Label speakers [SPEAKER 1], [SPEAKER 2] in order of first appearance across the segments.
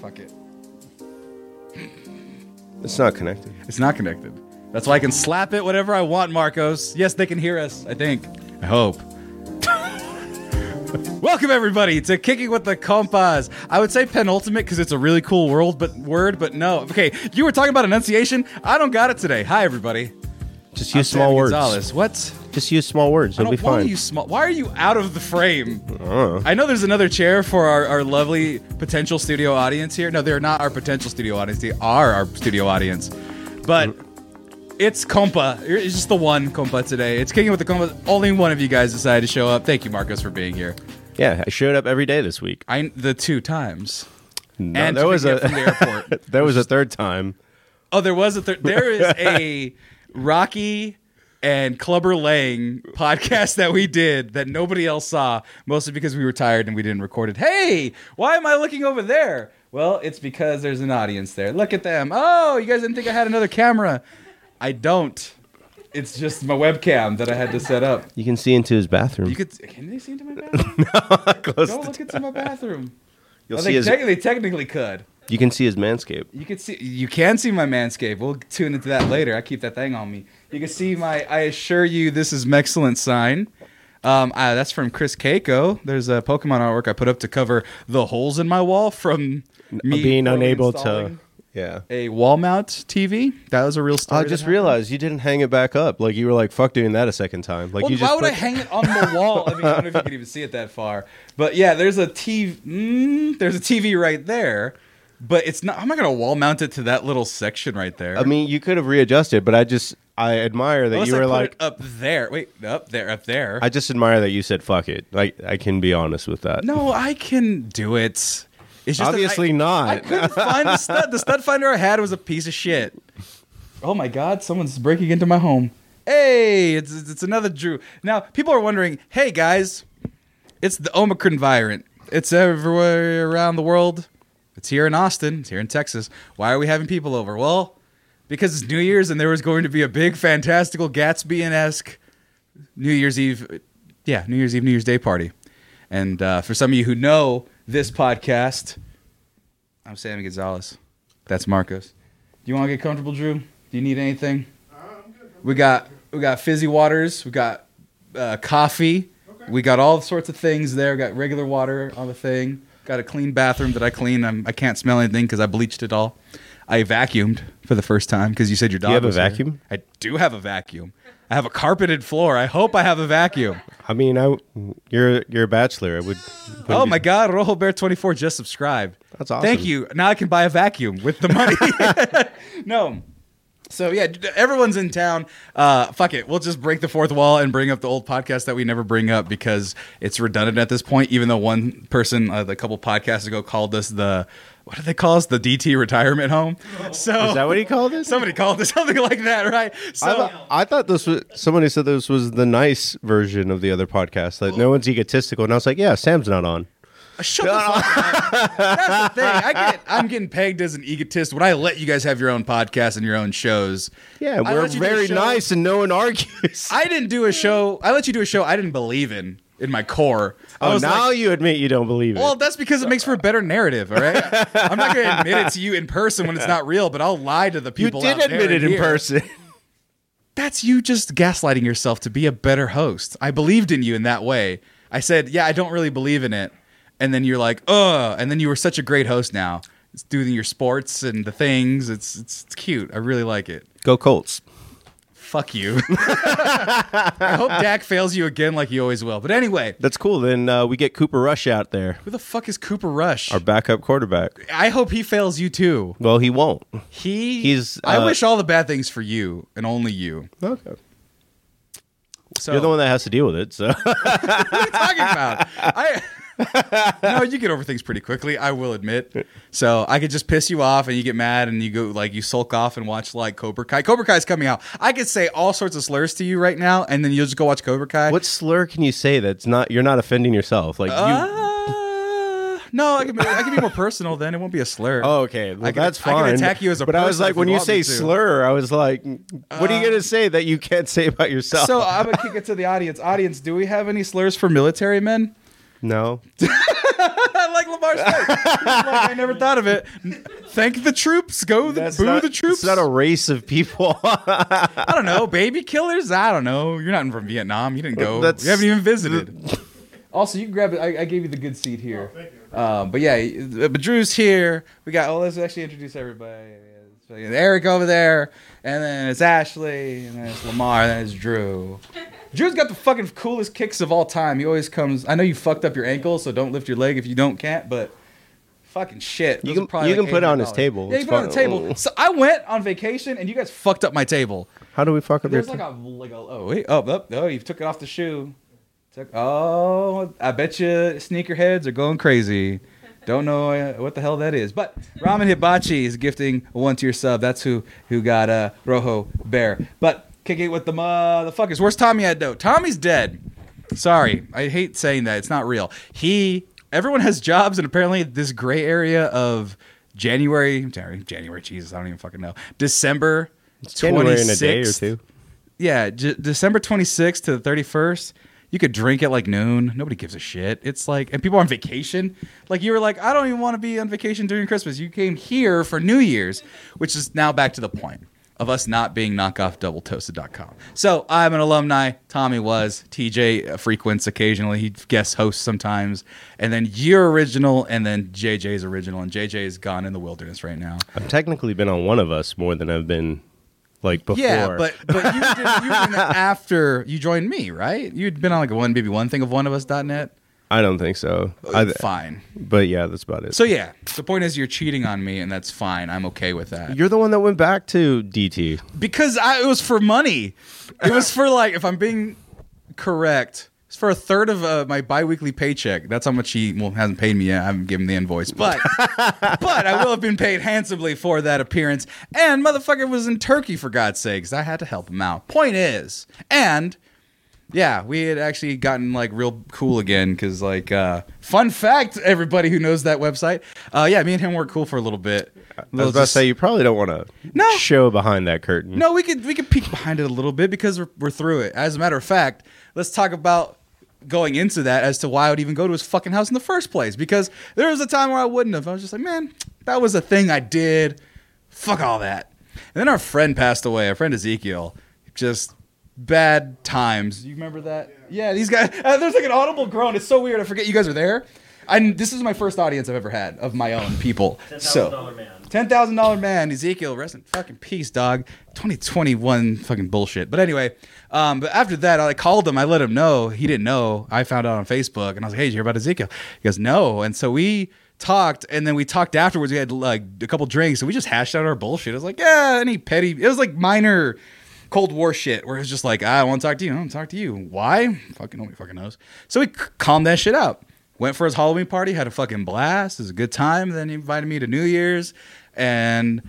[SPEAKER 1] Fuck it.
[SPEAKER 2] It's not connected.
[SPEAKER 1] It's not connected. That's why I can slap it whatever I want, Marcos. Yes, they can hear us, I think. I hope. Welcome everybody to Kicking with the Compas. I would say penultimate because it's a really cool world, but word, but no. Okay, you were talking about enunciation. I don't got it today. Hi everybody.
[SPEAKER 2] Just
[SPEAKER 1] I'm
[SPEAKER 2] use small
[SPEAKER 1] Sammy
[SPEAKER 2] words.
[SPEAKER 1] Gonzalez. What?
[SPEAKER 2] Just use small words.
[SPEAKER 1] I
[SPEAKER 2] It'll be
[SPEAKER 1] don't want
[SPEAKER 2] fine.
[SPEAKER 1] you small. Why are you out of the frame?
[SPEAKER 2] Uh,
[SPEAKER 1] I know there's another chair for our, our lovely potential studio audience here. No, they're not our potential studio audience. They are our studio audience. But
[SPEAKER 2] Mm.
[SPEAKER 1] it's Compa. It's just the one Compa today. It's Kicking with the Compa. Only one of you guys decided to show up. Thank you, Marcos, for being here.
[SPEAKER 2] yeah, I showed up every day this week.
[SPEAKER 1] I the two times.
[SPEAKER 2] No,
[SPEAKER 1] and
[SPEAKER 2] there was
[SPEAKER 1] picking up from
[SPEAKER 2] a
[SPEAKER 1] the airport.
[SPEAKER 2] there was a third time.
[SPEAKER 1] Oh, there was a third. There is a Rocky and Clubber Lang podcast that we did that nobody else saw, mostly because we were tired and we didn't record it. Hey, why am I looking over there? Well, it's because there's an audience there. Look at them. Oh, you guys didn't think I had another camera. I don't. It's just my webcam that I had to set up.
[SPEAKER 2] You can see into his bathroom.
[SPEAKER 1] You could. Can they see into my bathroom?
[SPEAKER 2] Close
[SPEAKER 1] Don't
[SPEAKER 2] to-
[SPEAKER 1] look into my bathroom.
[SPEAKER 2] You'll
[SPEAKER 1] Well,
[SPEAKER 2] see
[SPEAKER 1] they,
[SPEAKER 2] his,
[SPEAKER 1] te- they technically could.
[SPEAKER 2] you can see his manscape.
[SPEAKER 1] You can see you can see my manscape. We'll tune into that later. I keep that thing on me. You can see my I assure you this is excellent sign. Um, uh, that's from Chris Keiko. There's a Pokemon artwork I put up to cover the holes in my wall from me
[SPEAKER 2] Being
[SPEAKER 1] from
[SPEAKER 2] unable to.
[SPEAKER 1] installing
[SPEAKER 2] Yeah.
[SPEAKER 1] a wall mount TV. That was a real story.
[SPEAKER 2] I
[SPEAKER 1] that
[SPEAKER 2] just
[SPEAKER 1] happened.
[SPEAKER 2] realized you didn't hang it back up. Like you were like, "Fuck doing that a second time." Like
[SPEAKER 1] Well,
[SPEAKER 2] you just
[SPEAKER 1] why would
[SPEAKER 2] put-
[SPEAKER 1] I hang it on the wall? I mean, I don't know if you can even see it that far. But yeah, there's a TV. Mm, there's a TV right there. But it's not. I'm not gonna wall mount it to that little section right there.
[SPEAKER 2] I mean, you could have readjusted, but I just I admire that
[SPEAKER 1] Unless
[SPEAKER 2] you
[SPEAKER 1] I
[SPEAKER 2] were
[SPEAKER 1] put
[SPEAKER 2] like,
[SPEAKER 1] it up there. Wait, up there, up there.
[SPEAKER 2] I just admire that you said "fuck it." Like I can be honest with that.
[SPEAKER 1] no, I can do it. It's just that
[SPEAKER 2] obviously
[SPEAKER 1] I,
[SPEAKER 2] not.
[SPEAKER 1] I couldn't find the stud. The stud finder I had was a piece of shit. Oh my god, someone's breaking into my home. Hey, it's it's it's another Drew. Now people are wondering, hey guys, it's the Omicron variant. It's everywhere around the world. It's here in Austin. It's here in Texas. Why are we having people over? Well, because it's New Year's and there was going to be a big, fantastical Gatsby esque New Year's Eve, yeah, New Year's Eve, New Year's Day party. And uh, for some of you who know this podcast, I'm Sammy Gonzalez. That's Marcos. Do you want to get comfortable, Drew? Do you need anything? We got we got fizzy waters. We got uh, coffee. We got all sorts of things there. We got regular water on the thing. Got a clean bathroom that I clean. I'm, I can't smell anything because I bleached it all. I vacuumed for the first time because you said your dog.
[SPEAKER 2] you have a
[SPEAKER 1] was here.
[SPEAKER 2] vacuum?
[SPEAKER 1] I do have a vacuum. I have a carpeted floor. I hope I have a vacuum.
[SPEAKER 2] I mean, I you're you're a bachelor. I would.
[SPEAKER 1] Oh my God, Rojo Bear 24 just subscribed.
[SPEAKER 2] That's awesome.
[SPEAKER 1] Thank you. Now I can buy a vacuum with the money. no. So yeah, d- everyone's in town. Uh, fuck it, we'll just break the fourth wall and bring up the old podcast that we never bring up because it's redundant at this point. Even though one person, uh, the couple podcasts ago, called us the what do they call us? The DT retirement home. So
[SPEAKER 2] Oh. Is that what he called it?
[SPEAKER 1] somebody called us something like that, right? So
[SPEAKER 2] I, thought, I thought this was somebody said this was the nice version of the other podcast that no one's egotistical, and I was like, yeah, Sam's not on.
[SPEAKER 1] Uh, Shut the fuck up. That's the thing. I get, I'm getting pegged as an egotist when I let you guys have your own podcast and your own shows.
[SPEAKER 2] Yeah,
[SPEAKER 1] I
[SPEAKER 2] we're
[SPEAKER 1] let you do a
[SPEAKER 2] very
[SPEAKER 1] show-
[SPEAKER 2] nice, and no one argues.
[SPEAKER 1] I didn't do a show. I let you do a show I didn't believe in in my core. I
[SPEAKER 2] oh,
[SPEAKER 1] was
[SPEAKER 2] now
[SPEAKER 1] like,
[SPEAKER 2] you admit you don't believe it.
[SPEAKER 1] well, that's because it makes for a better narrative. All right, I'm not going to admit it to you in person when it's not real, but I'll lie to the
[SPEAKER 2] you
[SPEAKER 1] people.
[SPEAKER 2] did
[SPEAKER 1] out there
[SPEAKER 2] admit it
[SPEAKER 1] and
[SPEAKER 2] in
[SPEAKER 1] here.
[SPEAKER 2] person.
[SPEAKER 1] That's you just gaslighting yourself to be a better host. I believed in you in that way. I said, yeah, I don't really believe in it. And then you're like, ugh. And then you were such a great host now. It's doing your sports and the things. It's, it's, it's cute. I really like it.
[SPEAKER 2] Go Colts.
[SPEAKER 1] Fuck you. I hope Dak fails you again like he always will. But anyway,
[SPEAKER 2] That's cool. Then uh, we get Cooper Rush out there,
[SPEAKER 1] who the fuck is Cooper Rush?
[SPEAKER 2] our backup quarterback.
[SPEAKER 1] I hope he fails you too.
[SPEAKER 2] Well, he won't.
[SPEAKER 1] He
[SPEAKER 2] He's,
[SPEAKER 1] I
[SPEAKER 2] uh,
[SPEAKER 1] wish all the bad things for you and only you.
[SPEAKER 2] Okay.
[SPEAKER 1] So
[SPEAKER 2] You're the one that has to deal with it. So
[SPEAKER 1] What are you talking about? I no, you get over things pretty quickly. I will admit. So I could just piss you off, and you get mad, and you go like you sulk off and watch like Cobra Kai. Cobra Kai's coming out. I could say all sorts of slurs to you right now, and then you'll just go watch Cobra Kai.
[SPEAKER 2] what slur can you say that's not you're not offending yourself? Like you.
[SPEAKER 1] Uh, no, I can be, I can be more personal. Then it won't be a slur.
[SPEAKER 2] Oh, okay. Well,
[SPEAKER 1] I can-
[SPEAKER 2] that's
[SPEAKER 1] I
[SPEAKER 2] fine.
[SPEAKER 1] can attack you as a
[SPEAKER 2] But I was
[SPEAKER 1] person
[SPEAKER 2] like,
[SPEAKER 1] if
[SPEAKER 2] when
[SPEAKER 1] you
[SPEAKER 2] you
[SPEAKER 1] want
[SPEAKER 2] say
[SPEAKER 1] me to.
[SPEAKER 2] slur, I was like, what are you gonna say that you can't say about yourself?
[SPEAKER 1] So I'm gonna kick it to the audience. Audience, do we have any slurs for military men?
[SPEAKER 2] no.
[SPEAKER 1] I like Lamar mistake. like, I never thought of it. Thank the troops. Go the, boo
[SPEAKER 2] not,
[SPEAKER 1] the troops.
[SPEAKER 2] It's not a race of people.
[SPEAKER 1] I don't know. Baby killers? I don't know. You're not from Vietnam. You didn't go.
[SPEAKER 2] That's-
[SPEAKER 1] you haven't even visited. also, you can grab it. I, I gave you the good seat here. Um, but yeah, but Drew's here. We got, oh, let's actually introduce everybody. So, yeah, Eric over there, and then it's Ashley, and then it's Lamar, and then it's Drew. Drew's got the fucking coolest kicks of all time. He always comes. I know you fucked up your ankle, so don't lift your leg if you don't can't, but fucking shit.
[SPEAKER 2] You
[SPEAKER 1] Those are
[SPEAKER 2] can-
[SPEAKER 1] probably
[SPEAKER 2] you can put it on his
[SPEAKER 1] $800.
[SPEAKER 2] table.
[SPEAKER 1] Yeah, you
[SPEAKER 2] It's
[SPEAKER 1] put it on the
[SPEAKER 2] fine.
[SPEAKER 1] table. So I went on vacation, and you guys fucked up my table.
[SPEAKER 2] How do we fuck up
[SPEAKER 1] There's
[SPEAKER 2] your
[SPEAKER 1] like a like a oh wait oh oh, oh you took it off the shoe. Took oh I bet you sneakerheads are going crazy. Don't know uh, what the hell that is, but Ramen Hibachi is gifting a one tier sub. That's who who got uh, Rojo Bear. But kick it with the motherfuckers. Where's Tommy at though? Tommy's dead. Sorry, I hate saying that. It's not real. He everyone has jobs, and apparently this gray area of January, January, January, Jesus, I don't even fucking know. December.
[SPEAKER 2] January in a day or
[SPEAKER 1] 26th
[SPEAKER 2] two?
[SPEAKER 1] yeah, J- December 26th to the 31st, you could drink at like noon. Nobody gives a shit. It's like, and people are on vacation. Like, you were like, I don't even want to be on vacation during Christmas. You came here for New Year's, which is now back to the point of us not being knockoffdoubletoasted.com. So I'm an alumni. Tommy was. TJ frequents occasionally. He guest hosts sometimes. And then your original, and then JJ's original. And JJ is gone in the wilderness right now.
[SPEAKER 2] I've technically been on one of us more than I've been like before.
[SPEAKER 1] Yeah, but but you did, you were in the after you joined me, right? You'd been on like a one maybe one thing of one of us dot net.
[SPEAKER 2] I don't think so. I,
[SPEAKER 1] fine.
[SPEAKER 2] but yeah, that's about it.
[SPEAKER 1] So yeah, the point is you're cheating on me, and that's fine. I'm okay with that
[SPEAKER 2] you're the one that went back to DT.
[SPEAKER 1] because I, it was for money. It was for like if I'm being correct. It's for a third of uh, my biweekly paycheck. That's how much he well hasn't paid me yet. I haven't given him the invoice, but but I will have been paid handsomely for that appearance. And motherfucker was in Turkey for God's sakes. I had to help him out. Point is, and yeah, we had actually gotten like real cool again because like uh, fun fact, everybody who knows that website, uh, yeah, me and him were cool for a little bit.
[SPEAKER 2] I was about to say you probably don't want to
[SPEAKER 1] No.
[SPEAKER 2] show behind that curtain.
[SPEAKER 1] No, we could we could peek behind it a little bit because we're, we're through it. As a matter of fact, let's talk about going into that as to why I would even go to his fucking house in the first place. Because there was a time where I wouldn't have. I was just like, man, that was a thing I did. Fuck all that. And then our friend passed away. Our friend Ezekiel, just bad times. You remember that? Yeah, these guys. Uh, there's like an audible groan. It's so weird. I forget you guys were there. And this is my first audience I've ever had of my own people. so.
[SPEAKER 3] $10,000 man.
[SPEAKER 1] Ten thousand dollar man, Ezekiel, rest in fucking peace, dog. Twenty twenty one fucking bullshit. But anyway, um, but after that, I called him. I let him know he didn't know. I found out on Facebook, and I was like, "Hey, did you hear about Ezekiel?" He goes, "No." And so we talked, and then we talked afterwards. We had like a couple drinks, and we just hashed out our bullshit. It was like, yeah, any petty. It was like minor. Cold War shit, where it was just like, "Ah, I want to talk to you. I want to talk to you. Why? Fucking nobody fucking knows. So we c- calmed that shit out. Went for his Halloween party, had a fucking blast. It was a good time. Then he invited me to New Year's, and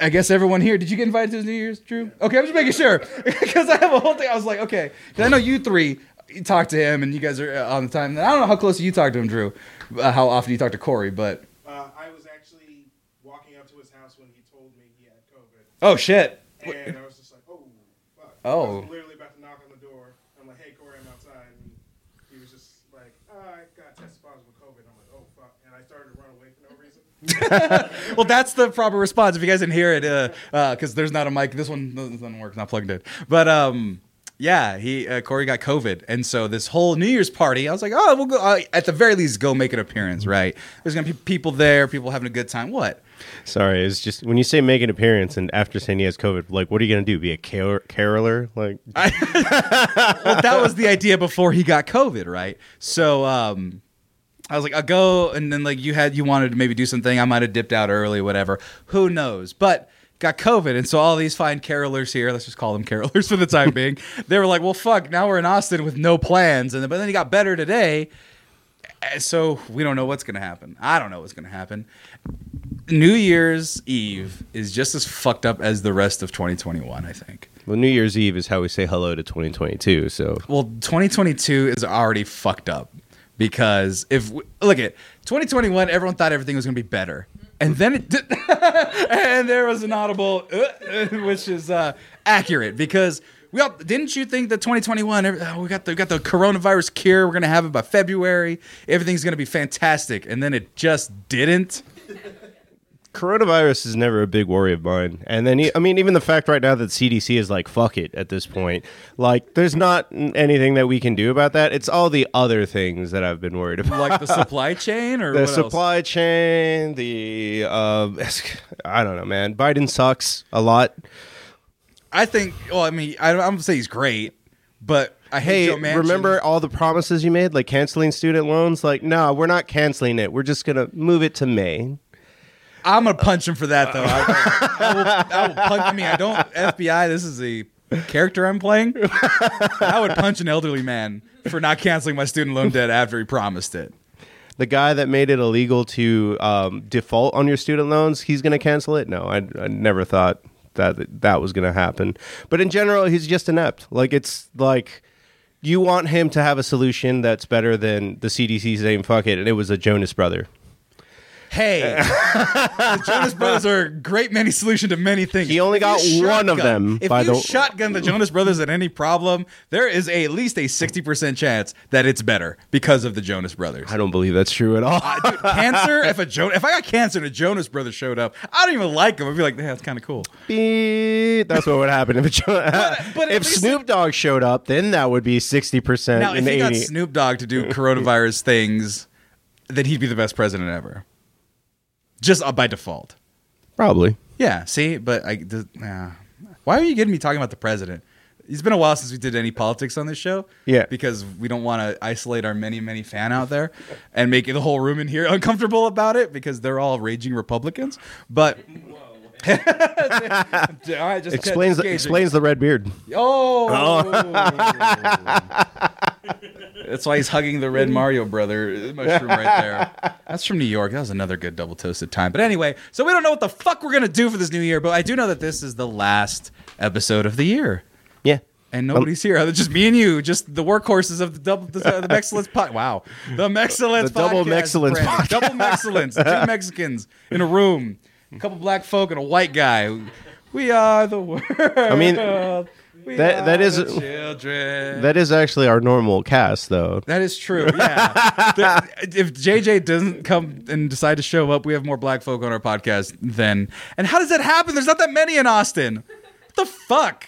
[SPEAKER 1] I guess everyone here. Did you get invited to his New Year's, Drew? Okay, I'm just making sure because I have a whole thing. I was like, okay, 'Cause I know you three talk to him, and you guys are uh, on the time. And I don't know how close you talk to him, Drew. Uh, how often you talk to Corey, but
[SPEAKER 4] Uh, I was actually walking up to his house when he told me he had COVID,
[SPEAKER 1] oh shit,
[SPEAKER 4] and I was just like, "Oh, fuck!" I
[SPEAKER 1] Oh.
[SPEAKER 4] was literally about to knock on the door. I'm like, "Hey, Corey, I'm outside." And he was just like, "Ah, "I got tested positive with COVID." I'm like, "Oh, fuck!" And I started to run away for no reason.
[SPEAKER 1] well, that's the proper response. If you guys didn't hear it, because uh, uh 'cause there's not a mic, this one this one works, not plugged in. But um, yeah, he uh, Corey got COVID, and so this whole New Year's party, I was like, oh, we'll go uh, at the very least go make an appearance, right? There's gonna be people there, people having a good time. What?
[SPEAKER 2] Sorry, it's just when you say make an appearance and after saying he has COVID, like what are you gonna do? Be a car- caroler? Like
[SPEAKER 1] well, that was the idea before he got COVID, right? So um, I was like, I'll go, and then like you had you wanted to maybe do something. I might have dipped out early, whatever. Who knows? But got COVID, and so all these fine carolers here, let's just call them carolers for the time being. They were like, well, fuck. Now we're in Austin with no plans, and then- but then he got better today. And so we don't know what's gonna happen. I don't know what's gonna happen. New Year's Eve is just as fucked up as the rest of 2021. I think.
[SPEAKER 2] well, New Year's Eve is how we say hello to 2022. So
[SPEAKER 1] well 2022 is already fucked up because if we, look at 2021 everyone thought everything was going to be better and then it did and there was an audible uh, uh, which is uh, accurate because We all didn't you think that 2021 every- oh, we got the we got the coronavirus cure. We're gonna have it by February. Everything's gonna be fantastic, and then it just didn't.
[SPEAKER 2] Coronavirus is never a big worry of mine. And then, e- I mean, even the fact right now that CDC is like, fuck it at this point. Like, there's not n- anything that we can do about that. It's all the other things that I've been worried about.
[SPEAKER 1] Like the supply chain or
[SPEAKER 2] the
[SPEAKER 1] what else?
[SPEAKER 2] supply chain, the, uh, I don't know, man. Biden sucks a lot.
[SPEAKER 1] I think. Well, I mean, I, don't- I'm gonna say he's great, but I hate
[SPEAKER 2] Hey,
[SPEAKER 1] Joe Manchin.
[SPEAKER 2] remember all the promises you made, like canceling student loans? Like, no, we're not canceling it. We're just going to move it to May.
[SPEAKER 1] I'm gonna punch him for that though. I, I will, I will punch. I mean, I don't FBI. This is a character I'm playing. I would punch an elderly man for not canceling my student loan debt after he promised it.
[SPEAKER 2] The guy that made it illegal to um, default on your student loans, he's going to cancel it? No, I, I never thought that that was going to happen. But in general, he's just inept. Like, it's like you want him to have a solution that's better than the CDC saying, fuck it, and it was a Jonas brother.
[SPEAKER 1] Hey, the Jonas Brothers are a great many solution to many things.
[SPEAKER 2] He only
[SPEAKER 1] If you
[SPEAKER 2] got one of them,
[SPEAKER 1] If
[SPEAKER 2] by
[SPEAKER 1] you
[SPEAKER 2] the-
[SPEAKER 1] shotgun the Jonas Brothers at any problem, there is a, at least a sixty percent chance that it's better because of the Jonas Brothers.
[SPEAKER 2] I don't believe that's true at all.
[SPEAKER 1] Uh, dude, cancer. If a jo- if I got cancer and a Jonas brother showed up, I don't even like him. I'd be like, yeah, that's kind of cool.
[SPEAKER 2] Beep. That's what would happen if it,
[SPEAKER 1] but at
[SPEAKER 2] if
[SPEAKER 1] least
[SPEAKER 2] Snoop Dogg showed up, then that would be sixty percent
[SPEAKER 1] Now, if
[SPEAKER 2] and
[SPEAKER 1] he got
[SPEAKER 2] eighty.
[SPEAKER 1] Snoop Dogg to do coronavirus things, then he'd be the best president ever, just uh, by default.
[SPEAKER 2] Probably.
[SPEAKER 1] Yeah. See, but I. th- nah. Why are you getting me talking about the president? It's been a while since we did any politics on this show.
[SPEAKER 2] Yeah.
[SPEAKER 1] Because we don't want to isolate our many, many fan out there and make the whole room in here uncomfortable about it because they're all raging Republicans. But. all right, just
[SPEAKER 2] Explains
[SPEAKER 1] just
[SPEAKER 2] the,
[SPEAKER 1] gauging.
[SPEAKER 2] explains the red beard.
[SPEAKER 1] Oh. That's why he's hugging the red Mario brother mushroom right there. That's from New York. That was another good double toasted time. But anyway, so we don't know what the fuck we're gonna do for this new year, but I do know that this is the last episode of the year.
[SPEAKER 2] Yeah.
[SPEAKER 1] And nobody's here. It's just me and you, just the workhorses of the double the, the Mexcellence pod. Wow, the Mexcellence,
[SPEAKER 2] The double
[SPEAKER 1] podcast,
[SPEAKER 2] Mexcellence
[SPEAKER 1] Brandon.
[SPEAKER 2] podcast.
[SPEAKER 1] double Mexcellence, two Mexicans in a room, a couple black folk and a white guy. We are the world. I
[SPEAKER 2] mean,
[SPEAKER 1] we
[SPEAKER 2] that- that
[SPEAKER 1] are
[SPEAKER 2] is-
[SPEAKER 1] the children.
[SPEAKER 2] That is actually our normal cast, though.
[SPEAKER 1] that is true. Yeah. The- if JJ doesn't come and decide to show up, we have more black folk on our podcast then. And how does that happen? There's not that many in Austin. What the fuck?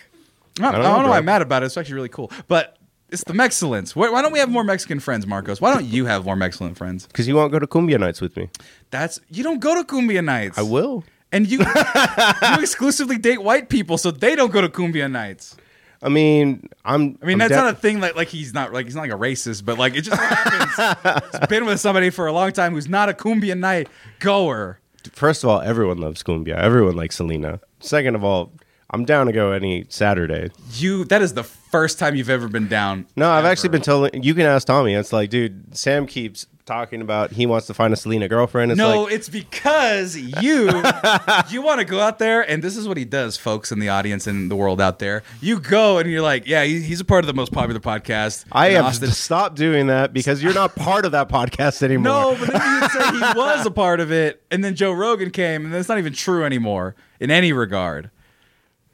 [SPEAKER 1] I I don't,
[SPEAKER 2] don't know,
[SPEAKER 1] know why
[SPEAKER 2] bro.
[SPEAKER 1] I'm mad about it. It's actually really cool. But it's the Mexcellence. Why, why don't we have more Mexican friends, Marcos? Why don't you have more Mexican friends?
[SPEAKER 2] Because you won't go to cumbia nights with me.
[SPEAKER 1] That's you don't go to cumbia nights.
[SPEAKER 2] I will.
[SPEAKER 1] And you you exclusively date white people, so they don't go to cumbia nights.
[SPEAKER 2] I mean, I'm.
[SPEAKER 1] I mean, that's not a thing. Like, like he's not like he's not like a racist, but like it just happens. he's been with somebody for a long time who's not a cumbia night goer.
[SPEAKER 2] First of all, everyone loves cumbia. Everyone likes Selena. Second of all, I'm down to go any Saturday.
[SPEAKER 1] You that is the first time you've ever been down.
[SPEAKER 2] No, I've
[SPEAKER 1] ever.
[SPEAKER 2] actually been telling. You can ask Tommy. It's like, dude, Sam keeps talking about he wants to find a Selena girlfriend. It's
[SPEAKER 1] no,
[SPEAKER 2] like,
[SPEAKER 1] it's because you you want to go out there, and this is what he does, folks in the audience and the world out there. You go and you're like, yeah, he- he's a part of the most popular podcast.
[SPEAKER 2] I
[SPEAKER 1] in
[SPEAKER 2] have
[SPEAKER 1] Austin.
[SPEAKER 2] stopped doing that because you're not part of that podcast anymore.
[SPEAKER 1] No, but then you would say he was a part of it, and then Joe Rogan came, and that's not even true anymore in any regard.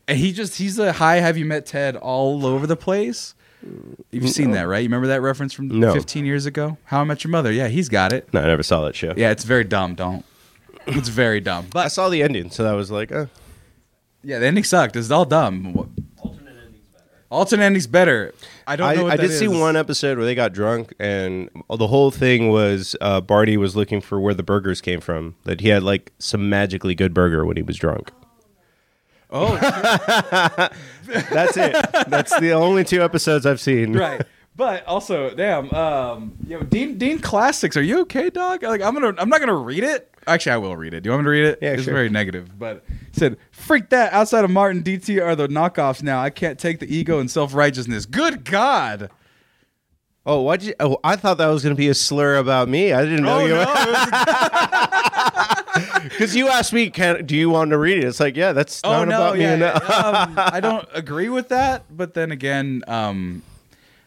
[SPEAKER 1] And he just he's a high have you met Ted all over the place. You've seen that, right? You remember that reference from
[SPEAKER 2] No.
[SPEAKER 1] 15 years ago? How I Met Your Mother. Yeah, he's got it.
[SPEAKER 2] No, I never saw that show.
[SPEAKER 1] Yeah, it's very dumb, don't. It's very dumb.
[SPEAKER 2] I
[SPEAKER 1] But
[SPEAKER 2] saw the ending, so that was like, uh,
[SPEAKER 1] yeah, the ending sucked. It's all dumb. What-
[SPEAKER 3] Alternate ending's better.
[SPEAKER 1] Alternate ending's better. I don't
[SPEAKER 2] I,
[SPEAKER 1] know what
[SPEAKER 2] I
[SPEAKER 1] that
[SPEAKER 2] did see
[SPEAKER 1] is.
[SPEAKER 2] one episode where they got drunk, and the whole thing was uh, Barty was looking for where the burgers came from. That he had like some magically good burger when he was drunk.
[SPEAKER 1] Oh,
[SPEAKER 2] That's it. That's the only two episodes I've seen.
[SPEAKER 1] right. But also, damn, um, yo, Dean Dean Classics, are you okay, dog? Like, I'm gonna, I'm not gonna read it. Actually, I will read it. Do you want me to read it?
[SPEAKER 2] Yeah,
[SPEAKER 1] it's
[SPEAKER 2] sure.
[SPEAKER 1] very negative. But he said, "Freak that! Outside of Martin, DT are the knockoffs now. I can't take the ego and self righteousness. Good God!
[SPEAKER 2] Oh, why'd you? Oh, I thought that was gonna be a slur about me. I didn't know
[SPEAKER 1] Oh
[SPEAKER 2] you
[SPEAKER 1] no!
[SPEAKER 2] because you asked me, Can, "Do you want to read it?" It's like, yeah, that's
[SPEAKER 1] oh
[SPEAKER 2] not
[SPEAKER 1] no!
[SPEAKER 2] about
[SPEAKER 1] Yeah,
[SPEAKER 2] me.
[SPEAKER 1] yeah.
[SPEAKER 2] enough.
[SPEAKER 1] Um, I don't agree with that. But then again, um,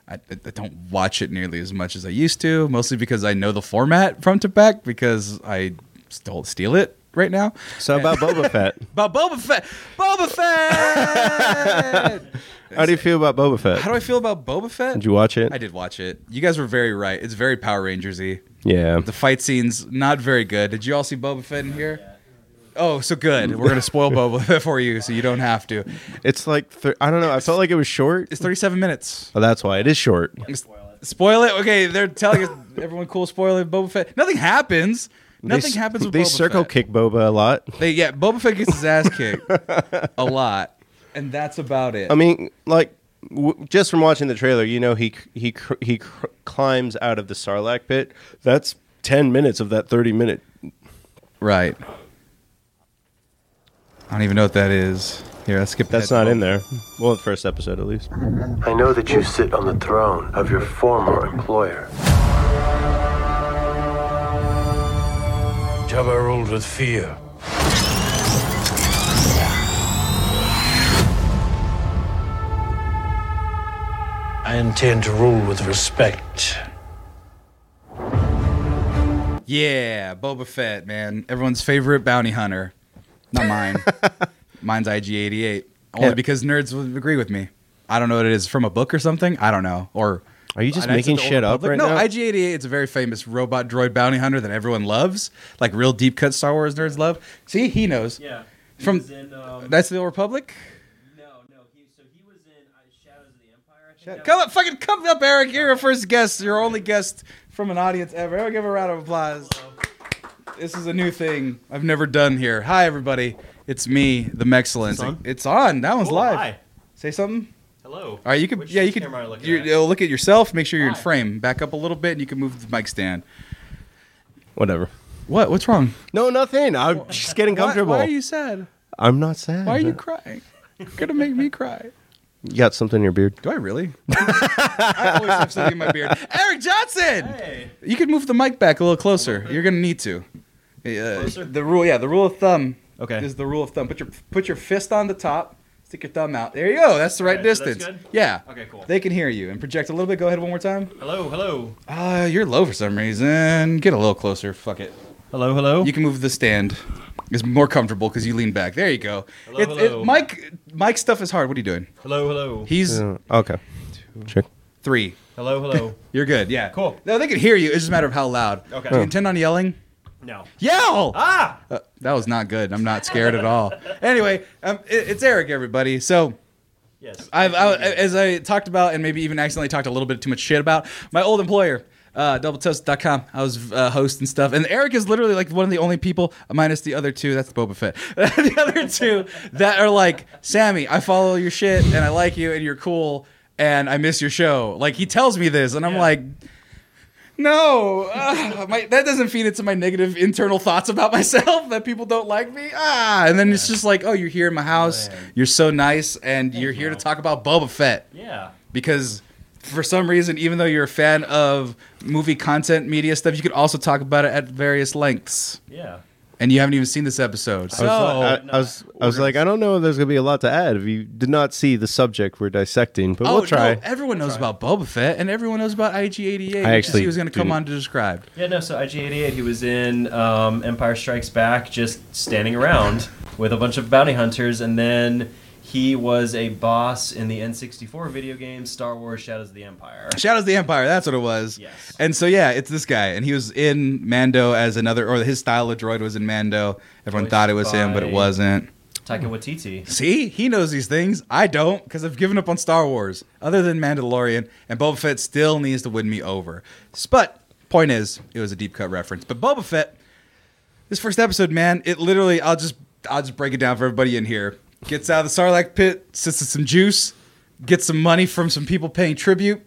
[SPEAKER 1] I, I don't watch it nearly as much as I used to, mostly because I know the format front to back because I still steal it right now.
[SPEAKER 2] So about Boba Fett.
[SPEAKER 1] About Boba Fett. Boba Fett.
[SPEAKER 2] How do you feel about Boba Fett?
[SPEAKER 1] How do I feel about Boba Fett?
[SPEAKER 2] Did you watch it?
[SPEAKER 1] I did watch it. You guys were very right. It's very Power Rangersy.
[SPEAKER 2] Yeah.
[SPEAKER 1] The fight scenes not very good. Did you all see Boba Fett in here? Oh, so good. We're gonna spoil Boba Fett for you, so you don't have to.
[SPEAKER 2] It's like thir- I don't know. I felt like it was short.
[SPEAKER 1] It's 37 minutes.
[SPEAKER 2] Oh, that's why it is short.
[SPEAKER 1] Spoil it. Okay, they're telling us everyone cool. Spoiler Boba Fett. Nothing happens.
[SPEAKER 2] They
[SPEAKER 1] Nothing
[SPEAKER 2] s-
[SPEAKER 1] happens with
[SPEAKER 2] They
[SPEAKER 1] Boba
[SPEAKER 2] circle
[SPEAKER 1] Fett.
[SPEAKER 2] kick Boba a lot.
[SPEAKER 1] They yeah, Boba Fett gets his ass kicked a lot, and that's about it.
[SPEAKER 2] I mean, like w- just from watching the trailer, you know he c- he cr- he cr- climbs out of the Sarlacc pit. That's 10 minutes of that 30 minute.
[SPEAKER 1] right. I don't even know what that is. Here, let's skip.
[SPEAKER 2] That's
[SPEAKER 1] ahead.
[SPEAKER 2] not in there. Well, the first episode at least.
[SPEAKER 3] I know that you sit on the throne of your former employer.
[SPEAKER 5] Jabba ruled with fear. I intend to rule with respect.
[SPEAKER 1] Yeah, Boba Fett, man. Everyone's favorite bounty hunter. Not mine. Mine's IG88. Only
[SPEAKER 2] Yeah.
[SPEAKER 1] because nerds would agree with me. I don't know what it is from a book or something. I don't know. Or
[SPEAKER 2] Are you just
[SPEAKER 1] Knights of
[SPEAKER 2] making
[SPEAKER 1] the Old
[SPEAKER 2] shit up
[SPEAKER 1] Republic?
[SPEAKER 2] right
[SPEAKER 1] no,
[SPEAKER 2] now?
[SPEAKER 1] IG88 is a very famous robot droid bounty hunter that everyone loves. Like real deep cut Star Wars nerds love. See, he knows.
[SPEAKER 6] Yeah. He
[SPEAKER 1] From-
[SPEAKER 6] was in, um,
[SPEAKER 1] Knights of the Old Republic.
[SPEAKER 6] no, no. He, so he was in uh, Shadows of the Empire. I think that
[SPEAKER 1] Come up, fucking come up, Eric. You're our first guest. Your only guest from an audience ever. Everyone give a round of applause. This is a new thing I've never done here. Hi, everybody. It's me, the Mexcellence.
[SPEAKER 6] Is this on?
[SPEAKER 1] It's on. That one's
[SPEAKER 6] Cool,
[SPEAKER 1] live.
[SPEAKER 6] hi.
[SPEAKER 1] Say something.
[SPEAKER 6] Hello.
[SPEAKER 1] All right, you could.
[SPEAKER 6] Which
[SPEAKER 1] yeah, you could.
[SPEAKER 6] camera am I looking
[SPEAKER 1] You,
[SPEAKER 6] at?
[SPEAKER 1] you'll look at yourself. Make sure you're in
[SPEAKER 6] Hi.
[SPEAKER 1] frame. Back up a little bit, and you can move the mic stand.
[SPEAKER 2] Whatever.
[SPEAKER 1] What? What's wrong?
[SPEAKER 2] No, nothing. I'm just getting
[SPEAKER 1] Why,
[SPEAKER 2] comfortable.
[SPEAKER 1] why are you sad?
[SPEAKER 2] I'm not sad.
[SPEAKER 1] Why are you crying? You're gonna make me cry.
[SPEAKER 2] You got something in your beard?
[SPEAKER 1] Do I really? I always have something in my beard. Eric Johnson.
[SPEAKER 6] Hey.
[SPEAKER 1] You could move the mic back a little closer. You're gonna need to. Uh, the rule, yeah, the rule of thumb.
[SPEAKER 6] Okay.
[SPEAKER 1] Is the rule of thumb. Put your put your fist on the top. Stick your thumb out. There you go. That's the right
[SPEAKER 6] Okay, so that's
[SPEAKER 1] distance.
[SPEAKER 6] good?
[SPEAKER 1] Yeah.
[SPEAKER 6] Okay, cool.
[SPEAKER 1] They can hear you and project a little bit. Go ahead one more time.
[SPEAKER 6] Hello, hello.
[SPEAKER 1] Uh, you're low for some reason. Get a little closer. Fuck it.
[SPEAKER 6] Hello, hello.
[SPEAKER 1] You can move the stand. It's more comfortable because you lean back. There you go.
[SPEAKER 6] Hello,
[SPEAKER 1] It- it-
[SPEAKER 6] hello.
[SPEAKER 1] Mike, Mike stuff is hard. What are you doing?
[SPEAKER 6] hello, hello.
[SPEAKER 1] He's
[SPEAKER 2] Uh, okay. Check.
[SPEAKER 1] three.
[SPEAKER 6] Hello, hello.
[SPEAKER 1] You're good. Yeah.
[SPEAKER 6] Cool.
[SPEAKER 1] No, they can hear you. It's just a matter of how loud.
[SPEAKER 6] Okay.
[SPEAKER 1] Do you intend on yelling?
[SPEAKER 6] no.
[SPEAKER 1] Yell!
[SPEAKER 6] Ah!
[SPEAKER 1] Uh, that was not good. I'm not scared at all. Anyway, um, it, it's Eric, everybody. So,
[SPEAKER 6] Yes.
[SPEAKER 1] I've, I, as I talked about, and maybe even accidentally talked a little bit too much shit about my old employer, uh, DoubleToast.com. I was uh, host and stuff, and Eric is literally like one of the only people, minus the other two. That's Boba Fett. the other two that are like, Sammy, I follow your shit, and I like you, and you're cool, and I miss your show. Like he tells me this, and I'm like. No, ah, my, that doesn't feed into my negative internal thoughts about myself that people don't like me. Ah, and then it's just like, oh, you're here in my house.
[SPEAKER 6] Man.
[SPEAKER 1] You're so nice, and you're here to
[SPEAKER 6] bro.
[SPEAKER 1] talk about Boba Fett
[SPEAKER 6] yeah.
[SPEAKER 1] because for some reason, even though you're a fan of movie content, media stuff, you could also talk about it at various lengths,
[SPEAKER 6] Yeah.
[SPEAKER 1] and you haven't even seen this episode. So
[SPEAKER 2] I, I was, I was like, I don't know if there's gonna be a lot to add if you did not see the subject we're dissecting, but we'll try.
[SPEAKER 1] Oh, No, everyone knows about Boba Fett, and everyone knows about IG88,
[SPEAKER 2] I
[SPEAKER 1] which is
[SPEAKER 2] actually
[SPEAKER 1] he was going to come
[SPEAKER 2] didn't-
[SPEAKER 1] on to describe.
[SPEAKER 6] Yeah, no, so IG88, E he was in um, Empire Strikes Back just standing around with a bunch of bounty hunters, and then he was a boss in the N64 video game Star Wars Shadows of the Empire.
[SPEAKER 1] Shadows of the Empire, that's what it was.
[SPEAKER 6] Yes.
[SPEAKER 1] And so yeah, it's this guy, and he was in Mando as another, or his style of droid was in Mando. Everyone
[SPEAKER 6] Voiced
[SPEAKER 1] thought it was him, but it
[SPEAKER 6] by-
[SPEAKER 1] wasn't.
[SPEAKER 6] Taika Waititi.
[SPEAKER 1] See, he knows these things. I don't, because I've given up on Star Wars, other than Mandalorian, and Boba Fett still needs to win me over. S- But point is, it was a deep cut reference. But Boba Fett, this first episode, man, it literally, I'll just, I'll just break it down for everybody in here. Gets out of the Sarlacc pit, sits in some juice, gets some money from some people paying tribute,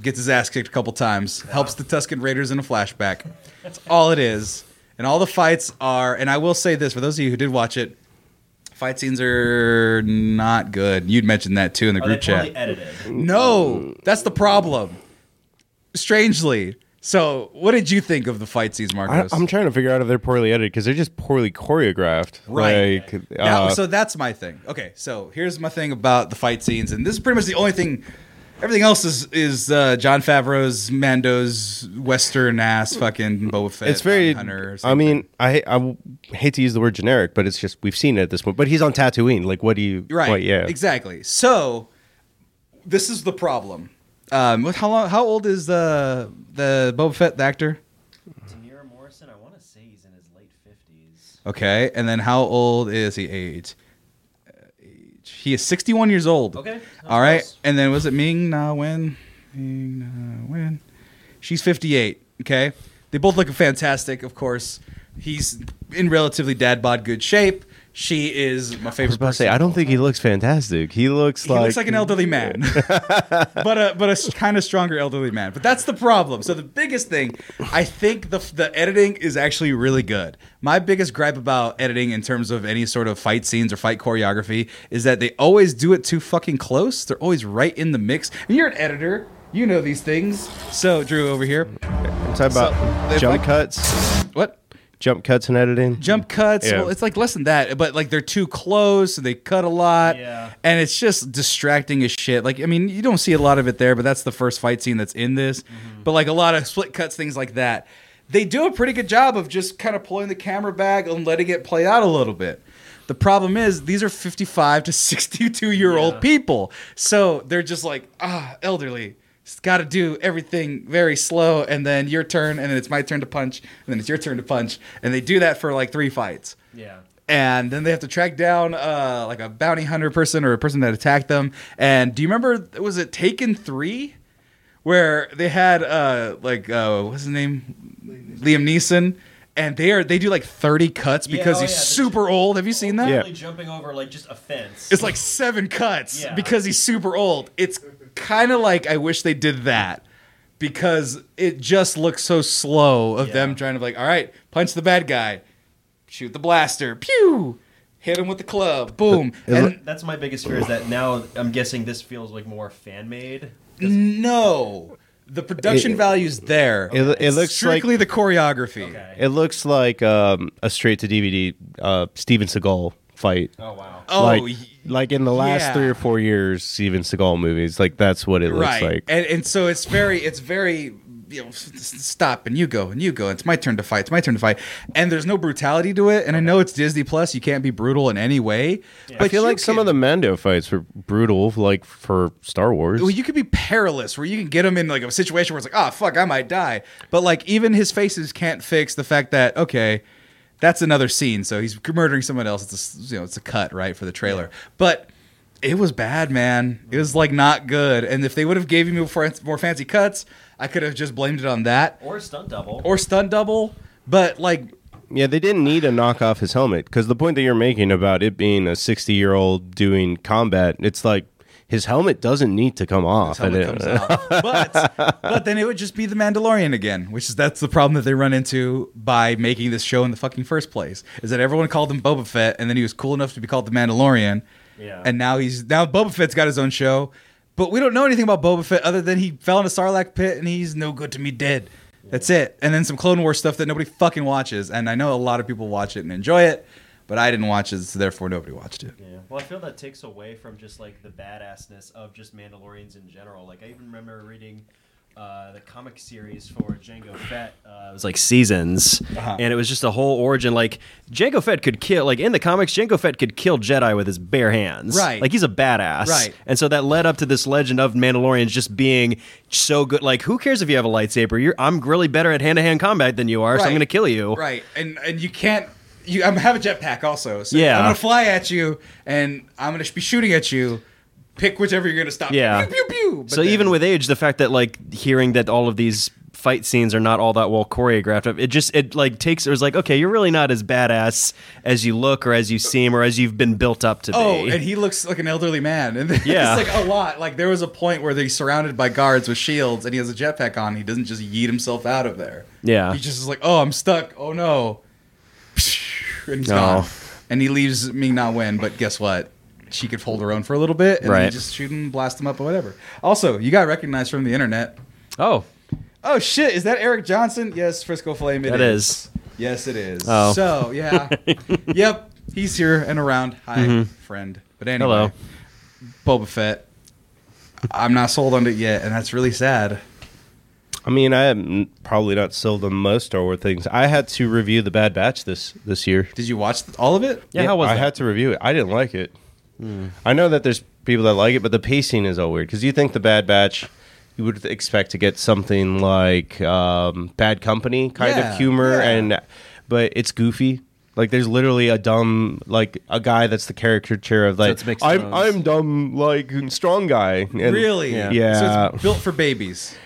[SPEAKER 1] gets his ass kicked a couple times, helps the Tusken Raiders in a flashback. That's all it is. And all the fights are, and I will say this for those of you who did watch it, fight scenes are not good. You'd mentioned that too in the
[SPEAKER 6] Are they Oh.
[SPEAKER 1] group chat.
[SPEAKER 6] poorly edited?
[SPEAKER 1] No, that's the problem. Strangely. So, what did you think of the fight scenes,
[SPEAKER 2] I,
[SPEAKER 1] Marcos?
[SPEAKER 2] I'm trying to figure out if they're poorly edited because they're just poorly choreographed.
[SPEAKER 1] Right.
[SPEAKER 2] Like,
[SPEAKER 1] That-
[SPEAKER 2] uh,
[SPEAKER 1] so that's my thing. Okay, so here's my thing about the fight scenes, and this is pretty much the only thing. Everything else is is uh, John Favreau's Mando's Western ass fucking Boba Fett.
[SPEAKER 2] it's very.
[SPEAKER 1] Bounty Hunter or
[SPEAKER 2] I
[SPEAKER 1] something.
[SPEAKER 2] mean, I I w- hate to use the word generic, but it's just we've seen it at this point. But he's on Tatooine. Like, what do you?
[SPEAKER 1] right?
[SPEAKER 2] what- yeah.
[SPEAKER 1] exactly. So this is the problem. Um, how long? How old is the the Boba Fett the actor?
[SPEAKER 6] Tamira Morrison, I want to say he's in his late 50s.
[SPEAKER 1] Okay, and then how old is he? Age. Uh, age. He is 61 years old.
[SPEAKER 6] Okay, that's
[SPEAKER 1] All right.
[SPEAKER 6] close.
[SPEAKER 1] And then was it Ming Na Wen? Ming Na Wen. She's 58. Okay. They both look fantastic, of course. He's in relatively dad bod good shape. She is my
[SPEAKER 2] I was
[SPEAKER 1] favorite
[SPEAKER 2] about to say,
[SPEAKER 1] person.
[SPEAKER 2] I don't think he looks fantastic. He looks
[SPEAKER 1] He
[SPEAKER 2] like
[SPEAKER 1] looks like an elderly man, but a but a kind of stronger elderly man. But that's the problem. So the biggest thing, I think the the editing is actually really good. My biggest gripe about editing in terms of any sort of fight scenes or fight choreography is that they always do it too fucking close. They're always right in the mix. And you're an editor, you know these things. So Drew over here,
[SPEAKER 2] I'm talking about
[SPEAKER 1] So, if
[SPEAKER 2] jump
[SPEAKER 1] I-
[SPEAKER 2] cuts,
[SPEAKER 1] what?
[SPEAKER 2] jump cuts and editing.
[SPEAKER 1] Jump cuts.
[SPEAKER 2] Yeah.
[SPEAKER 1] Well, it's like less than that, but like they're too close and they cut a lot.
[SPEAKER 6] Yeah.
[SPEAKER 1] And it's just distracting as shit. Like, I mean, you don't see a lot of it there, but that's the first fight scene that's in this.
[SPEAKER 6] Mm-hmm.
[SPEAKER 1] But like a lot of split cuts, things like that. They do a pretty good job of just kind of pulling the camera back and letting it play out a little bit. The problem is these are 55 to 62 year old
[SPEAKER 6] Yeah.
[SPEAKER 1] people. So they're just like, ah, elderly. Got to do everything very slow, and then your turn, and then it's my turn to punch, and then it's your turn to punch, and they do that for like three fights
[SPEAKER 6] Yeah.
[SPEAKER 1] and then they have to track down uh, like a bounty hunter person or a person that attacked them. And do you remember was it Taken Three, where they had uh, like uh, what's his name, Liam Neeson, and they are they do like thirty cuts
[SPEAKER 6] Yeah,
[SPEAKER 1] because
[SPEAKER 6] oh
[SPEAKER 1] he's
[SPEAKER 6] yeah, the-
[SPEAKER 1] super old. Have you seen that?
[SPEAKER 2] Yeah.
[SPEAKER 6] Totally jumping over like just a fence.
[SPEAKER 1] It's like seven cuts
[SPEAKER 6] Yeah.
[SPEAKER 1] because he's super old. It's kind of like I wish they did that because it just looks so slow of them
[SPEAKER 6] Yeah.
[SPEAKER 1] trying to like, all right, punch the bad guy, shoot the blaster, pew, hit him with the club, boom. And
[SPEAKER 6] That's my biggest fear is that now I'm guessing this feels like more fan made.
[SPEAKER 1] no, the production
[SPEAKER 2] It-
[SPEAKER 1] value's there.
[SPEAKER 2] it- it
[SPEAKER 1] It's
[SPEAKER 2] looks like-
[SPEAKER 1] strictly the choreography.
[SPEAKER 6] Okay.
[SPEAKER 2] It looks like um, a straight to DVD uh, Steven Seagal fight.
[SPEAKER 6] Oh wow.
[SPEAKER 1] Oh,
[SPEAKER 2] like,
[SPEAKER 1] y-
[SPEAKER 2] like in the last
[SPEAKER 1] yeah.
[SPEAKER 2] three or four years, Steven Seagal movies. Like that's what it looks
[SPEAKER 1] right.
[SPEAKER 2] like.
[SPEAKER 1] And and so it's very it's very you know s- s- stop and you go and you go. It's my turn to fight. It's my turn to fight. And there's no brutality to it. And I know it's Disney Plus. You can't be brutal in any way. But
[SPEAKER 2] I feel
[SPEAKER 1] you
[SPEAKER 2] like some
[SPEAKER 1] can-
[SPEAKER 2] of the Mando fights were brutal, like for Star Wars.
[SPEAKER 1] Well, you could be perilous where you can get him in like a situation where it's like, oh fuck, I might die. But like even his faces can't fix the fact that okay, that's another scene. So he's murdering someone else. It's a, s- you know it's a cut right for the trailer, but. It was bad, man. It was like not good. And if they would have gave me more fan- more fancy cuts, I could have just blamed it on that
[SPEAKER 6] Or stunt double.
[SPEAKER 1] or stunt double. But like,
[SPEAKER 2] Yeah, they didn't need to knock off his helmet because the point that you're making about it being a 60 year old doing combat, it's like his helmet doesn't need to come off.
[SPEAKER 1] how it
[SPEAKER 2] And
[SPEAKER 1] comes
[SPEAKER 2] it-
[SPEAKER 1] out. But but then it would just be the Mandalorian again, which is that's the problem that they run into by making this show in the fucking first place. Is that everyone called him Boba Fett, and then he was cool enough to be called the Mandalorian.
[SPEAKER 6] Yeah.
[SPEAKER 1] And now he's now Boba Fett's got his own show, but we don't know anything about Boba Fett other than he fell in a Sarlacc pit and he's no good to me dead. That's it. And then some Clone War stuff that nobody fucking watches, and I know a lot of people watch it and enjoy it, but I didn't watch it, so therefore nobody watched it.
[SPEAKER 6] Yeah. Well, I feel that takes away from just like the badassness of just Mandalorians in general. Like I even remember reading uh, the comic series for Django Fett. Uh, it was like seasons,
[SPEAKER 1] Uh-huh.
[SPEAKER 6] and it was just a whole origin. Like Django Fett could kill. Like in the comics, Django Fett could kill Jedi with his bare hands.
[SPEAKER 1] Right.
[SPEAKER 6] Like he's a badass.
[SPEAKER 1] Right.
[SPEAKER 6] And so that led up to this legend of Mandalorians just being so good. Like who cares if you have a lightsaber? You're I'm really better at hand to hand combat than you are, so I'm
[SPEAKER 1] Right.
[SPEAKER 6] going to kill you.
[SPEAKER 1] Right, and and you can't. You, I'm have a jetpack also, so
[SPEAKER 6] Yeah.
[SPEAKER 1] I'm gonna fly at you, and I'm gonna be shooting at you. Pick whichever you're gonna stop.
[SPEAKER 6] Yeah.
[SPEAKER 1] Pew, pew, pew. But
[SPEAKER 6] so
[SPEAKER 1] then-
[SPEAKER 6] even with age, the fact that like hearing that all of these fight scenes are not all that well choreographed, it just it like takes it was like okay, you're really not as badass as you look or as you seem or as you've been built up to
[SPEAKER 1] oh,
[SPEAKER 6] be.
[SPEAKER 1] and he looks like an elderly man, and it's
[SPEAKER 6] Yeah.
[SPEAKER 1] like a lot. Like there was a point where he's surrounded by guards with shields, and he has a jetpack on. He doesn't just yeet himself out of there.
[SPEAKER 6] Yeah.
[SPEAKER 1] he just is like, oh, I'm stuck. Oh no, and he's
[SPEAKER 6] No.
[SPEAKER 1] gone, and he leaves Ming Na Wen. But guess what? She could hold her own for a little bit, and then you
[SPEAKER 6] Right.
[SPEAKER 1] just shoot him, blast him up, or whatever. Also, you got recognized from the internet.
[SPEAKER 6] oh,
[SPEAKER 1] Oh shit! Is that Eric Johnson? Yes, Frisco Flame. It
[SPEAKER 6] that is.
[SPEAKER 1] Yes, it is.
[SPEAKER 6] Oh.
[SPEAKER 1] So yeah. yep. He's here and around. Hi, friend. But anyway,
[SPEAKER 6] Hello.
[SPEAKER 1] Boba Fett. I'm not sold on it yet, and that's really sad.
[SPEAKER 2] I mean, I am probably not sold on most Star Wars things. I had to review The Bad Batch this, this year.
[SPEAKER 1] Did you watch all of it?
[SPEAKER 6] Yeah, how was
[SPEAKER 2] I
[SPEAKER 6] that?
[SPEAKER 2] had to review it. I didn't like it. I know that there's people that like it, but the pacing is all weird because you think the Bad Batch, you would expect to get something like um, Bad Company kind
[SPEAKER 1] Yeah,
[SPEAKER 2] of humor,
[SPEAKER 1] yeah.
[SPEAKER 2] and but it's goofy. Like there's literally a dumb like a guy that's the caricature of like
[SPEAKER 7] it's mixed
[SPEAKER 2] I'm
[SPEAKER 7] tones.
[SPEAKER 2] I'm dumb like strong guy. And-
[SPEAKER 1] really?
[SPEAKER 7] Yeah.
[SPEAKER 2] Yeah.
[SPEAKER 1] So it's built for babies.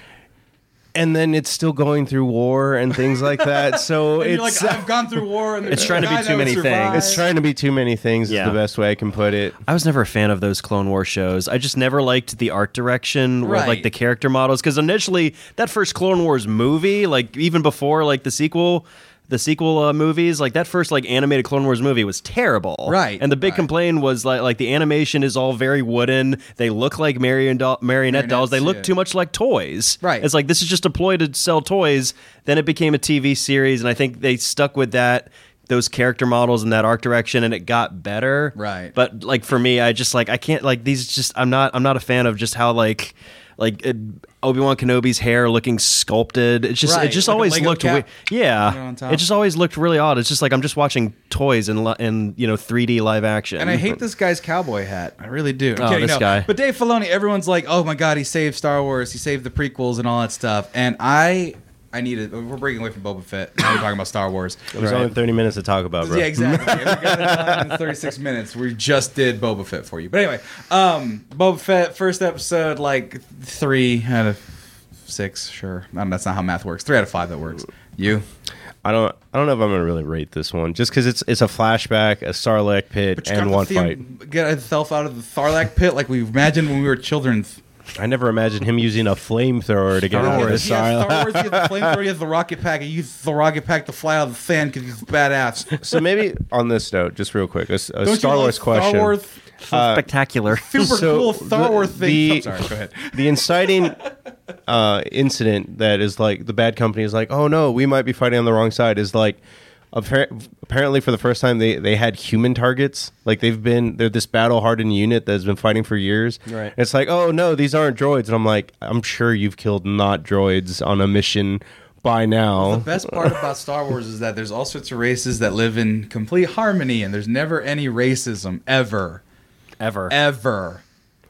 [SPEAKER 2] and then it's still going through war and things like that. So
[SPEAKER 1] And
[SPEAKER 2] it's
[SPEAKER 1] you're like, "Ah." I've gone through war, and there's
[SPEAKER 7] It's trying to
[SPEAKER 1] a
[SPEAKER 7] be
[SPEAKER 1] guy
[SPEAKER 7] too
[SPEAKER 1] that would
[SPEAKER 7] many
[SPEAKER 1] survive."
[SPEAKER 7] things.
[SPEAKER 2] it's trying to be too many things
[SPEAKER 7] Yeah.
[SPEAKER 2] is the best way I can put it.
[SPEAKER 6] I was never a fan of those Clone War shows. I just never liked the art direction or
[SPEAKER 1] Right.
[SPEAKER 6] like the character models because initially that first Clone Wars movie, like even before like the sequel, the sequel uh, movies, like that first like animated Clone Wars movie was terrible.
[SPEAKER 1] Right,
[SPEAKER 6] And the big
[SPEAKER 1] right.
[SPEAKER 6] complaint was like like the animation is all very wooden. They look like marion doll- marionette dolls. They
[SPEAKER 1] Marionettes,
[SPEAKER 6] look
[SPEAKER 1] yeah.
[SPEAKER 6] too much like toys.
[SPEAKER 1] Right.
[SPEAKER 6] It's like this is just a ploy to sell toys. Then it became a TV series, and I think they stuck with that. Those character models and that art direction, and it got better
[SPEAKER 1] Right.
[SPEAKER 6] but like for me i just like i can't like these just i'm not i'm not a fan of just how like like uh, obi-wan kenobi's hair looking sculpted it just
[SPEAKER 1] Right,
[SPEAKER 6] it just
[SPEAKER 1] like a
[SPEAKER 6] always
[SPEAKER 1] Lego
[SPEAKER 6] looked
[SPEAKER 1] cap
[SPEAKER 6] weird
[SPEAKER 1] you know,
[SPEAKER 6] yeah
[SPEAKER 1] on top.
[SPEAKER 6] it just always looked really odd it's just like i'm just watching toys in li- in you know 3d live action
[SPEAKER 1] And I hate this guy's cowboy hat. I really do. I'm
[SPEAKER 6] Oh,
[SPEAKER 1] kidding,
[SPEAKER 6] this
[SPEAKER 1] no.
[SPEAKER 6] guy.
[SPEAKER 1] But Dave Filoni, everyone's like, "Oh my god, he saved Star Wars. He saved the prequels and all that stuff." And I, I need it. We're breaking away from Boba Fett. Now we're talking about Star Wars.
[SPEAKER 2] There's only 30 minutes to talk about, bro.
[SPEAKER 1] Yeah, exactly. And we got it done in 36 minutes. We just did Boba Fett for you. But anyway, um, Boba Fett, first episode, like three out of six. Sure, I don't- that's not how math works. Three out of five that works. You
[SPEAKER 2] I don't. I don't know if I'm gonna really rate this one, just because it's it's a flashback, a Sarlacc pit, and one fight.
[SPEAKER 1] Get yourself out of the Tharlak pit like we imagined when we were children.
[SPEAKER 2] I never imagined him using a flamethrower to get out of the
[SPEAKER 1] You have Star
[SPEAKER 2] Sarlacc.
[SPEAKER 1] Wars, you have the flamethrower, you have the rocket pack, and you use the rocket pack to fly out of the sand because he's badass.
[SPEAKER 2] So maybe on this note, just real quick, a, s- a
[SPEAKER 1] Don't
[SPEAKER 2] Star
[SPEAKER 1] you love
[SPEAKER 2] Wars question.
[SPEAKER 1] Star Wars,
[SPEAKER 6] So spectacular
[SPEAKER 1] uh, super
[SPEAKER 2] So
[SPEAKER 1] cool Star
[SPEAKER 2] the-
[SPEAKER 1] Wars thing.
[SPEAKER 2] the-
[SPEAKER 1] I'm sorry, go ahead.
[SPEAKER 2] The inciting uh, incident that is like the bad company is like, oh no, we might be fighting on the wrong side. Is like appar- apparently for the first time they they had human targets. Like they've been they're this battle hardened unit that has been fighting for years.
[SPEAKER 7] Right.
[SPEAKER 2] It's like, oh no, these aren't droids. And I'm like, I'm sure you've killed not droids on a mission by now.
[SPEAKER 1] The best part about Star Wars is that there's all sorts of races that live in complete harmony, and there's never any racism ever,
[SPEAKER 6] ever
[SPEAKER 1] ever.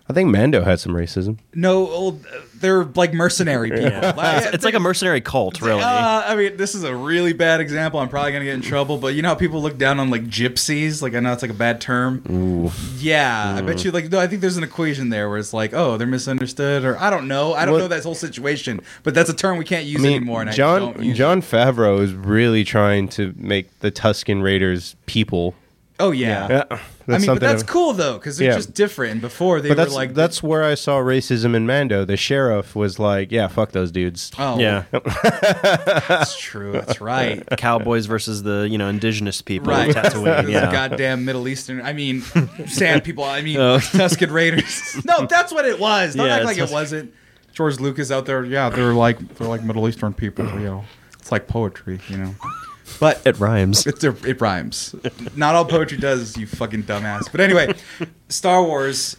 [SPEAKER 2] I think Mando had some racism.
[SPEAKER 1] No, old, they're like mercenary people.
[SPEAKER 6] it's, it's like a mercenary cult really
[SPEAKER 1] Uh, I mean, this is a really bad example. I'm probably gonna get in trouble, but you know how people look down on like gypsies? Like I know it's like a bad term. Yeah, I
[SPEAKER 2] Mm.
[SPEAKER 1] bet you like no. I think there's an equation there where it's like, oh, they're misunderstood, or I don't know. I don't
[SPEAKER 2] Well-
[SPEAKER 1] know that whole situation, but that's a term we can't use
[SPEAKER 2] I mean,
[SPEAKER 1] anymore. And I don't
[SPEAKER 2] John
[SPEAKER 1] use
[SPEAKER 2] John Favreau is really trying to make the Tuscan Raiders people.
[SPEAKER 1] it. Oh yeah.
[SPEAKER 2] Yeah,
[SPEAKER 1] I mean, but
[SPEAKER 2] something
[SPEAKER 1] that's
[SPEAKER 2] I've-
[SPEAKER 1] cool though, because they're
[SPEAKER 2] Yeah.
[SPEAKER 1] just different. And before they
[SPEAKER 2] But
[SPEAKER 1] were
[SPEAKER 2] that's
[SPEAKER 1] like,
[SPEAKER 2] that's where I saw racism in Mando. The sheriff was like, "Yeah, fuck those dudes."
[SPEAKER 1] oh,
[SPEAKER 6] yeah
[SPEAKER 1] that's true. That's right.
[SPEAKER 6] cowboys versus the you know indigenous people
[SPEAKER 1] Right, Oh
[SPEAKER 6] of Tatooine,
[SPEAKER 1] Those
[SPEAKER 6] yeah.
[SPEAKER 1] goddamn Middle Eastern. I mean, sand people. I mean, Tuscan Raiders. No, that's what it was. Don't
[SPEAKER 6] Oh. Yeah,
[SPEAKER 1] act like
[SPEAKER 6] it's
[SPEAKER 1] it
[SPEAKER 6] Tusken-
[SPEAKER 1] wasn't. George Lucas out there. Yeah, they're like they're like Middle Eastern people. You know, it's like poetry. You know, but
[SPEAKER 6] it rhymes
[SPEAKER 1] It, it rhymes. Not all poetry does, you fucking dumbass. But anyway, Star Wars.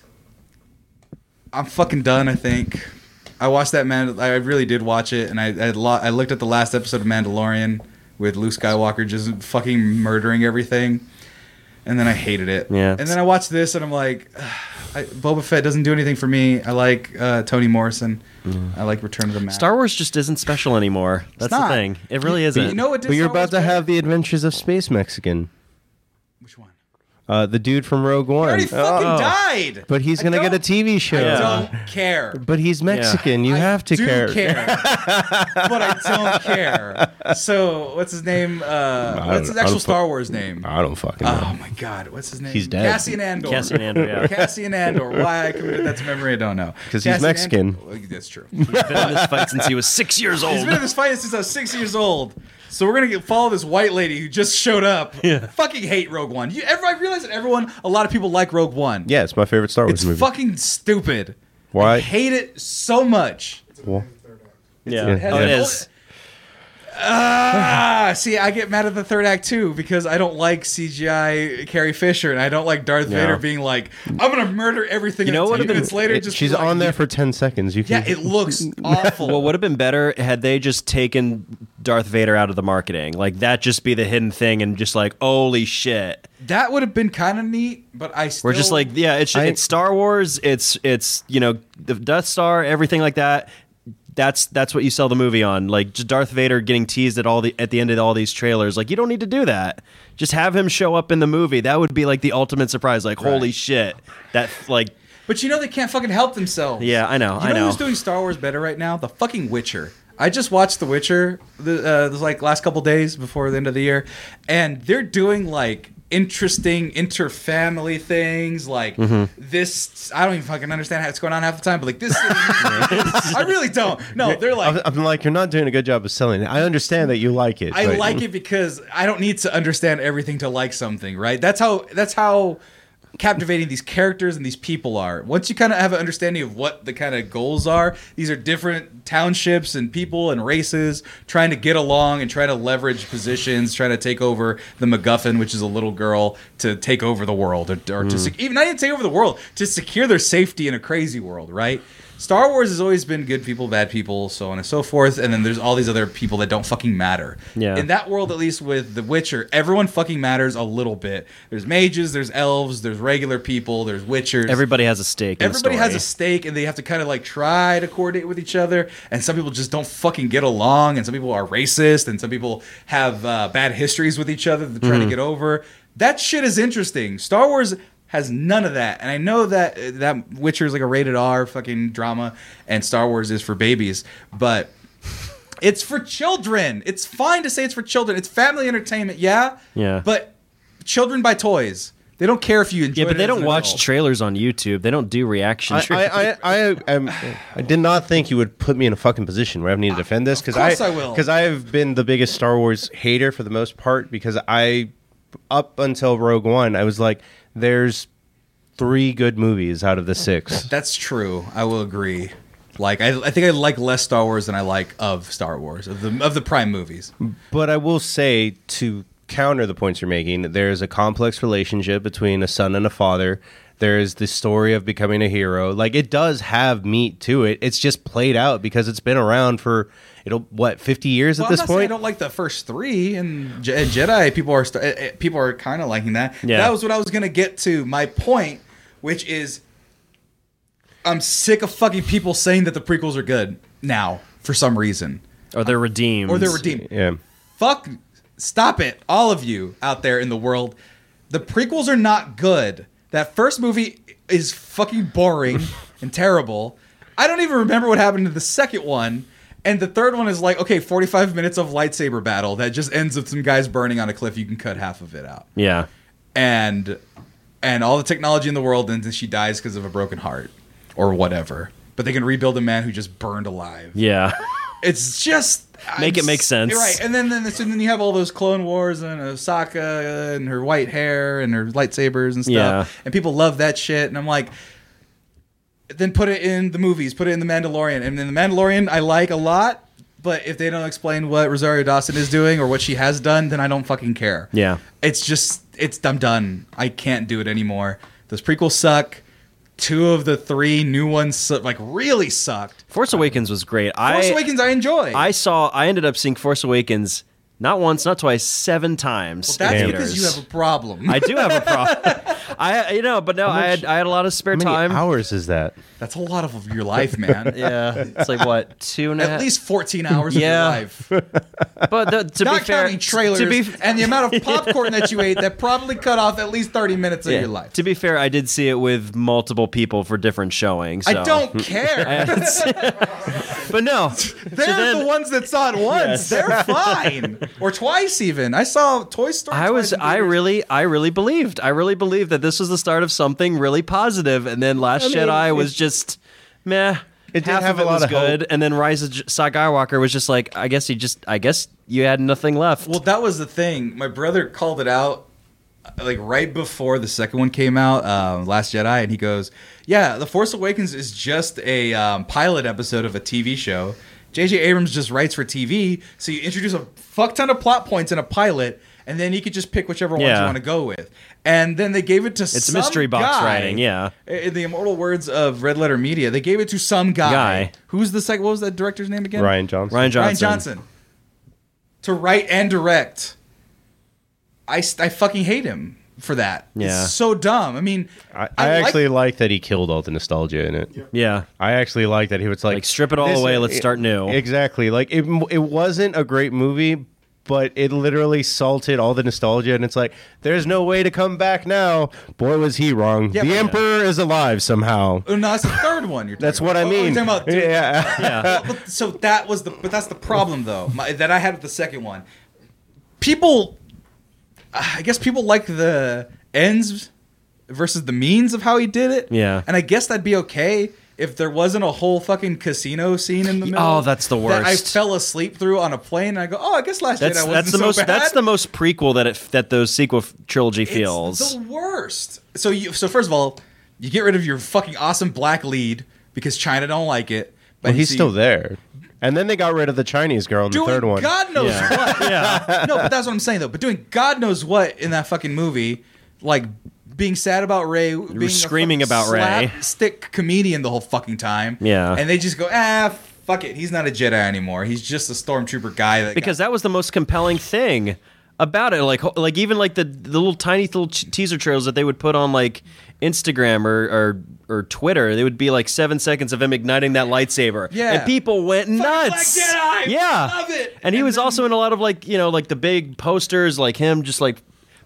[SPEAKER 1] I'm fucking done. I think I watched that man. I really did watch it, and I I, lo- I looked at the last episode of Mandalorian with Luke Skywalker just fucking murdering everything, and then I hated it.
[SPEAKER 6] Yeah.
[SPEAKER 1] And then I watched this, and I'm like, I, Boba Fett doesn't do anything for me. I like uh, Tony Morrison.
[SPEAKER 6] Mm.
[SPEAKER 1] I like Return of the Mac.
[SPEAKER 6] Star Wars just isn't special anymore that's the
[SPEAKER 1] not.
[SPEAKER 6] thing it really
[SPEAKER 1] But
[SPEAKER 6] isn't
[SPEAKER 1] you know what? did
[SPEAKER 2] but you're
[SPEAKER 1] Star Wars
[SPEAKER 2] about to
[SPEAKER 1] better?
[SPEAKER 2] have the adventures of Space Mexican,
[SPEAKER 1] which one?
[SPEAKER 2] uh, the dude from Rogue
[SPEAKER 1] He
[SPEAKER 2] One.
[SPEAKER 1] already fucking
[SPEAKER 6] Oh.
[SPEAKER 1] died.
[SPEAKER 2] but he's
[SPEAKER 1] I
[SPEAKER 2] gonna get a
[SPEAKER 1] don't-
[SPEAKER 2] TV show.
[SPEAKER 1] I don't care.
[SPEAKER 2] But he's Mexican. You
[SPEAKER 1] I
[SPEAKER 2] have to
[SPEAKER 1] do
[SPEAKER 2] care.
[SPEAKER 1] but I don't care. So what's his name? Uh,
[SPEAKER 2] don't-
[SPEAKER 1] what's his
[SPEAKER 2] I
[SPEAKER 1] actual
[SPEAKER 2] don't fu-
[SPEAKER 1] Star Wars name?
[SPEAKER 2] I don't fucking know.
[SPEAKER 1] Oh my God! What's his name?
[SPEAKER 2] He's dead.
[SPEAKER 1] Cassian Andor.
[SPEAKER 6] Cassian Andor, yeah.
[SPEAKER 1] Cassian Andor. Why I committed that to memory, I don't know.
[SPEAKER 2] 'Cause he's
[SPEAKER 1] Cassian
[SPEAKER 2] Mexican.
[SPEAKER 1] Andor- Well, that's true. He's
[SPEAKER 6] been in this fight since he was six years old
[SPEAKER 1] been in this fight since I was six years old. So we're gonna get, follow this white lady who just showed up. Yeah. Fucking hate Rogue One. You, every, I realize that everyone, a lot of people like Rogue One.
[SPEAKER 2] Yeah, it's my favorite Star Wars
[SPEAKER 1] It's
[SPEAKER 2] movie.
[SPEAKER 1] fucking stupid.
[SPEAKER 2] Why?
[SPEAKER 1] I hate it so much.
[SPEAKER 2] Well,
[SPEAKER 6] yeah,
[SPEAKER 2] Yeah.
[SPEAKER 6] Oh, it
[SPEAKER 1] Yeah.
[SPEAKER 6] is
[SPEAKER 1] Ah, see, I get mad at the third act too because I don't like CGI Carrie Fisher and I don't like Darth Vader being like, "I'm gonna murder everything."
[SPEAKER 6] You know
[SPEAKER 1] and
[SPEAKER 6] what
[SPEAKER 1] Ten
[SPEAKER 6] would've been-
[SPEAKER 1] minutes later,
[SPEAKER 2] it-
[SPEAKER 1] just
[SPEAKER 2] she's
[SPEAKER 1] like-
[SPEAKER 2] on there for ten seconds. You
[SPEAKER 1] Yeah,
[SPEAKER 2] can.
[SPEAKER 1] it looks awful.
[SPEAKER 6] Well, would have been better had they just taken Darth Vader out of the marketing. Like that just be the hidden thing and just like holy shit.
[SPEAKER 1] That would have been kind of neat, but I still
[SPEAKER 6] We're just like yeah, it's
[SPEAKER 2] I-
[SPEAKER 6] it's Star Wars, it's it's you know the Death Star, everything like that. That's that's what you sell the movie on. Like just Darth Vader getting teased at all the at the end of all these trailers. Like you don't need to do that. Just have him show up in the movie. That would be like the ultimate surprise. Like holy shit. That like
[SPEAKER 1] But you know they can't fucking help themselves.
[SPEAKER 6] Yeah, I know,
[SPEAKER 1] You know,
[SPEAKER 6] I know.
[SPEAKER 1] who's doing Star Wars better right now? The fucking Witcher. I just watched The Witcher the uh, this, like last couple days before the end of the year, and they're doing like interesting inter-family things like
[SPEAKER 6] Mm-hmm.
[SPEAKER 1] this i don't even fucking understand how it's going on half the time but like this i really don't no they're like
[SPEAKER 2] I'm, I'm like, you're not doing a good job of selling it. I understand that you like it.
[SPEAKER 1] I
[SPEAKER 2] but-
[SPEAKER 1] like it because I don't need to understand everything to like something, right? That's how that's how captivating these characters and these people are. Once you kind of have an understanding of what the kind of goals are, these are different townships and people and races trying to get along and trying to leverage positions, trying to take over the MacGuffin, which is a little girl, to take over the world or, or to sec- even not even take over the world to secure their safety in a crazy world, right? Star Wars has always been good people, bad people, so on and so forth, and then there's all these other people that don't fucking matter.
[SPEAKER 6] Yeah.
[SPEAKER 1] In that world, at least with The Witcher, everyone fucking matters a little bit. There's mages, there's elves, there's regular people, there's witchers.
[SPEAKER 6] everybody has a stake. in the
[SPEAKER 1] Everybody has
[SPEAKER 6] story.
[SPEAKER 1] a stake, and they have to kind of like try to coordinate with each other. And some people just don't fucking get along, and some people are racist, and some people have uh, bad histories with each other. They're trying
[SPEAKER 6] Mm-hmm.
[SPEAKER 1] to get over. That shit is interesting. Star Wars has none of that, and I know that uh, that Witcher is like a rated R fucking drama, and Star Wars is for babies, but. It's for children. It's fine to say it's for children. It's family entertainment, yeah.
[SPEAKER 6] Yeah.
[SPEAKER 1] But children buy toys. They don't care if you enjoy.
[SPEAKER 6] Yeah, but
[SPEAKER 1] it
[SPEAKER 6] they
[SPEAKER 1] as
[SPEAKER 6] don't
[SPEAKER 1] an
[SPEAKER 6] watch
[SPEAKER 1] adult.
[SPEAKER 6] trailers on YouTube. They don't do reaction.
[SPEAKER 2] I,
[SPEAKER 6] trailers.
[SPEAKER 2] I, I, I,
[SPEAKER 1] um,
[SPEAKER 2] am, I did not think you would put me in a fucking position where I need to defend this because
[SPEAKER 1] course I will.
[SPEAKER 2] because I've been the biggest Star Wars hater for the most part because I up until Rogue One I was like there's three good movies out of the six
[SPEAKER 1] That's true. I will agree. Like I, I think I like less Star Wars than I like of Star Wars of the of the Prime movies.
[SPEAKER 2] But I will say to counter the points you're making, there's a complex relationship between a son and a father. There's the story of becoming a hero. Like it does have meat to it. It's just played out because it's been around for it'll what 50 years
[SPEAKER 1] Well,
[SPEAKER 2] at
[SPEAKER 1] I'm
[SPEAKER 2] this
[SPEAKER 1] not saying
[SPEAKER 2] point.
[SPEAKER 1] I don't like the first three and Je- and Jedi. People are st- eh, eh, people are kind of liking that.
[SPEAKER 6] Yeah.
[SPEAKER 1] That was what I was gonna get to. My point, which is, I'm sick of fucking people saying that the prequels are good now for some reason,
[SPEAKER 6] or they're redeemed.
[SPEAKER 1] or they're redeemed.
[SPEAKER 2] yeah.
[SPEAKER 1] Fuck, stop it, all of you out there in the world. The prequels are not good. That first movie is fucking boring and terrible. I don't even remember what happened to the second one. And the third one is like, okay, 45 minutes of lightsaber battle that just ends with some guys burning on a cliff. You can cut half of it out.
[SPEAKER 6] Yeah.
[SPEAKER 1] And and all the technology in the world, and then she dies because of a broken heart or whatever. But they can rebuild a man who just burned alive.
[SPEAKER 6] Yeah.
[SPEAKER 1] It's just
[SPEAKER 6] Make it make sense.
[SPEAKER 1] right? And then then, so then you have all those Clone Wars and Osaka and her white hair and her lightsabers and stuff,
[SPEAKER 6] Yeah.
[SPEAKER 1] and people love that shit. And I'm like, then put it in the movies, put it in the Mandalorian, and then the Mandalorian I like a lot. But if they don't explain what Rosario Dawson is doing or what she has done, then I don't fucking care.
[SPEAKER 6] Yeah.
[SPEAKER 1] it's just it's I'm done. I can't do it anymore. Those prequels suck. Two of the three new ones su- like really sucked.
[SPEAKER 6] Force Awakens was
[SPEAKER 1] Force
[SPEAKER 6] great. I,
[SPEAKER 1] Awakens I enjoy.
[SPEAKER 6] I saw. I ended up seeing Force Awakens not once, not twice, seven times.
[SPEAKER 1] That's
[SPEAKER 6] in
[SPEAKER 1] because you
[SPEAKER 6] theaters.
[SPEAKER 1] have a problem.
[SPEAKER 6] I do have a problem. I you know, but no, I had I had a lot of spare
[SPEAKER 2] How many
[SPEAKER 6] time.
[SPEAKER 2] hours is that?
[SPEAKER 1] That's a lot of your life, man.
[SPEAKER 6] Yeah, it's like what two and a
[SPEAKER 1] At
[SPEAKER 6] half-
[SPEAKER 1] least 14 hours
[SPEAKER 6] Yeah.
[SPEAKER 1] of your life.
[SPEAKER 6] But the, to
[SPEAKER 1] Not
[SPEAKER 6] be fair,
[SPEAKER 1] counting trailers
[SPEAKER 6] To be
[SPEAKER 1] and the amount of popcorn that you ate that probably cut off at least 30 minutes of
[SPEAKER 6] yeah,
[SPEAKER 1] your life.
[SPEAKER 6] To be fair, I did see it with multiple people for different showings.
[SPEAKER 1] I
[SPEAKER 6] so-
[SPEAKER 1] don't care.
[SPEAKER 6] but no,
[SPEAKER 1] They're the ones that saw it once. They're fine. Or twice, even. I saw Toy Story.
[SPEAKER 6] I
[SPEAKER 1] twice
[SPEAKER 6] was
[SPEAKER 1] in
[SPEAKER 6] I
[SPEAKER 1] theaters.
[SPEAKER 6] really I really believed I really believed that this was the start of something really positive, and then Last Jedi was just meh.
[SPEAKER 2] It did
[SPEAKER 6] Half
[SPEAKER 2] have
[SPEAKER 6] of it
[SPEAKER 2] a lot
[SPEAKER 6] was
[SPEAKER 2] of
[SPEAKER 6] good, and then Rise of J- Skywalker was just like I guess he just I guess you had nothing left.
[SPEAKER 1] Well, that was the thing. My brother called it out like right before the second one came out, um, Last Jedi, and he goes, "Yeah, The Force Awakens is just a um, pilot episode of a TV show. J.J. Abrams just writes for TV, so you introduce a fuck ton of plot points in a pilot." And then you could just pick whichever ones
[SPEAKER 6] Yeah.
[SPEAKER 1] you want to go with, and then they gave it to
[SPEAKER 6] It's mystery box writing, yeah.
[SPEAKER 1] In the immortal words of Red Letter Media, they gave it to some guy.
[SPEAKER 6] Guy.
[SPEAKER 1] Who's the second? What was that director's name again?
[SPEAKER 2] Ryan Johnson.
[SPEAKER 6] Ryan Johnson.
[SPEAKER 1] Ryan Johnson. to write and direct. I, st- I fucking hate him for that.
[SPEAKER 6] Yeah.
[SPEAKER 1] It's so dumb. I mean,
[SPEAKER 2] I, I,
[SPEAKER 1] like-
[SPEAKER 2] actually like, that he killed all the nostalgia in it.
[SPEAKER 6] Yeah.
[SPEAKER 2] I actually like that he was like,
[SPEAKER 6] Like, strip it all
[SPEAKER 2] this-
[SPEAKER 6] away, let's start new.
[SPEAKER 2] Exactly. Like it, it wasn't a great movie, but it literally salted all the nostalgia, and it's like there's no way to come back now. Boy, was he wrong.
[SPEAKER 1] Yeah,
[SPEAKER 2] the
[SPEAKER 1] but-
[SPEAKER 2] emperor is alive somehow.
[SPEAKER 1] oh, no, that's the third one you're talking
[SPEAKER 2] That's what I
[SPEAKER 1] about. Oh, you're
[SPEAKER 2] mean.
[SPEAKER 1] talking about Dune.
[SPEAKER 2] yeah.
[SPEAKER 6] Yeah.
[SPEAKER 1] Well, but- so that was the but that's the problem though my, that I had with the second one. People, I guess people like the ends versus the means of how he did it.
[SPEAKER 6] Yeah.
[SPEAKER 1] and I guess that'd be okay if there wasn't a whole fucking casino scene in the middle.
[SPEAKER 6] Oh, that's the
[SPEAKER 1] That I
[SPEAKER 6] worst.
[SPEAKER 1] fell asleep through on a plane, and I go, oh, I guess last
[SPEAKER 6] That's
[SPEAKER 1] Jedi wasn't
[SPEAKER 6] that's the
[SPEAKER 1] so
[SPEAKER 6] most
[SPEAKER 1] bad.
[SPEAKER 6] that's the most prequel that it that those sequel f- trilogy feels.
[SPEAKER 1] It's the worst. So you so first of all, you get rid of your fucking awesome black lead because China don't like it. But
[SPEAKER 2] Well, he's
[SPEAKER 1] you-
[SPEAKER 2] still there. And then they got rid of the Chinese girl in the
[SPEAKER 1] doing
[SPEAKER 2] third one.
[SPEAKER 1] God knows
[SPEAKER 6] Yeah.
[SPEAKER 1] what.
[SPEAKER 6] yeah.
[SPEAKER 1] no, but that's what I'm saying though. But doing God knows what in that fucking movie, like being sad about Ray, being
[SPEAKER 6] screaming about Rey.
[SPEAKER 1] stick comedian the whole fucking time.
[SPEAKER 6] Yeah.
[SPEAKER 1] and they just go ah. Fuck it, he's not a Jedi anymore. He's just a stormtrooper guy. That
[SPEAKER 6] because that was the most compelling thing about it like ho- like even like the the little tiny little ch- teaser trails that they would put on like Instagram or or, or Twitter they would be like 7 seconds of him igniting that lightsaber
[SPEAKER 1] Yeah.
[SPEAKER 6] and people went
[SPEAKER 1] Black
[SPEAKER 6] nuts
[SPEAKER 1] Jedi!
[SPEAKER 6] yeah
[SPEAKER 1] Love it!
[SPEAKER 6] and he
[SPEAKER 1] And
[SPEAKER 6] was also in a lot of like you know like the big posters like him just like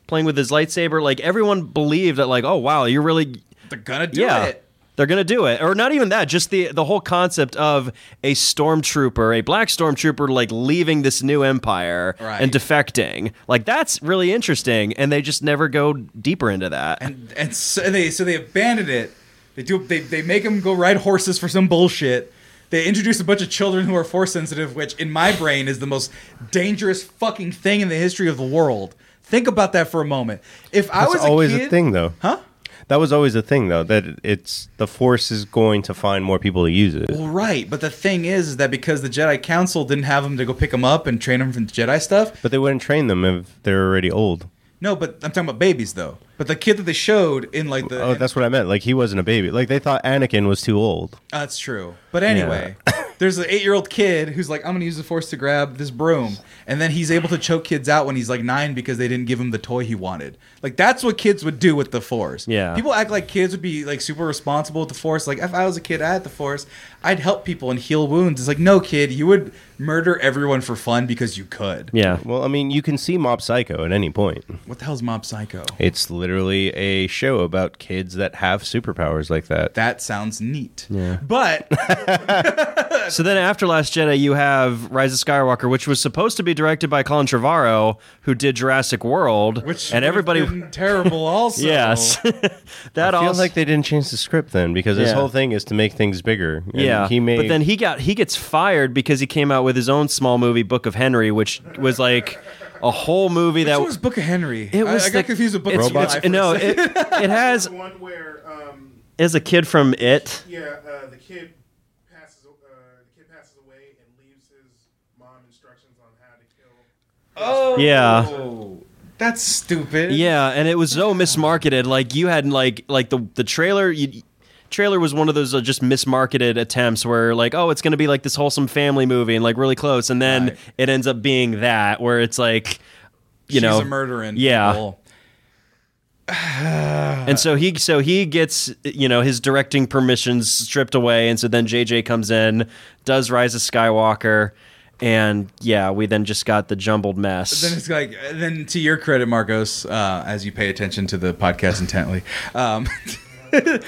[SPEAKER 6] playing with his lightsaber like everyone believed that like oh wow you're really
[SPEAKER 1] they're gonna do
[SPEAKER 6] yeah.
[SPEAKER 1] it.
[SPEAKER 6] They're gonna do it, or not even that. Just the the whole concept of a stormtrooper, a black stormtrooper, like leaving this new empire
[SPEAKER 1] Right.
[SPEAKER 6] and defecting. Like that's really interesting, and they just never go deeper into that.
[SPEAKER 1] and and so and they so they abandon it. They do they they make them go ride horses for some bullshit. They introduce a bunch of children who are force sensitive, which in my brain is the most dangerous fucking thing in the history of the world. Think about that for a moment. If I
[SPEAKER 2] That's
[SPEAKER 1] was
[SPEAKER 2] always
[SPEAKER 1] a, kid,
[SPEAKER 2] a thing, though.
[SPEAKER 1] huh?
[SPEAKER 2] That was always a thing, though, that it's the Force is going to find more people to use it.
[SPEAKER 1] Well, right, but the thing is, is that because the Jedi Council didn't have them to go pick them up and train them for Jedi stuff.
[SPEAKER 2] But they wouldn't train them if they're already old.
[SPEAKER 1] No, but I'm talking about babies though. But the kid that they showed in like the
[SPEAKER 2] Oh, that's what I meant. Like, he wasn't a baby. Like, they thought Anakin was too old.
[SPEAKER 1] That's true. But anyway, there's an eight year old kid who's like, I'm going to use the force to grab this broom. And then he's able to choke kids out when he's like nine because they didn't give him the toy he wanted. Like, that's what kids would do with the force.
[SPEAKER 6] Yeah.
[SPEAKER 1] People act like kids would be like super responsible with the force. Like, if I was a kid, I had the force, I'd help people and heal wounds. It's like, no, kid, you would murder everyone for fun because you could.
[SPEAKER 6] yeah,
[SPEAKER 2] Well, I mean, you can see Mob Psycho at any point.
[SPEAKER 1] What the hell's Mob Psycho?
[SPEAKER 2] It's literally a show about kids that have superpowers like that.
[SPEAKER 1] That sounds neat. But
[SPEAKER 6] So then after Last Jedi, you have Rise of Skywalker, which was supposed to be directed by Colin Trevorrow, who did Jurassic World,
[SPEAKER 1] which
[SPEAKER 6] and
[SPEAKER 1] would've
[SPEAKER 6] everybody.
[SPEAKER 1] been terrible also.
[SPEAKER 6] Yes, that
[SPEAKER 2] I feel
[SPEAKER 6] also
[SPEAKER 2] like they didn't change the script then because his
[SPEAKER 6] Yeah.
[SPEAKER 2] whole thing is to make things bigger. And
[SPEAKER 6] Yeah,
[SPEAKER 2] he made.
[SPEAKER 6] but then he got he gets fired because he came out with his own small movie, Book of Henry, which was like a whole movie that
[SPEAKER 1] Which was Book of Henry?
[SPEAKER 6] it was
[SPEAKER 1] I, I
[SPEAKER 6] the-
[SPEAKER 1] got confused with Book
[SPEAKER 6] it's-
[SPEAKER 1] of Eli
[SPEAKER 2] Robots?
[SPEAKER 1] for
[SPEAKER 6] it's-
[SPEAKER 1] a
[SPEAKER 6] No,
[SPEAKER 1] second.
[SPEAKER 6] it, it has
[SPEAKER 4] The one where, um,
[SPEAKER 6] is a kid from It.
[SPEAKER 4] yeah, uh, the kid passes, uh, the kid passes away and leaves his mom instructions on how to kill.
[SPEAKER 6] Yeah,
[SPEAKER 1] Oh. That's stupid.
[SPEAKER 6] yeah, and it was so mismarketed. Like you had like like the the trailer you. Trailer was one of those uh, just mismarketed attempts where, like, oh, it's going to be like this wholesome family movie and like really close, and then
[SPEAKER 1] Right.
[SPEAKER 6] it ends up being that where it's like, you
[SPEAKER 1] She's
[SPEAKER 6] know,
[SPEAKER 1] a murdering.
[SPEAKER 6] Yeah.
[SPEAKER 1] people.
[SPEAKER 6] And so he so he gets you know his directing permissions stripped away, and so then JJ comes in, does Rise of Skywalker, and yeah, we then just got the jumbled mess.
[SPEAKER 1] Then it's like, then to your credit, Marcos, uh, as you pay attention to the podcast intently, um,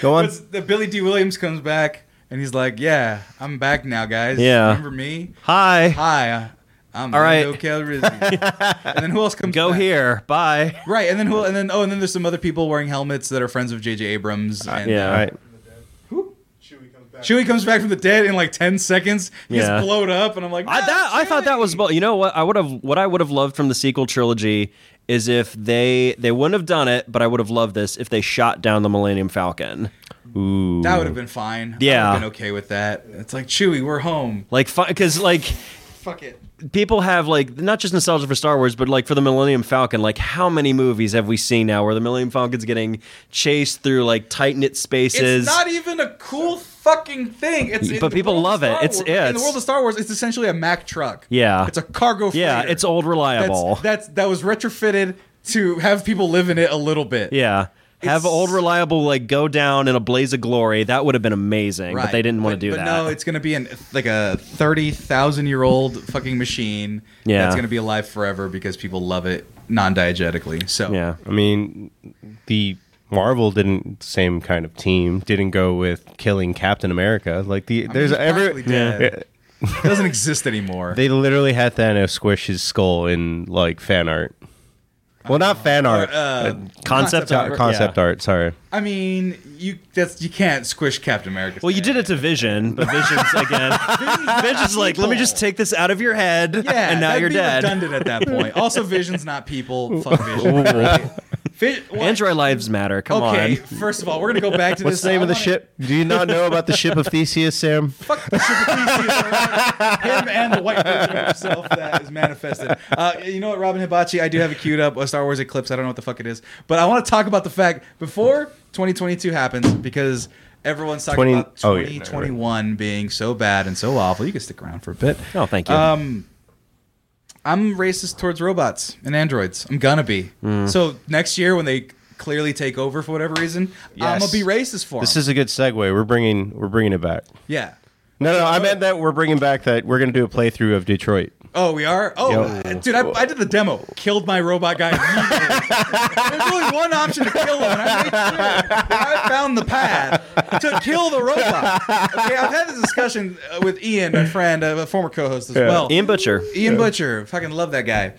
[SPEAKER 2] go on.
[SPEAKER 1] it's- the Billy D. Williams comes back and he's like, "Yeah, I'm back now, guys.
[SPEAKER 6] Yeah.
[SPEAKER 1] remember me?
[SPEAKER 6] Hi,
[SPEAKER 1] Hi, I'm
[SPEAKER 6] All right.
[SPEAKER 1] Lando Calrissian." and then who else comes?
[SPEAKER 6] go
[SPEAKER 1] back?
[SPEAKER 6] here, bye.
[SPEAKER 1] right? And then who? And then oh, and then there's some other people wearing helmets that are friends of J.J. Abrams. And, uh,
[SPEAKER 6] yeah.
[SPEAKER 2] All right.
[SPEAKER 4] Chewie comes back.
[SPEAKER 1] Chewie comes back from the dead in like ten seconds. He
[SPEAKER 6] Yeah.
[SPEAKER 1] gets blowed up, and I'm like,
[SPEAKER 6] I, that, I thought that was bu- you know what I would have what I would have loved from the sequel trilogy is if they they wouldn't have done it, but I would have loved this if they shot down the Millennium Falcon.
[SPEAKER 2] Ooh.
[SPEAKER 1] That would have been fine. I
[SPEAKER 6] Yeah.
[SPEAKER 1] would have been okay with that. It's like Chewie, we're home.
[SPEAKER 6] Like, because like
[SPEAKER 1] fuck it.
[SPEAKER 7] people have like not just nostalgia for Star Wars, but like for the Millennium Falcon. Like, how many movies have we seen now where the Millennium Falcon's getting chased through like tight knit
[SPEAKER 1] It's
[SPEAKER 7] spaces?
[SPEAKER 1] not even a cool fucking thing. It's in
[SPEAKER 7] But
[SPEAKER 1] the
[SPEAKER 7] people
[SPEAKER 1] world of
[SPEAKER 7] love it.
[SPEAKER 1] Star
[SPEAKER 7] It's-
[SPEAKER 1] Wars-
[SPEAKER 7] yeah,
[SPEAKER 1] in the
[SPEAKER 7] it's-
[SPEAKER 1] world of Star Wars. It's essentially a Mack truck.
[SPEAKER 7] Yeah.
[SPEAKER 1] it's a cargo.
[SPEAKER 7] yeah,
[SPEAKER 1] freighter.
[SPEAKER 7] it's old reliable.
[SPEAKER 1] That's, that's that was retrofitted to have people live in it a little bit.
[SPEAKER 7] yeah. Have
[SPEAKER 1] It's-
[SPEAKER 7] old reliable like go down in a blaze of glory. That would have been amazing,
[SPEAKER 1] Right.
[SPEAKER 7] but they didn't want
[SPEAKER 1] But-
[SPEAKER 7] to do
[SPEAKER 1] but
[SPEAKER 7] that.
[SPEAKER 1] No, it's gonna be an like a thirty thousand year old fucking machine.
[SPEAKER 7] Yeah.
[SPEAKER 1] that's gonna be alive forever because people love it non diegetically. So
[SPEAKER 7] yeah.
[SPEAKER 2] I mean, the Marvel didn't same kind of team didn't go with killing Captain America. Like the
[SPEAKER 1] I mean,
[SPEAKER 2] there's
[SPEAKER 1] he's
[SPEAKER 2] every
[SPEAKER 1] practically dead.
[SPEAKER 2] Yeah.
[SPEAKER 1] it doesn't exist anymore.
[SPEAKER 2] they literally had Thanos squish his skull in like fan art. Well, not fan art,
[SPEAKER 1] uh,
[SPEAKER 7] Concept
[SPEAKER 1] art.
[SPEAKER 2] co- concept
[SPEAKER 7] yeah.
[SPEAKER 2] art. Sorry.
[SPEAKER 1] I mean, you that's you can't squish Captain America.
[SPEAKER 7] Well, you did it to Vision, but Vision's again. Vision's like, let me just take this out of your head,
[SPEAKER 1] Yeah,
[SPEAKER 7] and now
[SPEAKER 1] that'd
[SPEAKER 7] you're
[SPEAKER 1] be
[SPEAKER 7] dead.
[SPEAKER 1] Redundant at that point. Also, Vision's not people. Fuck Vision. right? Vi- well,
[SPEAKER 7] Android lives matter. Come
[SPEAKER 1] Okay,
[SPEAKER 7] on.
[SPEAKER 1] first of all, we're gonna go back to
[SPEAKER 2] What's
[SPEAKER 1] this.
[SPEAKER 2] the name
[SPEAKER 1] I
[SPEAKER 2] of the
[SPEAKER 1] wanna-
[SPEAKER 2] ship? Do you not know about the ship of Theseus, Sam?
[SPEAKER 1] Fuck the ship of Theseus, all right? Him and the white version of himself that is manifested. Uh, you know what, Robin Hibachi, I do have it queued up. A Star Wars Eclipse. I don't know what the fuck it is, but I want to talk about the fact before 2022 happens because everyone's talking
[SPEAKER 2] 20
[SPEAKER 1] about
[SPEAKER 2] oh, yeah, no, right.
[SPEAKER 1] 2021 being so bad and so awful. You can stick around for a bit.
[SPEAKER 7] No, thank you.
[SPEAKER 1] Um, I'm racist towards robots and androids. I'm gonna be.
[SPEAKER 2] Mm.
[SPEAKER 1] So next year, when they clearly take over for whatever reason, I'm
[SPEAKER 2] Yes.
[SPEAKER 1] gonna be racist for
[SPEAKER 2] This
[SPEAKER 1] them.
[SPEAKER 2] is a good segue. We're bringing we're bringing it back.
[SPEAKER 1] yeah.
[SPEAKER 2] No, no, I meant that we're bringing back that we're going to do a playthrough of Detroit.
[SPEAKER 1] Oh, we are. Oh,
[SPEAKER 2] Yo.
[SPEAKER 1] dude, I, I did the demo. Killed my robot guy. immediately. There's only one option to kill him, and I made sure that I found the path to kill the robot. Okay, I've had this discussion uh, with Ian, my friend, uh, a former co-host as well.
[SPEAKER 7] Ian Butcher.
[SPEAKER 1] Ian Butcher, fucking love that guy.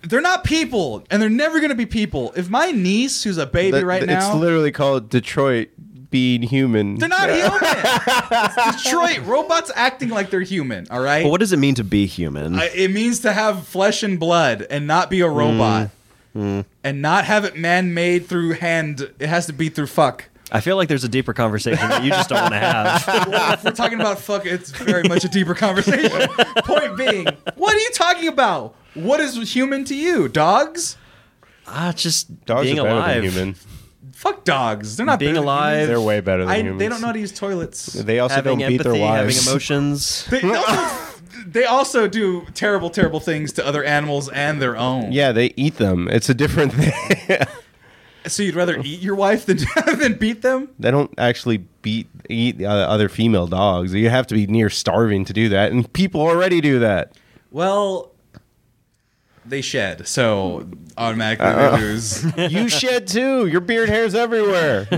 [SPEAKER 1] They're not people, and they're never gonna be people. If my niece, who's a baby
[SPEAKER 2] That-
[SPEAKER 1] right
[SPEAKER 2] that-
[SPEAKER 1] now,
[SPEAKER 2] It's literally called Detroit being human.
[SPEAKER 1] they're not human. It's Detroit robots acting like they're human. All right.
[SPEAKER 7] But what does it mean to be human?
[SPEAKER 1] I, it means to have flesh and blood and not
[SPEAKER 2] Mm.
[SPEAKER 1] be a robot and not have it man-made through hand. It has to be through fuck.
[SPEAKER 7] I feel like there's a deeper conversation that you just don't want to have.
[SPEAKER 1] Well, if we're talking about fuck, it's very much a deeper conversation. Point being, what are you talking about? What is human to you? Dogs?
[SPEAKER 7] Ah, just
[SPEAKER 2] Dogs
[SPEAKER 7] being
[SPEAKER 2] are better
[SPEAKER 7] alive.
[SPEAKER 2] than human.
[SPEAKER 1] Fuck dogs. They're not
[SPEAKER 7] Being
[SPEAKER 1] better than
[SPEAKER 7] alive.
[SPEAKER 1] humans.
[SPEAKER 2] They're way better than
[SPEAKER 1] I,
[SPEAKER 2] humans.
[SPEAKER 1] they don't know how to use toilets.
[SPEAKER 2] They also
[SPEAKER 7] having
[SPEAKER 2] don't beat
[SPEAKER 7] empathy,
[SPEAKER 2] their
[SPEAKER 7] having
[SPEAKER 2] wives.
[SPEAKER 7] emotions.
[SPEAKER 1] They also, they also do terrible, terrible things to other animals and their own.
[SPEAKER 2] yeah, they eat them. It's a different thing.
[SPEAKER 1] So you'd rather eat your wife than than beat them?
[SPEAKER 2] they don't actually beat eat uh, other female dogs. You have to be near starving to do that, and people already do that.
[SPEAKER 1] Well, they shed, so automatically they lose.
[SPEAKER 2] You shed too. Your beard hair's everywhere.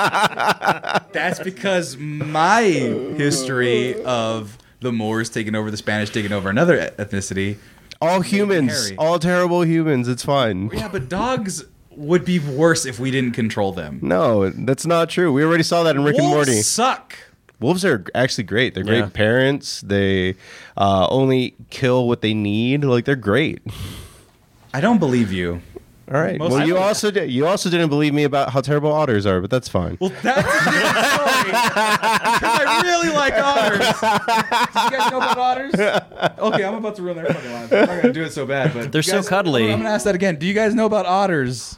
[SPEAKER 1] That's because my history of the Moors taking over the Spanish, taking over another e- ethnicity.
[SPEAKER 2] all humans,
[SPEAKER 1] hairy.
[SPEAKER 2] all terrible humans. It's fine.
[SPEAKER 1] Yeah, but dogs would be worse if we didn't control them.
[SPEAKER 2] No, that's not true. We already saw that in Rick and
[SPEAKER 1] Wolves
[SPEAKER 2] Morty.
[SPEAKER 1] suck.
[SPEAKER 2] Wolves are actually great. They're great
[SPEAKER 7] Yeah.
[SPEAKER 2] parents. They uh, only kill what they need. Like they're great.
[SPEAKER 1] I don't believe you.
[SPEAKER 2] All right.
[SPEAKER 1] Most-
[SPEAKER 2] well, you
[SPEAKER 1] I don't-
[SPEAKER 2] also did, you also didn't believe me about how terrible otters are, but that's fine.
[SPEAKER 1] Well, that's a different story. 'Cause I really like otters. Do you guys know about otters? Okay, I'm about to ruin their fucking lives. I'm not gonna do it so bad, but
[SPEAKER 7] They're
[SPEAKER 1] you
[SPEAKER 7] so
[SPEAKER 1] guys-
[SPEAKER 7] cuddly.
[SPEAKER 1] I'm gonna ask that again. Do you guys know about otters?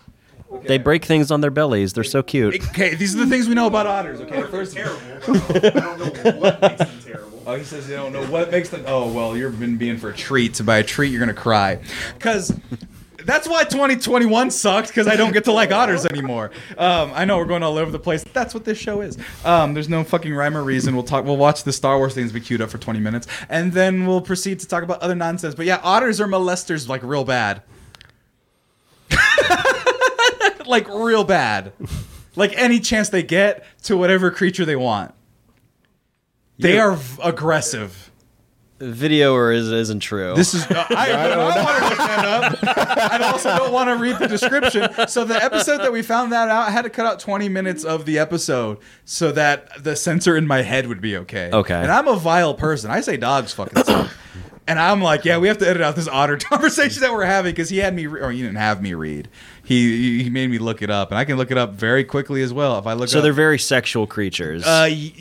[SPEAKER 7] They break things on their bellies. They're so cute.
[SPEAKER 1] Okay, these are the things we know about otters. Okay, first.
[SPEAKER 4] terrible. I don't know what makes them terrible.
[SPEAKER 1] Oh, he says they don't know what makes them. Oh, well, you've been being for a treat. So by a treat, you're gonna cry, because that's why 2021 sucked. Because I don't get to like otters anymore. Um, I know we're going all over the place. That's what this show is. Um, there's no fucking rhyme or reason. We'll talk. We'll watch the Star Wars things we queued up for 20 minutes, and then we'll proceed to talk about other nonsense. But yeah, otters are molesters, like real bad. like real bad. Like any chance they get to whatever creature they want. They are v- aggressive.
[SPEAKER 7] Video or is, isn't true.
[SPEAKER 1] This is. I, I don't, want to look that up. I also don't want to read the description. So the episode that we found that out, I had to cut out 20 minutes of the episode so that the sensor in my head would be okay.
[SPEAKER 7] Okay.
[SPEAKER 1] And I'm a vile person. I say dogs fucking suck. And I'm like, yeah, we have to edit out this otter conversation that we're having because he had me, re- or he didn't have me read. He he made me look it up, and I can look it up very quickly as well if I look.
[SPEAKER 7] so
[SPEAKER 1] up.
[SPEAKER 7] they're very sexual creatures.
[SPEAKER 1] Uh, y-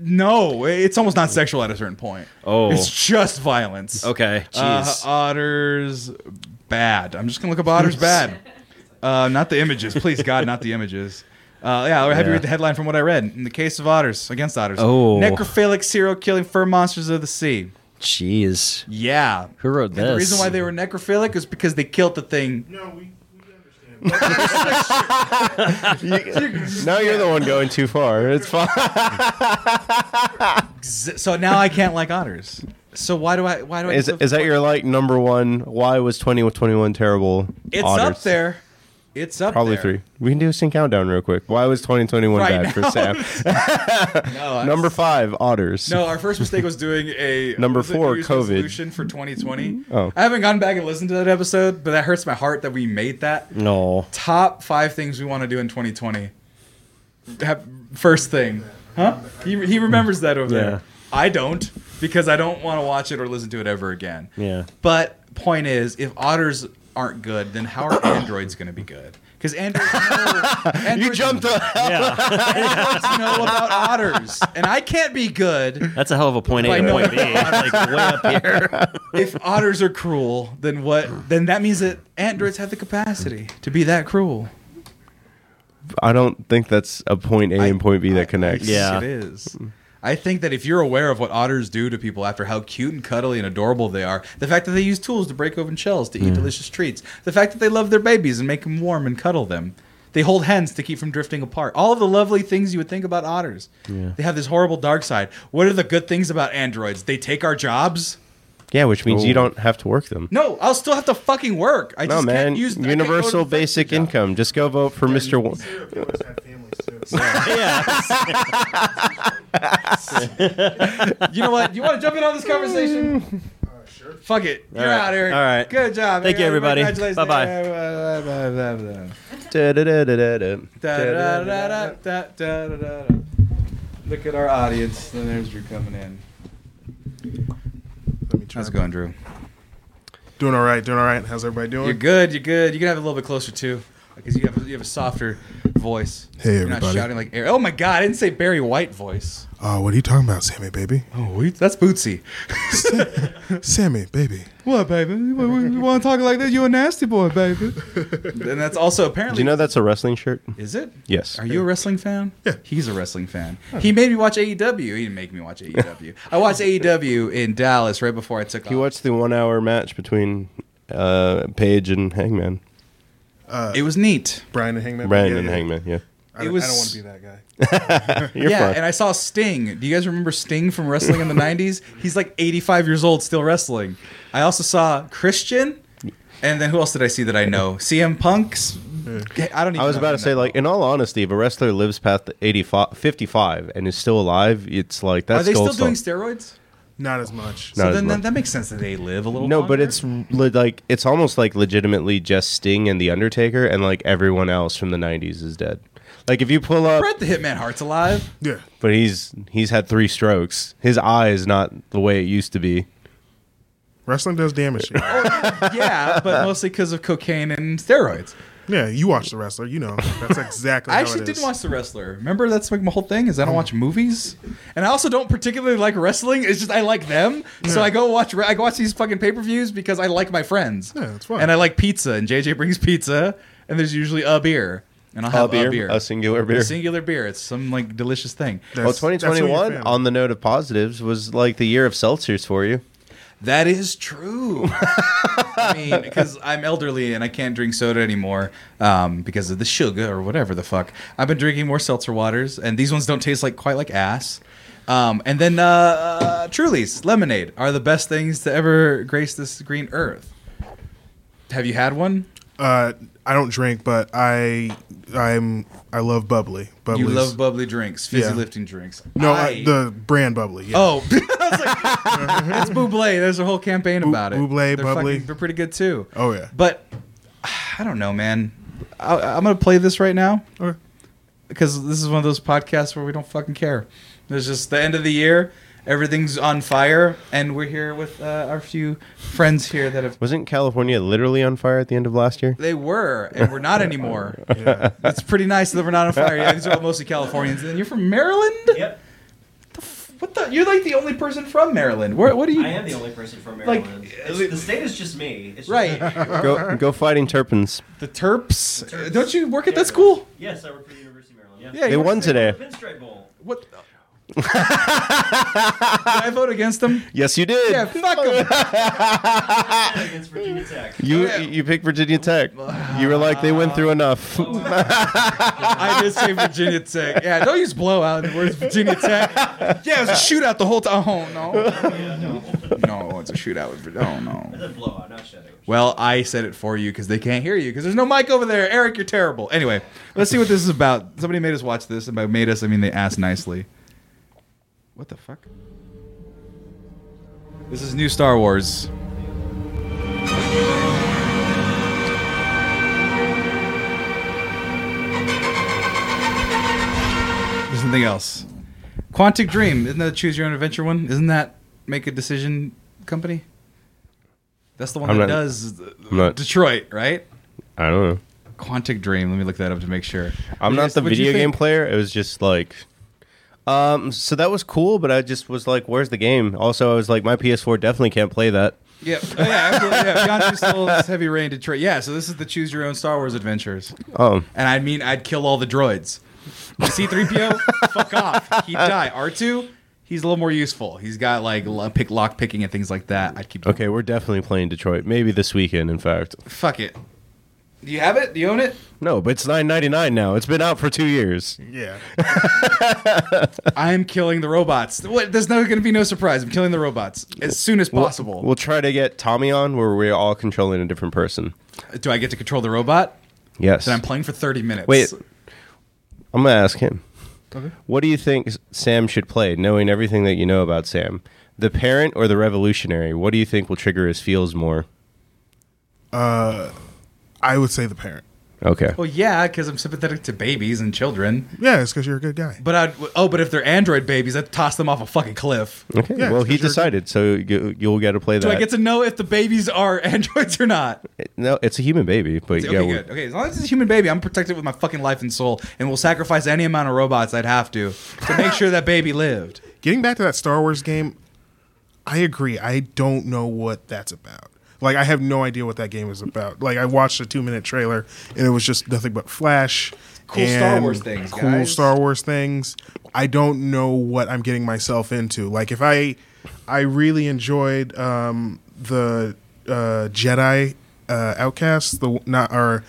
[SPEAKER 1] no, it's almost not sexual at a certain point.
[SPEAKER 7] Oh.
[SPEAKER 1] it's just violence.
[SPEAKER 7] Okay.
[SPEAKER 1] Uh,
[SPEAKER 7] Jeez.
[SPEAKER 1] otters bad. I'm just gonna look up otters bad. Uh, not the images, please God, not the images. Uh, yeah, I'll have you
[SPEAKER 7] Yeah.
[SPEAKER 1] read the headline from what I read. In the case of otters, against otters,
[SPEAKER 7] Oh.
[SPEAKER 1] necrophilic serial killing fur monsters of the sea.
[SPEAKER 7] Jeez.
[SPEAKER 1] Yeah,
[SPEAKER 7] Who wrote
[SPEAKER 1] And
[SPEAKER 7] this?
[SPEAKER 1] the reason why they were necrophilic is because they killed the thing.
[SPEAKER 4] No, we, we understand.
[SPEAKER 2] now you're the one going too far. It's fine.
[SPEAKER 1] Z- So now I can't like otters. So why do I? Why do I?
[SPEAKER 2] Is,
[SPEAKER 1] give a
[SPEAKER 2] is that
[SPEAKER 1] fuck?
[SPEAKER 2] your like number one? Why was twenty with twenty one terrible?
[SPEAKER 1] It's
[SPEAKER 2] Otters.
[SPEAKER 1] up there. It's up
[SPEAKER 2] Probably
[SPEAKER 1] there.
[SPEAKER 2] three. We can do a sync countdown real quick. Why was twenty twenty one
[SPEAKER 1] Right
[SPEAKER 2] bad for
[SPEAKER 1] now.
[SPEAKER 2] Sam?
[SPEAKER 1] No, I-
[SPEAKER 2] number five, otters.
[SPEAKER 1] No, our first mistake was doing a
[SPEAKER 2] Number
[SPEAKER 1] was it
[SPEAKER 2] four,
[SPEAKER 1] New Year's
[SPEAKER 2] COVID.
[SPEAKER 1] resolution for 2020.
[SPEAKER 2] Oh.
[SPEAKER 1] I haven't gone back and listened to that episode, but that hurts my heart that we made that.
[SPEAKER 7] no.
[SPEAKER 1] Top five things we want to do in 2020. Ha- First thing, huh? He, he remembers that over
[SPEAKER 7] Yeah.
[SPEAKER 1] there. I don't because I don't want to watch it or listen to it ever again.
[SPEAKER 7] Yeah.
[SPEAKER 1] But point is, if otters aren't good, then how are androids going to be good? Because androids, know-
[SPEAKER 2] you
[SPEAKER 1] androids
[SPEAKER 2] jumped up.
[SPEAKER 7] Yeah.
[SPEAKER 1] know about otters, and I can't be good.
[SPEAKER 7] That's a hell of a point A
[SPEAKER 1] By
[SPEAKER 7] to
[SPEAKER 1] no
[SPEAKER 7] point B. Like way up here.
[SPEAKER 1] if otters are cruel, then what? Then that means that androids have the capacity to be that cruel.
[SPEAKER 2] I don't think that's a point A and point B that connects.
[SPEAKER 7] Yeah.
[SPEAKER 1] it is. Mm-hmm. I think that if you're aware of what otters do to people after how cute and cuddly and adorable they are, the fact that they use tools to break open shells to eat delicious treats, the fact that they love their babies and make them warm and cuddle them, they hold hens to keep from drifting apart. All of the lovely things you would think about otters. They have this horrible dark side. What are the good things about androids? They take our jobs?
[SPEAKER 2] Yeah, which means
[SPEAKER 7] Ooh.
[SPEAKER 2] you don't have to work them.
[SPEAKER 1] No, I'll still have to fucking work. I
[SPEAKER 2] No,
[SPEAKER 1] just
[SPEAKER 2] man.
[SPEAKER 1] can't use I can't go to the
[SPEAKER 2] Universal
[SPEAKER 1] factory
[SPEAKER 2] basic
[SPEAKER 1] job.
[SPEAKER 2] income. Just go vote for Mr. Wa-
[SPEAKER 4] Serial killers have families too. So
[SPEAKER 7] Yeah.
[SPEAKER 1] You know what? You want to jump in on this conversation?
[SPEAKER 4] Uh,
[SPEAKER 1] Fuck it. You're
[SPEAKER 7] right.
[SPEAKER 1] out, Eric.
[SPEAKER 7] All right.
[SPEAKER 1] Good job.
[SPEAKER 7] Thank you, everybody.
[SPEAKER 1] Bye bye. Look at our audience. Then there's Drew coming in.
[SPEAKER 4] let me try.
[SPEAKER 1] How's it going, Drew?
[SPEAKER 4] Doing all right. Doing all right. How's everybody doing?
[SPEAKER 1] You're good. You're good. You can have it a little bit closer too, because you have you have a softer voice.
[SPEAKER 4] Hey,
[SPEAKER 1] You're Not
[SPEAKER 4] everybody.
[SPEAKER 1] shouting like Eric. Oh my God! I didn't say Barry White voice.
[SPEAKER 4] Oh, what are you talking about, Sammy baby?
[SPEAKER 1] Oh, we, that's Bootsy.
[SPEAKER 4] Sammy baby.
[SPEAKER 1] What, baby? You want to talk like that? You're a nasty boy, baby. and that's also
[SPEAKER 2] Do
[SPEAKER 1] apparently.
[SPEAKER 2] you know that's a wrestling shirt?
[SPEAKER 1] Is it?
[SPEAKER 2] Yes.
[SPEAKER 1] Are you a wrestling fan? Yeah. He's a wrestling fan. He made me watch AEW. He didn't make me watch AEW. I watched AEW in Dallas right before I took off.
[SPEAKER 2] You watched the one hour match between uh, Paige and Hangman.
[SPEAKER 1] It was neat.
[SPEAKER 4] Brian and Hangman.
[SPEAKER 2] Brian
[SPEAKER 4] Yeah,
[SPEAKER 2] and
[SPEAKER 4] yeah.
[SPEAKER 2] Hangman, yeah.
[SPEAKER 4] I,
[SPEAKER 1] It
[SPEAKER 4] don't-
[SPEAKER 1] was-
[SPEAKER 4] I don't want to be that guy.
[SPEAKER 2] You're
[SPEAKER 1] yeah,
[SPEAKER 2] fine.
[SPEAKER 1] and I saw Sting. Do you guys remember Sting from wrestling in the 90s? He's like 85 years old, still wrestling. I also saw Christian. And then who else did I see that I know? CM Punk's. I don't even
[SPEAKER 2] I was
[SPEAKER 1] know
[SPEAKER 2] about
[SPEAKER 1] him
[SPEAKER 2] to say,
[SPEAKER 1] that
[SPEAKER 2] like,
[SPEAKER 1] well.
[SPEAKER 2] in all honesty, if a wrestler lives past 85, 55 and is still alive, it's like that's
[SPEAKER 1] are they still
[SPEAKER 2] gold
[SPEAKER 1] doing
[SPEAKER 2] star.
[SPEAKER 1] steroids?
[SPEAKER 4] Not as much.
[SPEAKER 2] Not
[SPEAKER 1] So
[SPEAKER 2] as
[SPEAKER 1] then,
[SPEAKER 2] much.
[SPEAKER 1] then that makes sense that they live a little.
[SPEAKER 2] No, but
[SPEAKER 1] longer.
[SPEAKER 2] it's le- like it's almost like legitimately just Sting and the Undertaker, and like everyone else from the '90s is dead. Like if you pull up,
[SPEAKER 1] Brett the Hitman Hart's alive.
[SPEAKER 4] Yeah.
[SPEAKER 2] but he's he's had three strokes. His eye is not the way it used to be.
[SPEAKER 4] Wrestling does damage. you.
[SPEAKER 1] yeah, but mostly because of cocaine and steroids.
[SPEAKER 4] yeah. You watch the wrestler. You know. That's exactly.
[SPEAKER 1] I
[SPEAKER 4] how
[SPEAKER 1] actually
[SPEAKER 4] it is.
[SPEAKER 1] didn't
[SPEAKER 4] Mm.
[SPEAKER 1] watch The Wrestler. Remember, that's like my whole thing is I don't watch movies, and I also don't particularly like wrestling. It's just I like them, so I go watch. I go watch these fucking pay per views because I like my friends.
[SPEAKER 4] Yeah, that's fine.
[SPEAKER 1] And I like pizza, and JJ brings pizza, and there's usually a beer, and I'll have a beer,
[SPEAKER 2] a singular beer.
[SPEAKER 1] A singular beer. It's some like delicious thing.
[SPEAKER 2] well,
[SPEAKER 4] That's- that's what you're
[SPEAKER 2] 2021
[SPEAKER 4] a fan of.
[SPEAKER 2] on the note of positives was like the year of seltzers for you.
[SPEAKER 1] That is true. I mean, because I'm elderly and I can't drink soda anymore um, because of the sugar or whatever the fuck. I've been drinking more seltzer waters, and these ones don't taste like quite like ass. Um, and then uh, uh, Truly's lemonade are the best things to ever grace this green earth. Have you had one?
[SPEAKER 4] Uh, I don't drink, but I I'm I love bubbly. Bubbly.
[SPEAKER 1] You love bubbly drinks, fizzy
[SPEAKER 4] Yeah.
[SPEAKER 1] lifting drinks.
[SPEAKER 4] No,
[SPEAKER 1] I,
[SPEAKER 4] I, the brand bubbly. Yeah.
[SPEAKER 1] oh, I was like, it's Buble. There's a whole campaign about it.
[SPEAKER 4] Bublé,
[SPEAKER 1] they're
[SPEAKER 4] Bubbly.
[SPEAKER 1] fucking- they're pretty good too.
[SPEAKER 4] Oh, yeah.
[SPEAKER 1] but I don't know, man. I, I'm gonna play this right now
[SPEAKER 4] Okay.
[SPEAKER 1] because this is one of those podcasts where we don't fucking care. There's just the end of the year. Everything's on fire, and we're here with uh, our few friends here that have.
[SPEAKER 2] Wasn't California literally on fire at the end of last year?
[SPEAKER 1] They were, and we're not anymore.
[SPEAKER 4] Yeah.
[SPEAKER 1] It's pretty nice that we're not on fire. Yeah, these are all mostly Californians. And you're from Maryland?
[SPEAKER 6] Yep.
[SPEAKER 1] What the? You're like the only person from Maryland. Where, what are you?
[SPEAKER 6] I am the only person from
[SPEAKER 1] Like,
[SPEAKER 6] Maryland. It's- the state is just me. It's just
[SPEAKER 1] Right.
[SPEAKER 6] me.
[SPEAKER 2] Go go fighting Turpins.
[SPEAKER 1] The Terps.
[SPEAKER 6] Terps.
[SPEAKER 1] Don't you work at
[SPEAKER 6] Yeah.
[SPEAKER 1] that school?
[SPEAKER 6] Yes, I work for the University of Maryland.
[SPEAKER 1] Yeah.
[SPEAKER 2] They
[SPEAKER 1] you-
[SPEAKER 2] won today.
[SPEAKER 6] The Pinstripe Bowl.
[SPEAKER 1] What? Did I vote against them?
[SPEAKER 2] Yes, you did.
[SPEAKER 1] Yeah, fuck them.
[SPEAKER 6] against Virginia Tech.
[SPEAKER 2] You
[SPEAKER 1] Yeah.
[SPEAKER 2] you picked Virginia Tech. You were like they went through enough.
[SPEAKER 1] I did say Virginia Tech. Yeah, don't use blowout. Where's Virginia Tech? Yeah, it was a shootout the whole time. Oh no.
[SPEAKER 6] Yeah, no.
[SPEAKER 1] No, it's a shootout with Virginia. Oh
[SPEAKER 6] I
[SPEAKER 1] no.
[SPEAKER 6] said blowout, not shadow.
[SPEAKER 1] Well, I said it for you because they can't hear you because there's no mic over there. Eric, you're terrible. Anyway, let's see what this is about. Somebody made us watch this, and by made us, I mean they asked nicely. What the fuck? This is new Star Wars. There's something else. Quantic Dream. Isn't that a choose your own adventure one? Isn't that make a decision company? That's the one
[SPEAKER 2] I'm
[SPEAKER 1] that
[SPEAKER 2] not-
[SPEAKER 1] does
[SPEAKER 2] I'm not-
[SPEAKER 1] Detroit, right?
[SPEAKER 2] I don't know.
[SPEAKER 1] Quantic Dream. Let me look that up to make sure. What'd
[SPEAKER 2] I'm not
[SPEAKER 1] you-
[SPEAKER 2] the
[SPEAKER 1] what'd you
[SPEAKER 2] video game
[SPEAKER 1] think?
[SPEAKER 2] player. It was just like, um. So that was cool, but I just was like, "Where's the game?" Also, I was like, "My PS4 definitely can't play that."
[SPEAKER 1] Yeah, oh, yeah, absolutely. Yeah. Beyond Two Souls, Heavy Rain, Detroit. Yeah, so this is the choose your own Star Wars adventures.
[SPEAKER 2] Oh,
[SPEAKER 1] And I mean, I'd kill all the droids. C3PO, fuck off. He'd die. R2, he's a little more useful. He's got like lo- pick lock picking and things like that. I'd keep
[SPEAKER 2] okay. We're definitely playing Detroit. Maybe this weekend, in fact.
[SPEAKER 1] Fuck it. Do you have it? Do you own it?
[SPEAKER 2] No, but it's 9.99 now. It's been out for two years.
[SPEAKER 8] Yeah.
[SPEAKER 1] I'm killing the robots. What? There's no going to be no surprise. I'm killing the robots as soon as possible.
[SPEAKER 2] We'll try to get Tommy on, where we're all controlling a different person.
[SPEAKER 1] Do I get to control the robot?
[SPEAKER 2] Yes.
[SPEAKER 1] Then I'm playing for 30 minutes.
[SPEAKER 2] Wait, I'm gonna ask him. What do you think S- Sam should play, knowing everything that you know about Sam? The parent or the revolutionary? What do you think will trigger his feels more?
[SPEAKER 8] I would say the parent.
[SPEAKER 2] Okay.
[SPEAKER 1] Well, yeah, because I'm sympathetic to babies and children.
[SPEAKER 8] Yeah, it's because you're a good guy.
[SPEAKER 1] But I'd oh, but if they're Android babies, I'd toss them off a fucking cliff.
[SPEAKER 2] Okay.
[SPEAKER 8] Yeah,
[SPEAKER 2] well,
[SPEAKER 8] it's
[SPEAKER 2] he
[SPEAKER 8] 'cause you're-
[SPEAKER 2] decided, so you, you'll get to play that.
[SPEAKER 1] Do I get to know if the babies are androids or not?
[SPEAKER 2] no, it's a human baby, but
[SPEAKER 1] Okay,
[SPEAKER 2] yeah, we-
[SPEAKER 1] good. Okay, as long as it's a human baby, I'm protected with my fucking life and soul, and will sacrifice any amount of robots I'd have to to make sure that baby lived.
[SPEAKER 8] Getting back to that Star Wars game, I agree. I don't know what that's about. Like, I have no idea what that game is about. Like, I watched a two minute trailer and it was just nothing but Flash.
[SPEAKER 1] Cool Star
[SPEAKER 8] and
[SPEAKER 1] Wars things,
[SPEAKER 8] Cool
[SPEAKER 1] guys.
[SPEAKER 8] Star Wars things. I don't know what I'm getting myself into. Like, if I, I really enjoyed um, the uh, Jedi uh, Outcast, the not or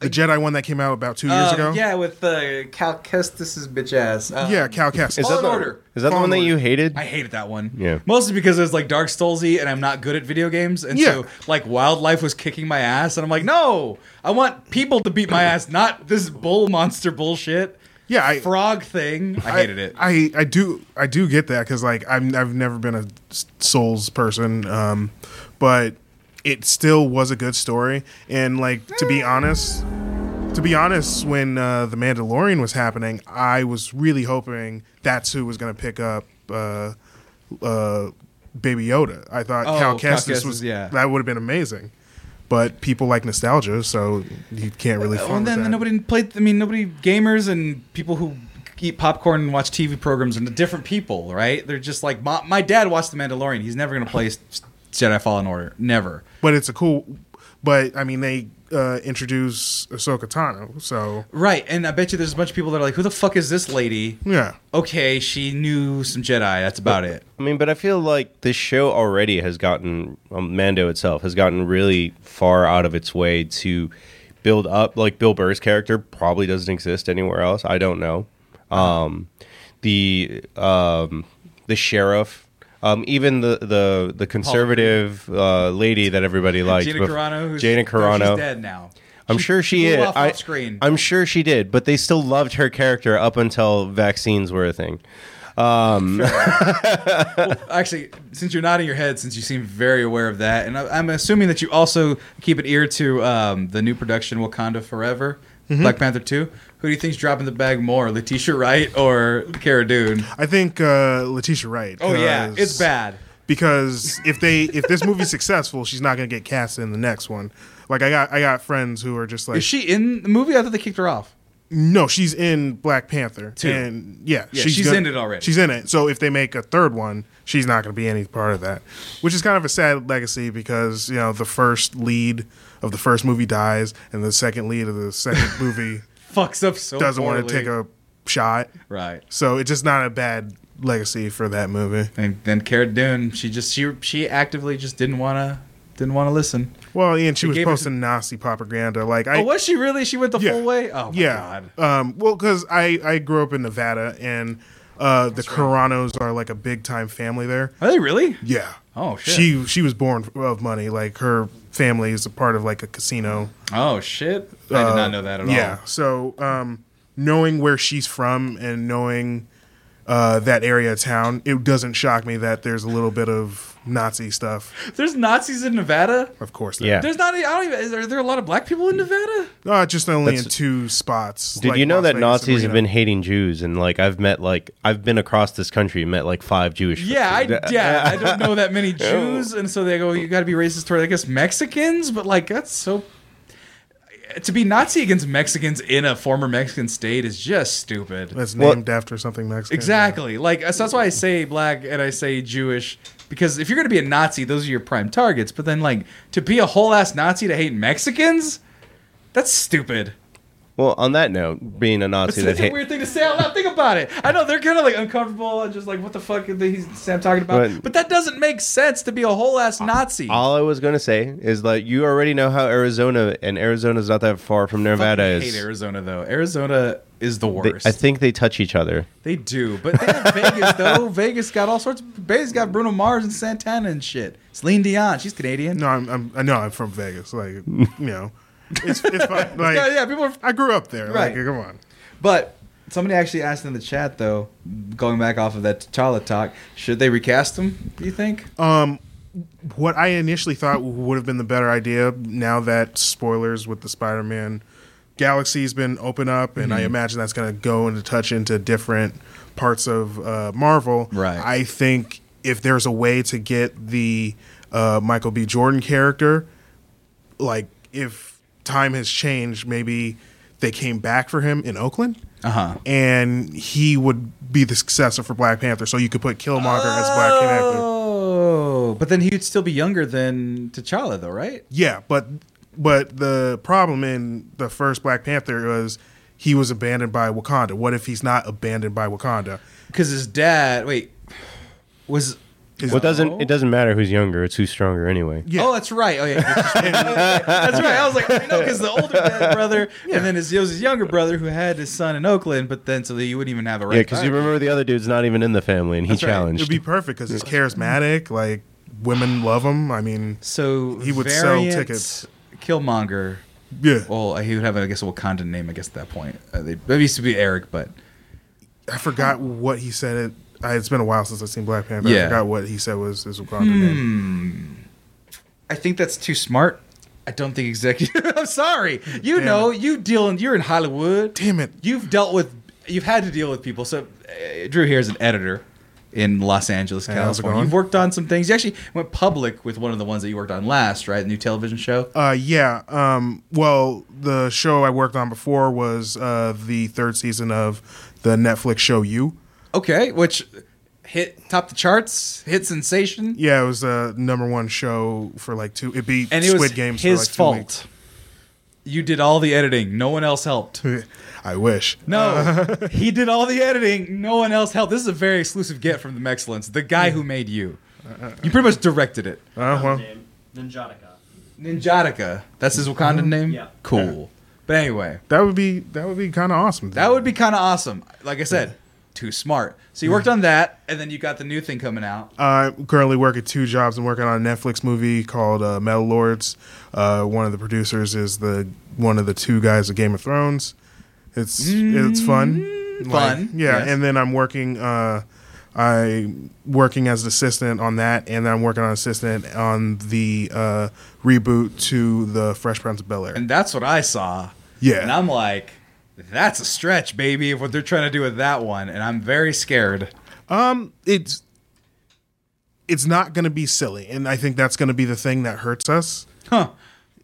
[SPEAKER 8] the Jedi one that came out about two years
[SPEAKER 1] Um,
[SPEAKER 8] ago.
[SPEAKER 1] yeah, with uh, Cal Kestis's bitch ass. Um,
[SPEAKER 8] yeah, Cal Kestis.
[SPEAKER 2] Is
[SPEAKER 1] Fallen
[SPEAKER 2] that the,
[SPEAKER 1] Order.
[SPEAKER 2] Is that the
[SPEAKER 8] Fallen
[SPEAKER 2] one that
[SPEAKER 8] Order.
[SPEAKER 2] you hated?
[SPEAKER 1] I hated that one.
[SPEAKER 2] Yeah.
[SPEAKER 1] Mostly because it was like Dark Soulsy and I'm not good at video games. And so
[SPEAKER 8] Yeah.
[SPEAKER 1] like wildlife was kicking my ass and I'm like, no, I want people to beat my ass, not this bull monster bullshit.
[SPEAKER 8] Yeah, I-
[SPEAKER 1] frog thing. I hated it.
[SPEAKER 8] I, I do I do get that because like I'm I've never been a S- Souls person, um, but it still was a good story. And like to be honest, to be honest, when uh, the Mandalorian was happening, I was really hoping that's who was going to pick up uh, uh, Baby Yoda. I thought
[SPEAKER 1] Oh,
[SPEAKER 8] Cal
[SPEAKER 1] Cal
[SPEAKER 8] Kestis
[SPEAKER 1] Kestis,
[SPEAKER 8] was
[SPEAKER 1] yeah.
[SPEAKER 8] that would have been amazing. But people like nostalgia, so you can't really.
[SPEAKER 1] Oh,
[SPEAKER 8] farm
[SPEAKER 1] and
[SPEAKER 8] with
[SPEAKER 1] then
[SPEAKER 8] that.
[SPEAKER 1] nobody played. I mean, nobody gamers and people who eat popcorn and watch TV programs are different people, right? They're just like my, my dad watched The Mandalorian. He's never gonna play S- Jedi Fallen Order. Never.
[SPEAKER 8] But it's a cool. But I mean, they uh, introduce Ahsoka Tano, so
[SPEAKER 1] Right. And I bet you there's a bunch of people that are like, who the fuck is this lady?
[SPEAKER 8] yeah.
[SPEAKER 1] Okay, she knew some Jedi. That's about it.
[SPEAKER 2] I mean, but I feel like this show already has gotten um, Mando itself has gotten really far out of its way to build up. Like Bill Burr's character probably doesn't exist anywhere else. I don't know. Um, the um, the sheriff, um, even the the the conservative uh, lady that everybody liked,
[SPEAKER 1] Gina
[SPEAKER 2] bef-
[SPEAKER 1] Carano. Who's,
[SPEAKER 2] Jana Carano.
[SPEAKER 1] No, she's dead now.
[SPEAKER 2] I'm sure she
[SPEAKER 1] blew
[SPEAKER 2] is.
[SPEAKER 1] Off,
[SPEAKER 2] I,
[SPEAKER 1] off screen.
[SPEAKER 2] I'm sure she did, but they still loved her character up until vaccines were a thing.
[SPEAKER 1] Actually, since you're nodding your head, since you seem very aware of that, and I, I'm assuming that you also keep an ear to um, the new production Wakanda Forever, Black Panther 2. Who do you think's dropping the bag more, Letitia Wright or Cara Dune?
[SPEAKER 8] I think uh, Letitia Wright.
[SPEAKER 1] Oh yeah,
[SPEAKER 8] 'cause-
[SPEAKER 1] it's bad.
[SPEAKER 8] because if they if this movie's successful, she's not gonna get cast in the next one. Like I got I got friends who are just like
[SPEAKER 1] Is she in the movie? I thought they kicked her off.
[SPEAKER 8] No, she's in Black Panther. And yeah,
[SPEAKER 1] Yeah, she's in it already.
[SPEAKER 8] She's in it. So if they make a third one, she's not going to be any part of that, which is kind of a sad legacy because you know the first lead of the first movie dies, and the second lead of the second movie
[SPEAKER 1] Fucks up so
[SPEAKER 8] doesn't want
[SPEAKER 1] want
[SPEAKER 8] to take a shot.
[SPEAKER 1] right.
[SPEAKER 8] So it's just not a bad legacy for that movie.
[SPEAKER 1] And then Cara Dune, she just she she actively just didn't wanna didn't wanna listen.
[SPEAKER 8] Well, and she was
[SPEAKER 1] gave it to-
[SPEAKER 8] posting Nazi propaganda. Like I,
[SPEAKER 1] oh, was she really? She went the
[SPEAKER 8] Yeah.
[SPEAKER 1] full way. Oh my god.
[SPEAKER 8] Um, well, because I, I grew up in Nevada and uh, the Caranos are like a big time family there.
[SPEAKER 1] Are they really?
[SPEAKER 8] Yeah.
[SPEAKER 1] Oh, shit.
[SPEAKER 8] She she was born of money. Like her family is a part of like a casino.
[SPEAKER 1] Oh shit! I did not know that at all.
[SPEAKER 8] yeah. So um, knowing where she's from and knowing uh, that area of town, it doesn't shock me that there's a little bit of Nazi stuff.
[SPEAKER 1] There's Nazis in Nevada.
[SPEAKER 8] Of course.
[SPEAKER 2] Yeah.
[SPEAKER 1] There's not. I don't even. Is there, are there a lot of black people in Nevada?
[SPEAKER 8] Uh, just only in
[SPEAKER 2] That's-
[SPEAKER 8] two spots.
[SPEAKER 2] Did
[SPEAKER 8] like
[SPEAKER 2] you know
[SPEAKER 8] Las
[SPEAKER 2] that
[SPEAKER 8] Vegas and
[SPEAKER 2] Nazis have
[SPEAKER 8] Reno.
[SPEAKER 2] been hating Jews and like I've met like I've been across this country and met like five Jewish.
[SPEAKER 1] Yeah, I
[SPEAKER 2] people.
[SPEAKER 1] yeah. I don't know that many Jews, and so they go. You got to be racist toward I guess Mexicans, but like that's so. To be Nazi against Mexicans in a former Mexican state is just stupid.
[SPEAKER 8] That's
[SPEAKER 2] Well-
[SPEAKER 8] named after something Mexican.
[SPEAKER 1] Exactly. Like so that's why I say black and I say Jewish because if you're going to be a Nazi, those are your prime targets. But then like to be a whole ass Nazi to hate Mexicans, that's stupid.
[SPEAKER 2] Well, on that note, being a Nazi
[SPEAKER 1] It's
[SPEAKER 2] that
[SPEAKER 1] such a
[SPEAKER 2] hate,
[SPEAKER 1] weird thing to say out loud. Think about it. I know they're kind of like uncomfortable and just like, what the fuck is he- Sam talking about?
[SPEAKER 2] But-
[SPEAKER 1] But, that doesn't make sense to be a whole ass Nazi.
[SPEAKER 2] all I was gonna say is like you already know how Arizona and Arizona's not that far from Nevada
[SPEAKER 1] I
[SPEAKER 2] is.
[SPEAKER 1] hate Arizona though. Arizona is the
[SPEAKER 2] They-
[SPEAKER 1] worst.
[SPEAKER 2] I think they touch each other.
[SPEAKER 1] They do, but they have Vegas though. Vegas got all sorts. of Vegas got Bruno Mars and Santana and shit. Celine Dion, she's Canadian.
[SPEAKER 8] No, I'm, I'm I know I'm from Vegas. Like you know, it's, it's fine. Like
[SPEAKER 1] yeah, yeah, people are
[SPEAKER 8] I grew up there.
[SPEAKER 1] Right.
[SPEAKER 8] Like come on.
[SPEAKER 1] But somebody actually asked in the chat though, going back off of that T'Challa talk, should they recast him? Do you think?
[SPEAKER 2] Uh,
[SPEAKER 8] Um, What I initially thought would have been the better idea. Now that spoilers with the Spider-Man galaxy's been opened up, and I
[SPEAKER 1] Mm-hmm.
[SPEAKER 8] imagine that's going to go into touch into different parts of uh, Marvel.
[SPEAKER 1] Right.
[SPEAKER 8] I think if there's a way to get the uh, Michael B. Jordan character like if time has changed, maybe they came back for him in Oakland.
[SPEAKER 1] Uh-huh.
[SPEAKER 8] And he would be the successor for Black Panther. So you could put Killmonger as Black Panther.
[SPEAKER 1] Oh, but then he'd still be younger than T'Challa though, right?
[SPEAKER 8] Yeah, but but the problem in the first Black Panther was he was abandoned by Wakanda. What if he's not abandoned by Wakanda?
[SPEAKER 1] Because his dad. Wait, was.
[SPEAKER 2] Well, it doesn't it doesn't matter who's younger? It's who's stronger anyway.
[SPEAKER 8] Yeah.
[SPEAKER 1] Oh, that's right. Oh, yeah. that's right. I was like, I know, because the older dad brother, and then his, it was his younger brother who had his son in Oakland, but then so that you wouldn't even have a right.
[SPEAKER 2] Yeah, because you remember the other dude's not even in the family, and he
[SPEAKER 1] right.
[SPEAKER 8] It
[SPEAKER 2] challenged.
[SPEAKER 8] would be perfect because he's charismatic. Like women love him. I mean,
[SPEAKER 1] So
[SPEAKER 8] He would sell
[SPEAKER 1] variant
[SPEAKER 8] tickets.
[SPEAKER 1] Killmonger
[SPEAKER 8] yeah.
[SPEAKER 1] Well, he would have, I guess, a Wakandan name, I guess, at that point. Uh, they, that used to be Eric, but
[SPEAKER 8] I forgot what he said. It. I, it's been a while since I've seen Black Panther. I
[SPEAKER 1] Yeah.
[SPEAKER 8] forgot what he said was his Wakanda name.
[SPEAKER 1] I think that's too smart. I don't think executive. I'm sorry. You
[SPEAKER 8] Damn
[SPEAKER 1] know, you deal in, you're in Hollywood.
[SPEAKER 8] Damn it.
[SPEAKER 1] You've dealt with, you've had to deal with people. So, uh, Drew here is an editor in Los Angeles,
[SPEAKER 8] Hey, how's it
[SPEAKER 1] California.
[SPEAKER 8] going?
[SPEAKER 1] You've worked on some things. You actually went public with one of the ones that you worked on last, right? The new television show.
[SPEAKER 8] Uh, yeah. Um, well, the show I worked on before was uh, the third season of the Netflix show You.
[SPEAKER 1] Okay, which hit top the charts, hit sensation.
[SPEAKER 8] Yeah, it was the number one show for like two. It beat
[SPEAKER 1] And it
[SPEAKER 8] Squid
[SPEAKER 1] was
[SPEAKER 8] Games
[SPEAKER 1] his
[SPEAKER 8] for like two
[SPEAKER 1] fault. You did all the editing. No one else helped.
[SPEAKER 8] weeks. I wish. Uh,
[SPEAKER 1] No, he did all the editing. No one else helped. This is a very exclusive get from the Mexcellence, the guy who made you. You pretty much directed it.
[SPEAKER 8] Uh, well,
[SPEAKER 6] Name, Ninjatica.
[SPEAKER 1] Ninjatica. That's his Wakandan name?
[SPEAKER 6] Yeah.
[SPEAKER 1] Cool. But anyway,
[SPEAKER 8] that would be that would be kind of awesome.
[SPEAKER 1] that would be kind of awesome. Like I said, too smart. So you worked on that, and then you got the new thing coming out.
[SPEAKER 8] I currently work at two jobs. I'm working on a Netflix movie called uh, Metal Lords. Uh, one of the producers is the one of the two guys of Game of Thrones. It's it's fun,
[SPEAKER 1] Mm-hmm. fun,
[SPEAKER 8] yeah.
[SPEAKER 1] yes.
[SPEAKER 8] And then I'm working. Uh, I working as an assistant on that, and then I'm working on assistant on the uh, reboot to the Fresh Prince of Bel Air.
[SPEAKER 1] And that's what I saw.
[SPEAKER 8] Yeah.
[SPEAKER 1] And I'm like, that's a stretch, baby, of what they're trying to do with that one. And I'm very scared.
[SPEAKER 8] it's it's not going to be silly, and I think that's going to be the thing that hurts us.
[SPEAKER 1] Huh.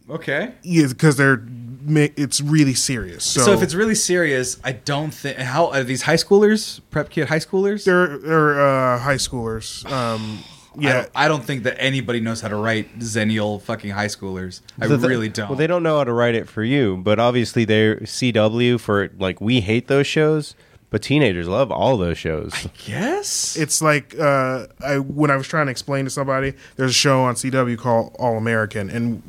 [SPEAKER 1] Okay.
[SPEAKER 8] Yeah, because they're ma- it's really serious. So,
[SPEAKER 1] So, if it's really serious, I don't think how are these high schoolers, prep kid high schoolers?
[SPEAKER 8] they're, they're uh, high schoolers. Um,
[SPEAKER 1] I
[SPEAKER 8] yeah,
[SPEAKER 1] don't, I don't think that anybody knows how to write Xennial fucking high schoolers. I
[SPEAKER 2] The thi-
[SPEAKER 1] really don't.
[SPEAKER 2] Well, they don't know how to write it for you, but obviously they're CW for like we hate those shows, but teenagers love all those shows.
[SPEAKER 1] Yes.
[SPEAKER 8] it's like uh, I when I was trying to explain to somebody, there's a show on CW called All American, and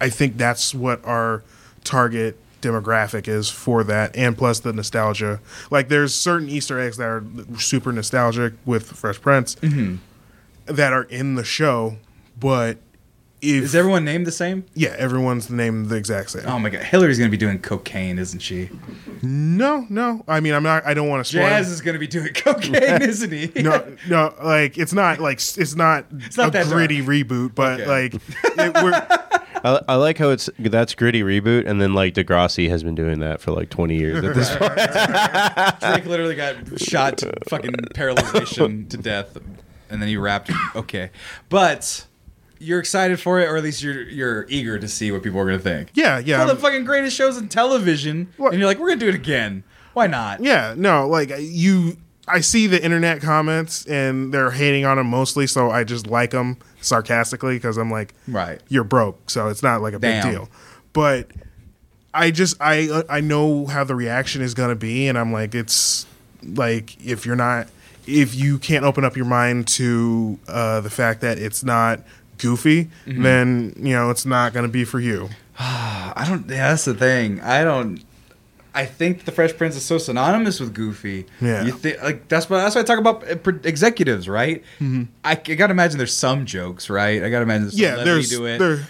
[SPEAKER 8] I think that's what our target demographic is for that, and plus the nostalgia. Like, there's certain Easter eggs that are super nostalgic with Fresh Prince
[SPEAKER 1] Mm-hmm.
[SPEAKER 8] that are in the show, but if
[SPEAKER 1] is everyone named the same?
[SPEAKER 8] yeah, everyone's named the exact same.
[SPEAKER 1] Oh my god, Hillary's gonna be doing cocaine, isn't she?
[SPEAKER 8] no, no, I mean I'm not. I don't want to spoil.
[SPEAKER 1] Jazz is gonna be doing cocaine, isn't he?
[SPEAKER 8] no, no, like it's not like s- it's not
[SPEAKER 1] not
[SPEAKER 8] a
[SPEAKER 1] that dark.
[SPEAKER 8] gritty reboot, but
[SPEAKER 1] Okay.
[SPEAKER 8] like it, we're,
[SPEAKER 2] I, I like how it's that's gritty reboot, and then like Degrassi has been doing that for like twenty years at this point.
[SPEAKER 1] Drake literally got shot to fucking paralyzation to death, and then he rapped. Okay, but you're excited for it, or at least you're you're eager to see what people are gonna think.
[SPEAKER 8] yeah, yeah,
[SPEAKER 1] One of
[SPEAKER 8] I'm-
[SPEAKER 1] the fucking greatest shows in television,
[SPEAKER 8] What?
[SPEAKER 1] and you're like, we're gonna do it again. Why not?
[SPEAKER 8] yeah. No, like you, I see the internet comments and they're hating on him mostly, so I just like them sarcastically because I'm like,
[SPEAKER 1] Right.
[SPEAKER 8] you're broke, so it's not like a
[SPEAKER 1] Damn.
[SPEAKER 8] big deal. But I just I uh, I know how the reaction is gonna be, and I'm like, it's like if you're not if you can't open up your mind to uh, the fact that it's not goofy,
[SPEAKER 1] Mm-hmm.
[SPEAKER 8] then you know it's not gonna be for you.
[SPEAKER 1] I don't. Yeah, that's the thing. I don't. I think the Fresh Prince is so synonymous with Goofy.
[SPEAKER 8] Yeah.
[SPEAKER 1] You think like that's why that's why I talk about uh, pro- executives, right? I, I gotta imagine there's some jokes, right? I gotta imagine there's
[SPEAKER 8] Mm-hmm. Yeah, there's
[SPEAKER 1] do it.
[SPEAKER 8] there.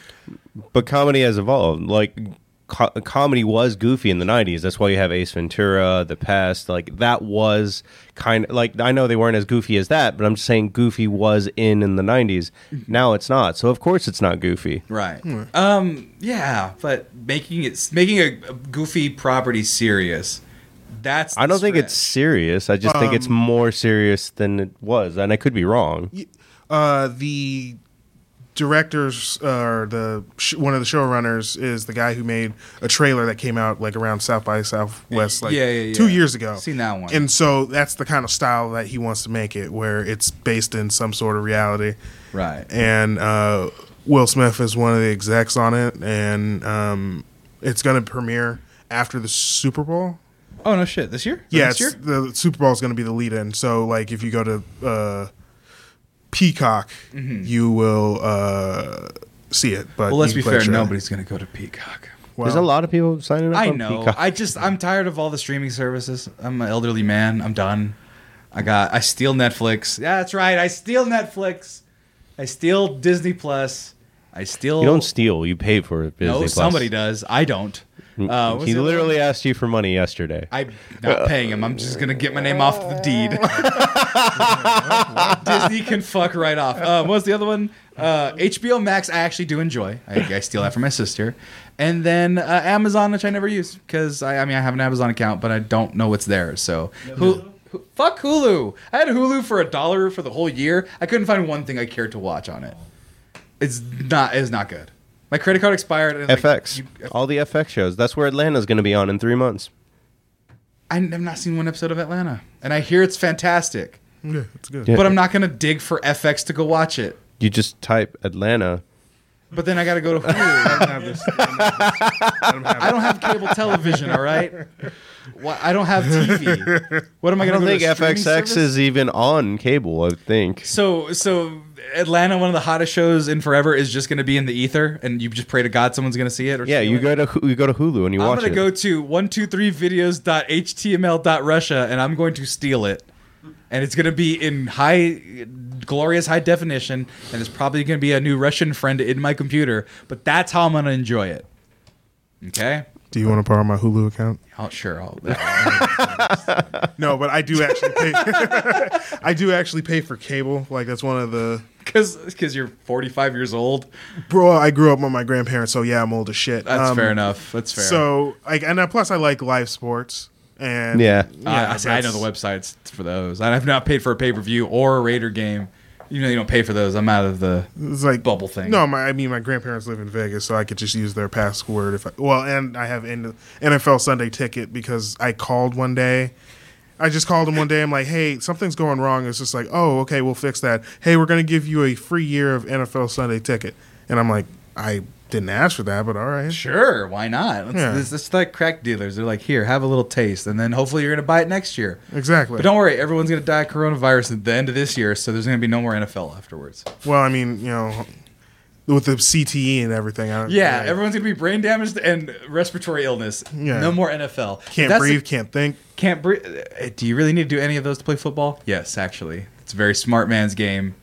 [SPEAKER 2] But comedy has evolved. Like co- comedy was goofy in the '90s. That's why you have Ace Ventura, The Pest. Like that was kind of like I know they weren't as goofy as that, but I'm just saying goofy was in in the '90s. Now it's not. So of course it's not goofy.
[SPEAKER 1] Right.
[SPEAKER 8] Hmm.
[SPEAKER 1] Um. Yeah, but making it making a, a Goofy property serious. That's.
[SPEAKER 2] I
[SPEAKER 1] the
[SPEAKER 2] don't think
[SPEAKER 1] stretch.
[SPEAKER 2] it's serious. I just think it's
[SPEAKER 1] Um,
[SPEAKER 2] more serious than it was, and I could be wrong.
[SPEAKER 8] uh, the directors uh, or the sh- one of the showrunners is the guy who made a trailer that came out like around South by Southwest like
[SPEAKER 1] Yeah, yeah,
[SPEAKER 8] two
[SPEAKER 1] yeah.
[SPEAKER 8] years ago.
[SPEAKER 1] Seen that one.
[SPEAKER 8] And so that's the kind of style that he wants to make it, where it's based in some sort of reality.
[SPEAKER 1] Right.
[SPEAKER 8] And uh, Will Smith is one of the execs on it, and um, it's going to premiere after the Super Bowl.
[SPEAKER 1] Oh no! Shit. This year.
[SPEAKER 8] Yeah,
[SPEAKER 1] Next
[SPEAKER 8] it's,
[SPEAKER 1] year.
[SPEAKER 8] the Super Bowl is going to be the lead-in. So, like, if you go to uh, Peacock, you will uh, see it. But
[SPEAKER 1] Well, let's
[SPEAKER 8] you
[SPEAKER 1] be
[SPEAKER 8] can play
[SPEAKER 1] fair.
[SPEAKER 8] the trailer.
[SPEAKER 1] Nobody's gonna go to Peacock.
[SPEAKER 8] Well,
[SPEAKER 2] There's a lot of people signing up.
[SPEAKER 1] I
[SPEAKER 2] on
[SPEAKER 1] know.
[SPEAKER 2] Peacock.
[SPEAKER 1] I just I'm tired of all the streaming services. I'm an elderly man. I'm done. I got I steal Netflix. Yeah, that's right. I steal Netflix. I steal Disney Plus. I steal.
[SPEAKER 2] you don't steal. You pay for it. Disney
[SPEAKER 1] No,
[SPEAKER 2] Plus.
[SPEAKER 1] somebody does. I don't. Uh, what's
[SPEAKER 2] he
[SPEAKER 1] the other
[SPEAKER 2] literally
[SPEAKER 1] one?
[SPEAKER 2] asked you for money yesterday.
[SPEAKER 1] I'm not paying him. I'm just gonna get my name off the deed. Disney can fuck right off. Uh, what was the other one? Uh, HBO Max. I actually do enjoy. I, I steal that from my sister, and then uh, Amazon, which I never use because I, I mean I have an Amazon account, but I don't know what's there. So who? who- Fuck Hulu! I had Hulu for a dollar for the whole year. I couldn't find one thing I cared to watch on it. It's not. It's not good. My credit card expired. And like,
[SPEAKER 2] FX.
[SPEAKER 1] you-
[SPEAKER 2] All the FX shows. That's where Atlanta's going to be on in three months.
[SPEAKER 1] I- I've not seen one episode of Atlanta, and I hear it's fantastic.
[SPEAKER 8] yeah, it's good.
[SPEAKER 2] Yeah.
[SPEAKER 1] but I'm not gonna dig for FX to go watch it.
[SPEAKER 2] You just type Atlanta.
[SPEAKER 1] But then I gotta go to Hulu.
[SPEAKER 8] I don't have this. I don't have this. I don't have
[SPEAKER 1] I don't have cable television. All right, Why I don't have TV. What am I
[SPEAKER 2] I
[SPEAKER 1] gonna
[SPEAKER 2] don't
[SPEAKER 1] go
[SPEAKER 2] think
[SPEAKER 1] to a streaming
[SPEAKER 2] FXX
[SPEAKER 1] service?
[SPEAKER 2] is even on cable. I think.
[SPEAKER 1] So so Atlanta, one of the hottest shows in forever, is just gonna be in the ether, and you just pray to God someone's gonna see it. Or
[SPEAKER 2] Yeah,
[SPEAKER 1] steal
[SPEAKER 2] you
[SPEAKER 1] it.
[SPEAKER 2] go to Hu- you go to Hulu and you
[SPEAKER 1] I'm
[SPEAKER 2] watch
[SPEAKER 1] gonna
[SPEAKER 2] it.
[SPEAKER 1] go to one two three videos.html.russia, and I'm going to steal it. And it's gonna be in high, glorious high definition, and it's probably gonna be a new Russian friend in my computer. But that's how I'm gonna enjoy it. Okay.
[SPEAKER 8] Do you want to borrow my Hulu account?
[SPEAKER 1] Oh sure. I'll,
[SPEAKER 8] No, but I do actually pay. I do actually pay for cable. Like that's one of the
[SPEAKER 1] because because you're 45 years old.
[SPEAKER 8] bro. I grew up with my grandparents, so yeah, I'm old as shit.
[SPEAKER 1] That's
[SPEAKER 8] Um,
[SPEAKER 1] fair enough. That's fair.
[SPEAKER 8] So like, and uh, plus I like live sports. And
[SPEAKER 2] Yeah.
[SPEAKER 1] I, I, I know the
[SPEAKER 8] that's-
[SPEAKER 1] websites for those. I have not paid for a pay per view or a Raider game You know, you don't pay for those. I'm out of the.
[SPEAKER 8] It's like
[SPEAKER 1] Bubble thing.
[SPEAKER 8] No, my I mean my grandparents live in Vegas, so I could just use their password if I well, and I have an NFL Sunday ticket because I called one day. I just called them one day. I'm like, hey, something's going wrong. It's just like, oh, okay, we'll fix that. Hey, we're gonna give you a free year of NFL Sunday ticket, and I'm like, I didn't ask for that, but all right.
[SPEAKER 1] Sure, why not? Let's,
[SPEAKER 8] Yeah.
[SPEAKER 1] this, this is like crack dealers. They're like, here, have a little taste, and then hopefully you're gonna buy it next year.
[SPEAKER 8] Exactly.
[SPEAKER 1] But don't worry, everyone's gonna die of coronavirus at the end of this year, so there's gonna be no more NFL afterwards.
[SPEAKER 8] Well, I mean, you know, with the CTE and everything. I,
[SPEAKER 1] Yeah,
[SPEAKER 8] I
[SPEAKER 1] everyone's gonna be brain damaged and respiratory illness.
[SPEAKER 8] Yeah.
[SPEAKER 1] No more NFL.
[SPEAKER 8] can't
[SPEAKER 1] That's the-
[SPEAKER 8] breathe, can't think.
[SPEAKER 1] can't breathe. Uh, Do you really need to do any of those to play football? Yes, actually, it's a very smart man's game,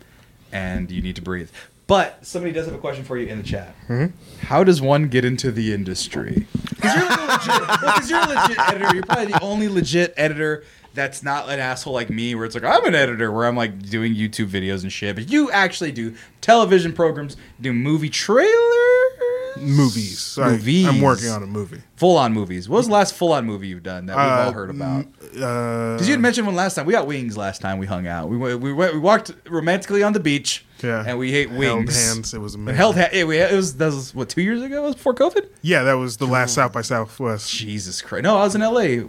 [SPEAKER 1] and you need to breathe. But somebody does have a question for you in the chat.
[SPEAKER 8] Mm-hmm.
[SPEAKER 1] How does one get into the industry? Because you're, like a legit- well, 'cause you're a legit editor. You're probably the only legit editor that's not an asshole like me, where it's like I'm an editor, where I'm like doing YouTube videos and shit. But you actually do television programs, do movie trailers,
[SPEAKER 8] Movies. So
[SPEAKER 1] Movies.
[SPEAKER 8] I, am working on a movie.
[SPEAKER 1] full on movies. What was the last full on movie you've done that we've all
[SPEAKER 8] Uh,
[SPEAKER 1] heard about?
[SPEAKER 8] Uh,
[SPEAKER 1] Because you had mentioned one last time. We got wings last time we hung out. We went, we went, we walked romantically on the beach.
[SPEAKER 8] Yeah.
[SPEAKER 1] And we ate
[SPEAKER 8] Held
[SPEAKER 1] wings.
[SPEAKER 8] hands. It was
[SPEAKER 1] And
[SPEAKER 8] amazing.
[SPEAKER 1] Held ha- it, we- it was that was what two years ago? It was before COVID.
[SPEAKER 8] yeah, that was the last South by Southwest.
[SPEAKER 1] Jesus Christ! No, I was in LA.